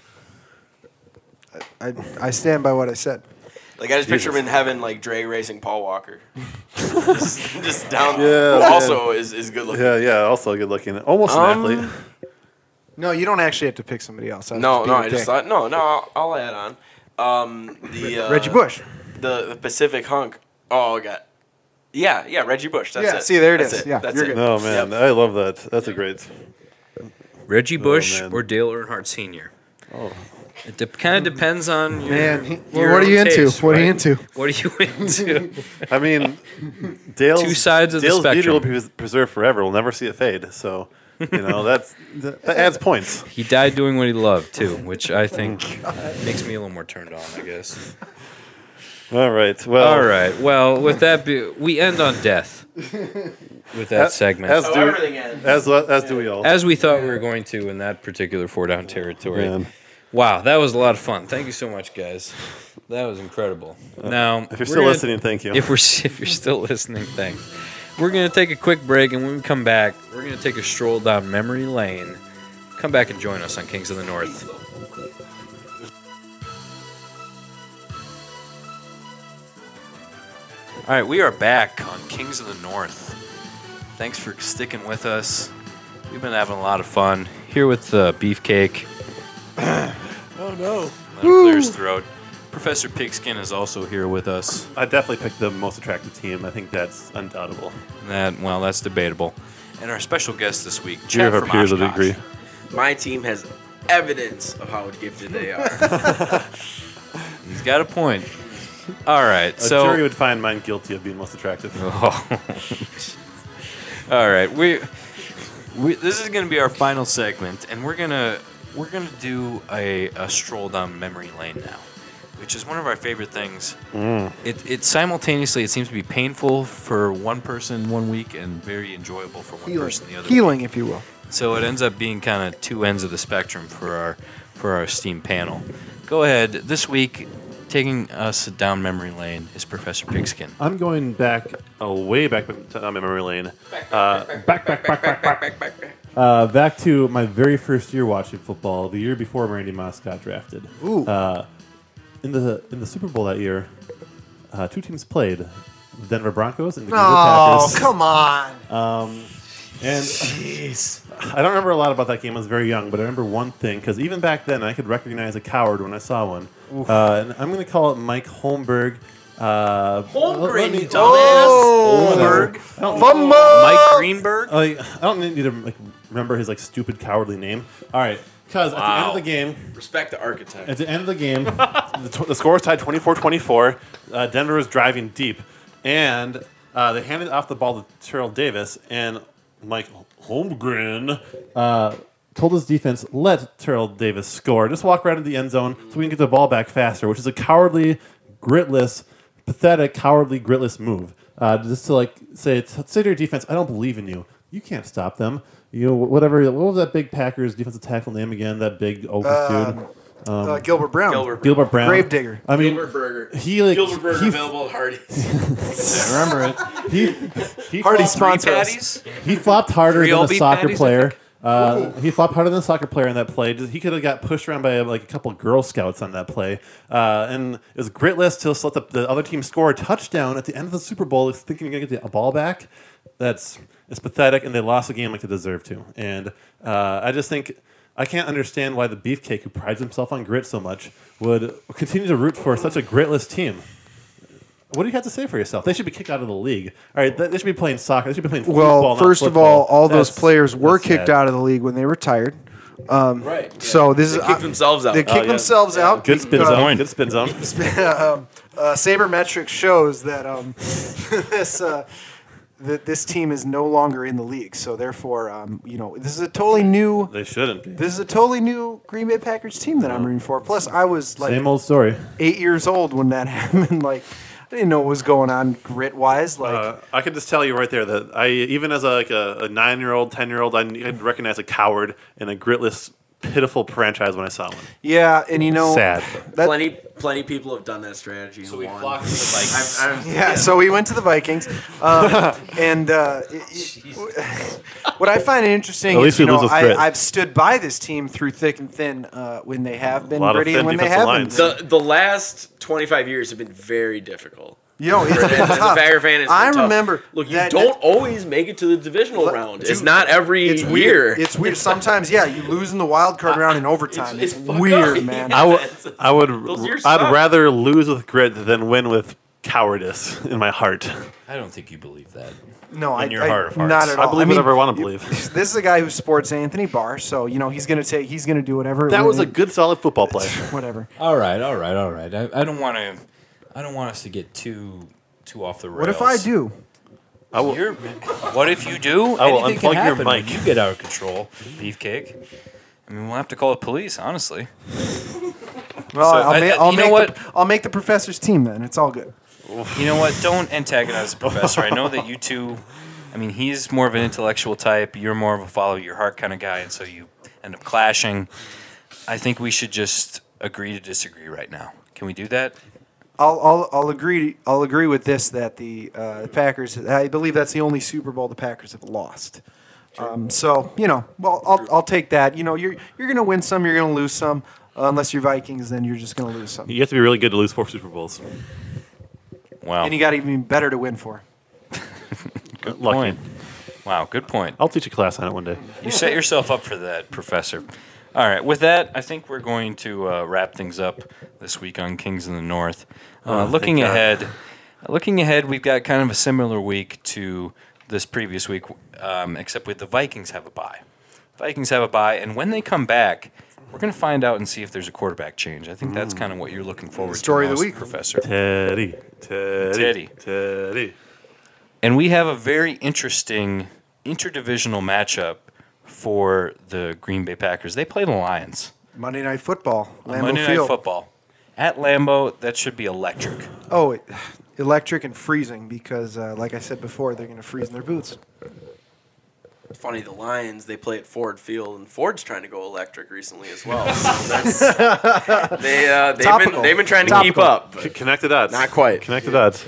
[SPEAKER 3] I, I stand by what I said.
[SPEAKER 4] Like I just picture him in heaven, like drag racing Paul Walker. just, just down.
[SPEAKER 2] Yeah,
[SPEAKER 4] who
[SPEAKER 2] man.
[SPEAKER 4] also is, is good looking.
[SPEAKER 2] Yeah, yeah. Also good looking. Almost
[SPEAKER 4] Um,
[SPEAKER 2] an athlete.
[SPEAKER 3] No, you don't actually have to pick somebody else. I was
[SPEAKER 4] No,
[SPEAKER 3] being
[SPEAKER 4] no,
[SPEAKER 3] a
[SPEAKER 4] I just
[SPEAKER 3] dick.
[SPEAKER 4] thought no, no. I'll, I'll add on. Um, the uh,
[SPEAKER 3] Reggie Bush.
[SPEAKER 4] the, the Pacific hunk. Oh, I got. Yeah, yeah, Reggie Bush. That's
[SPEAKER 3] Yeah,
[SPEAKER 4] it.
[SPEAKER 3] see, there it
[SPEAKER 4] That's
[SPEAKER 3] is. Yeah,
[SPEAKER 4] that's
[SPEAKER 3] you're
[SPEAKER 4] it.
[SPEAKER 3] good.
[SPEAKER 2] Oh man, I love that. That's a great.
[SPEAKER 1] Reggie Bush
[SPEAKER 2] Oh, man.
[SPEAKER 1] or Dale Earnhardt Senior. Oh. It de- kind of depends on your.
[SPEAKER 3] Man, he-
[SPEAKER 1] your
[SPEAKER 3] what are
[SPEAKER 1] own
[SPEAKER 3] you into?
[SPEAKER 1] taste,
[SPEAKER 3] What are you
[SPEAKER 1] right?
[SPEAKER 3] into?
[SPEAKER 1] What are you into?
[SPEAKER 2] I mean, Dale's
[SPEAKER 1] Two sides of the
[SPEAKER 2] Dale's beauty
[SPEAKER 1] spectrum.
[SPEAKER 2] will be pres- preserved forever. We'll never see it fade. So, you know, that's that that adds points.
[SPEAKER 1] he died doing what he loved too, which
[SPEAKER 2] Oh,
[SPEAKER 1] I think makes me a little more turned on. I guess.
[SPEAKER 2] All right. Well.
[SPEAKER 1] All right. Well, with that, be- we end on death. With that
[SPEAKER 2] a-
[SPEAKER 1] segment,
[SPEAKER 2] As
[SPEAKER 1] as,
[SPEAKER 2] do, as, as do we all.
[SPEAKER 1] we thought we were going to in that particular four down territory.
[SPEAKER 2] Man.
[SPEAKER 1] Wow, that was a lot of fun. Thank you so much, guys. That was incredible. now,
[SPEAKER 2] Uh, If
[SPEAKER 1] we're
[SPEAKER 2] you're still
[SPEAKER 1] gonna-
[SPEAKER 2] listening, thank you.
[SPEAKER 1] if we're if you're still listening, thanks. We're gonna take a quick break, and when we come back, we're gonna take a stroll down memory lane. Come back and join us on Kings of the North. All right, we are back on Kings of the North. Thanks for sticking with us. We've been having a lot of fun here with uh, Beefcake. oh no! Let him clear his throat. Professor Pigskin is also here with us.
[SPEAKER 2] I definitely picked the most attractive team. I think that's undoubtable.
[SPEAKER 1] That well, that's debatable. And our special guest this week, Chad from Oshkosh.
[SPEAKER 4] My team has evidence of how gifted they are.
[SPEAKER 1] He's got a point. All right,
[SPEAKER 2] A
[SPEAKER 1] so
[SPEAKER 2] jury would find mine guilty of being most attractive.
[SPEAKER 1] all right, we, we this is going to be our final segment, and we're gonna we're gonna do a, a stroll down memory lane now, which is one of our favorite things.
[SPEAKER 2] Mm.
[SPEAKER 1] It it simultaneously it seems to be painful for one person one week and very enjoyable for one
[SPEAKER 3] Healing,
[SPEAKER 1] person the other. week.
[SPEAKER 3] healing if you will.
[SPEAKER 1] So it ends up being kind of two ends of the spectrum for our for our Steam panel. Go ahead. This week, taking us down memory lane is Professor Pigskin.
[SPEAKER 2] I'm going back, oh, way back to uh, memory lane. Uh, back, back, back, back, back, back, Uh, back to my very first year watching football, the year before Randy Moss got drafted.
[SPEAKER 3] Ooh.
[SPEAKER 2] Uh, in the in the Super Bowl that year, uh, two teams played: the Denver Broncos and the Green Bay
[SPEAKER 3] Oh,
[SPEAKER 2] Packers. Uh,
[SPEAKER 3] come on.
[SPEAKER 2] And I don't remember a lot about that game. I was very young, but I remember one thing because even back then I could recognize a coward when I saw one. Uh, and I'm going to call it Mike Holmberg. Uh, let me-
[SPEAKER 3] Oh,
[SPEAKER 2] whatever. I don't,
[SPEAKER 3] Fumble.
[SPEAKER 1] Mike Greenberg.
[SPEAKER 2] like, I don't need to like, remember his like stupid cowardly name. All right, because at the end of the game,
[SPEAKER 3] Oh.
[SPEAKER 4] Respect the architect.
[SPEAKER 2] at the end of the game, the, tw- the score was tied 24 24. Uh, Denver was driving deep. And uh, they handed off the ball to Terrell Davis. And Mike Holmgren uh, told his defense, let Terrell Davis score. Just walk right into the end zone so we can get the ball back faster, which is a cowardly, gritless, pathetic, cowardly, gritless move. Uh, just to like say, "T- say to your defense, I don't believe in you. You can't stop them. You know, whatever. What was that big Packers defensive tackle name again? That big Oakland dude.
[SPEAKER 3] uh, Gilbert Brown.
[SPEAKER 4] Gilbert.
[SPEAKER 2] Gilbert Brown.
[SPEAKER 3] Gravedigger.
[SPEAKER 2] I mean,
[SPEAKER 25] Gilbert Burger.
[SPEAKER 2] he like
[SPEAKER 25] Gilbert Burger
[SPEAKER 2] he,
[SPEAKER 25] available at Hardee's.
[SPEAKER 2] remember it. He he
[SPEAKER 3] Hardy
[SPEAKER 2] flopped,
[SPEAKER 3] sponsor us.
[SPEAKER 1] Patties.
[SPEAKER 2] he flopped harder
[SPEAKER 1] Three
[SPEAKER 2] than a
[SPEAKER 1] LB
[SPEAKER 2] soccer
[SPEAKER 1] patties, I
[SPEAKER 2] player. Uh, he flopped harder than a soccer player in that play. Just- He could have got pushed around by like a couple Girl Scouts on that play. Uh, and it was gritless to just let the, the other team score a touchdown at the end of the Super Bowl, thinking you're gonna get the ball back. That's it's pathetic, and they lost the game like they deserved to. And uh, I just think. I can't understand why the beefcake, who prides himself on grit so much, would continue to root for such a gritless team. What do you have to say for yourself? They should be kicked out of the league. All right, they should be playing soccer. They should be playing football.
[SPEAKER 3] Well,
[SPEAKER 2] not
[SPEAKER 3] first of
[SPEAKER 2] football.
[SPEAKER 3] all, all those
[SPEAKER 2] That's-
[SPEAKER 3] players were
[SPEAKER 2] that's
[SPEAKER 3] kicked
[SPEAKER 2] sad.
[SPEAKER 3] out of the league when they retired.
[SPEAKER 25] Right. yeah.
[SPEAKER 3] So this is uh,
[SPEAKER 4] Kick themselves out. Uh,
[SPEAKER 3] They kick
[SPEAKER 2] Oh, yeah.
[SPEAKER 3] themselves out.
[SPEAKER 2] Good spin
[SPEAKER 3] because-
[SPEAKER 2] zone. Good spin zone.
[SPEAKER 3] um, uh, sabermetrics shows that um, this uh, that this team is no longer in the league. So therefore, um, you know, this is a totally new.
[SPEAKER 26] They shouldn't be.
[SPEAKER 3] This is a totally new Green Bay Packers team that I'm rooting for. Plus, I was like
[SPEAKER 26] Same old story.
[SPEAKER 3] eight years old when that happened. Like, I didn't know what was going on grit wise. Like,
[SPEAKER 2] Uh, I could just tell you right there that I, even as a, like a, a nine-year-old, ten-year-old, I kn- I'd recognize a coward and a gritless, pitiful franchise when I saw one.
[SPEAKER 3] yeah, and you know,
[SPEAKER 26] Sad.
[SPEAKER 3] That-
[SPEAKER 4] plenty, plenty people have done that strategy. So
[SPEAKER 1] we flock to the Vikings.
[SPEAKER 3] Yeah, so we went to the Vikings, um, and uh, it- it- what I find interesting
[SPEAKER 26] At
[SPEAKER 3] is
[SPEAKER 26] least
[SPEAKER 3] you
[SPEAKER 26] we lose
[SPEAKER 3] know
[SPEAKER 26] with grit.
[SPEAKER 3] I, I've stood by this team through thick and thin uh, when they have been
[SPEAKER 2] lot of
[SPEAKER 3] gritty
[SPEAKER 2] thin
[SPEAKER 3] and when they
[SPEAKER 2] defensive
[SPEAKER 3] haven't.
[SPEAKER 2] lines.
[SPEAKER 3] been.
[SPEAKER 27] So-
[SPEAKER 4] the, the last 25 years have been very difficult.
[SPEAKER 3] You know, it's been
[SPEAKER 4] As a
[SPEAKER 3] tough.
[SPEAKER 4] Packer fan, it's been
[SPEAKER 3] I
[SPEAKER 4] tough.
[SPEAKER 3] remember.
[SPEAKER 4] Look, you
[SPEAKER 3] that-
[SPEAKER 4] don't always make it to the divisional
[SPEAKER 3] Look,
[SPEAKER 4] round.
[SPEAKER 3] dude,
[SPEAKER 4] it's not every
[SPEAKER 3] It's
[SPEAKER 4] year.
[SPEAKER 3] weird. It's weird. Sometimes, yeah, you lose in the wild card round in overtime. It's,
[SPEAKER 4] it's fucked up.
[SPEAKER 3] weird, man.
[SPEAKER 2] I would, I would,
[SPEAKER 4] years
[SPEAKER 2] I'd
[SPEAKER 4] suck.
[SPEAKER 2] rather lose with grit than win with cowardice in my heart.
[SPEAKER 28] I don't think you believe that.
[SPEAKER 3] No, I,
[SPEAKER 29] In your
[SPEAKER 3] I-
[SPEAKER 29] heart of hearts.
[SPEAKER 3] not at all.
[SPEAKER 2] I believe
[SPEAKER 3] mean,
[SPEAKER 2] whatever I want to believe.
[SPEAKER 3] This is a guy who supports Anthony Barr, so you know he's gonna take. He's gonna do whatever.
[SPEAKER 2] That was a good, solid football play.
[SPEAKER 3] whatever.
[SPEAKER 28] All right, all right, all right. I, I don't want to. I don't want us to get too too off the rails.
[SPEAKER 3] What if I do?
[SPEAKER 2] I will,
[SPEAKER 1] You're, what if you do?
[SPEAKER 2] I will
[SPEAKER 1] Anything can
[SPEAKER 2] unplug your
[SPEAKER 1] happen when
[SPEAKER 2] mic.
[SPEAKER 1] You get out of control, beefcake. I mean, we'll have to call the police, honestly.
[SPEAKER 3] Well,
[SPEAKER 1] So,
[SPEAKER 3] I'll,
[SPEAKER 1] I-
[SPEAKER 3] ma-
[SPEAKER 1] I-
[SPEAKER 3] I'll
[SPEAKER 1] you
[SPEAKER 3] make
[SPEAKER 1] know
[SPEAKER 3] The, I'll make the professor's team then. It's all good.
[SPEAKER 1] You know what? Don't antagonize the professor. I know that you two. I mean, he's more of an intellectual type. You're more of a follow your heart kind of guy, and so you end up clashing. I think we should just agree to disagree right now. Can we do that?
[SPEAKER 3] I'll, I'll, I'll agree. I'll agree with this that the uh, Packers. I believe that's the only Super Bowl the Packers have lost. Um, so you know, well, I'll, I'll take that. You know, you're you're gonna win some, you're gonna lose some. Uh, unless you're Vikings, then you're just gonna lose some.
[SPEAKER 2] you have to be really good to lose four Super Bowls.
[SPEAKER 1] Wow.
[SPEAKER 3] And you got even better to win for.
[SPEAKER 1] good
[SPEAKER 2] lucky.
[SPEAKER 1] point. Wow, good point.
[SPEAKER 2] I'll teach a class on it one day.
[SPEAKER 1] You set yourself up for that, Professor. All right, with that, I think we're going to uh, wrap things up this week on Kings in the North.
[SPEAKER 3] Oh,
[SPEAKER 1] Uh, looking ahead, looking ahead, we've got kind of a similar week to this previous week, um, except with the Vikings have a bye. Vikings have a bye, and when they come back, we're going to find out and see if there's a quarterback change. I think that's kind of what you're looking forward
[SPEAKER 3] Story
[SPEAKER 1] to,
[SPEAKER 3] of Mm. the
[SPEAKER 1] most,
[SPEAKER 3] week.
[SPEAKER 1] Professor.
[SPEAKER 2] Teddy, Teddy,
[SPEAKER 1] Teddy.
[SPEAKER 2] Teddy.
[SPEAKER 1] And we have a very interesting interdivisional matchup for the Green Bay Packers. They play the Lions.
[SPEAKER 3] Monday Night Football, Lambeau
[SPEAKER 1] Monday
[SPEAKER 3] Field.
[SPEAKER 1] Night Football at Lambeau. That should be electric.
[SPEAKER 3] Oh, it, electric and freezing because, uh, like I said before, they're gonna freeze in their boots.
[SPEAKER 4] It's funny, the Lions, they play at Ford Field, and Ford's trying to go electric recently as well. So that's, they, uh, they've,
[SPEAKER 3] Topical.
[SPEAKER 4] been, they've been trying to keep
[SPEAKER 3] Topical.
[SPEAKER 4] up.
[SPEAKER 2] C- Connect the dots.
[SPEAKER 4] Not quite.
[SPEAKER 2] Connect the dots.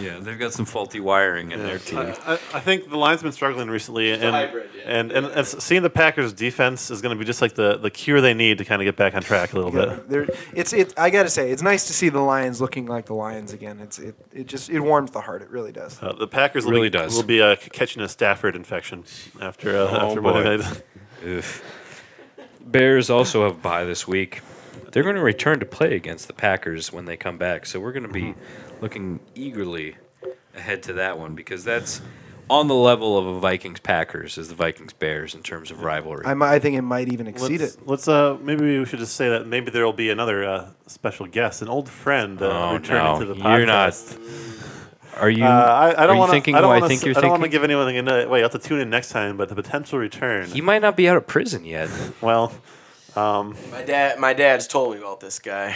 [SPEAKER 1] Yeah, they've got some faulty wiring in their team.
[SPEAKER 2] I, I think the line's been struggling recently, and,
[SPEAKER 4] hybrid, yeah.
[SPEAKER 2] and, and and seeing the Packers' defense is going to be just like the, the cure they need to kind of get back on track a little
[SPEAKER 3] Yeah,
[SPEAKER 2] bit.
[SPEAKER 3] there- it's it. I gotta say, it's nice to see the Lions looking like the Lions again. It's it. It just it warms the heart. It really does.
[SPEAKER 2] Uh, the Packers will
[SPEAKER 1] Really
[SPEAKER 2] be,
[SPEAKER 1] does. Oh,
[SPEAKER 2] will be uh, c- catching a Stafford infection after uh, after
[SPEAKER 1] boy.
[SPEAKER 2] Monday night.
[SPEAKER 1] Bears also have bye this week. They're going to return to play against the Packers when they come back. So we're going to be
[SPEAKER 2] Mm-hmm.
[SPEAKER 1] looking eagerly ahead to that one because that's on the level of a Vikings Packers as the Vikings Bears in terms of rivalry.
[SPEAKER 3] I, mi- I think it might even exceed
[SPEAKER 2] let's,
[SPEAKER 3] it.
[SPEAKER 2] let's uh maybe we should just say that maybe there will be another uh, special guest, an old friend uh,
[SPEAKER 1] Oh,
[SPEAKER 2] returning
[SPEAKER 1] no.
[SPEAKER 2] to the podcast.
[SPEAKER 1] You're not- are you?
[SPEAKER 2] Uh, I, I
[SPEAKER 1] are
[SPEAKER 2] don't
[SPEAKER 1] you
[SPEAKER 2] want to.
[SPEAKER 1] thinking
[SPEAKER 2] I don't
[SPEAKER 1] who I
[SPEAKER 2] wanna
[SPEAKER 1] think
[SPEAKER 2] s-
[SPEAKER 1] you're
[SPEAKER 2] I don't want to
[SPEAKER 1] thinking?
[SPEAKER 2] give anyone away. You'll have to tune in next time. But the potential return.
[SPEAKER 1] he might not be out of prison yet.
[SPEAKER 2] well,
[SPEAKER 4] My, dad, my dad's told me about this guy.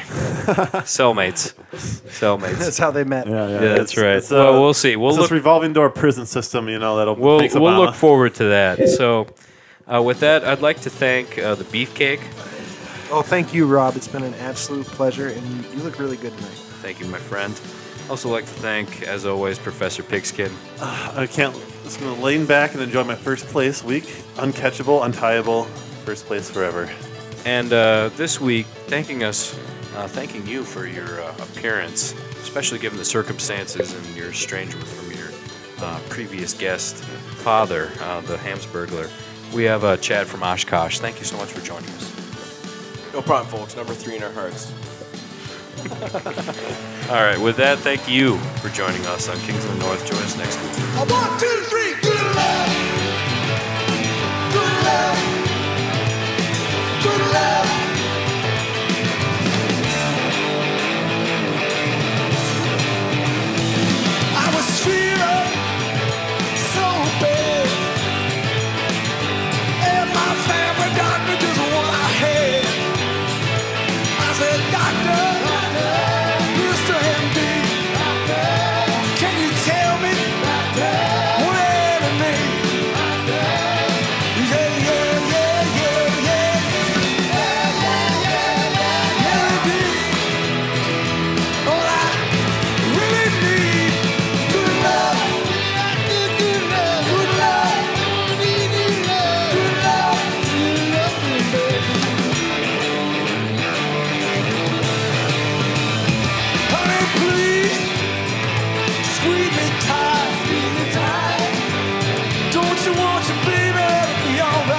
[SPEAKER 1] Cellmates. Cellmates.
[SPEAKER 3] That's how they met.
[SPEAKER 2] yeah,
[SPEAKER 1] Yeah, that's right.
[SPEAKER 3] uh,
[SPEAKER 1] Well, we'll see. We'll
[SPEAKER 2] it's
[SPEAKER 1] look-
[SPEAKER 2] this revolving door prison system. You know that'll.
[SPEAKER 1] We'll,
[SPEAKER 2] thanks,
[SPEAKER 1] we'll look
[SPEAKER 2] Obama.
[SPEAKER 1] forward to that. So, uh, with that, I'd like to thank uh, the Beefcake.
[SPEAKER 3] Oh, thank you, Rob. It's been an absolute pleasure, and you, you look really good tonight.
[SPEAKER 1] Thank you, my friend. Also, like to thank, as always, Professor Pigskin.
[SPEAKER 2] I can't. Just gonna lean back and enjoy my first place week. Uncatchable, untieable, first place forever.
[SPEAKER 1] And uh, this week, thanking us, uh, thanking you for your uh, appearance, especially given the circumstances and your estrangement from your uh, previous guest, father, uh, the Hamsburglar. We have uh, Chad from Oshkosh. Thank you so much for joining us.
[SPEAKER 4] No problem, folks. Number three in our hearts.
[SPEAKER 1] All right, with that, thank you for joining us on Kings of the North. Join us next week.
[SPEAKER 30] One, two, three, good love. Good love. Good love. I was feeling should be made to be alright.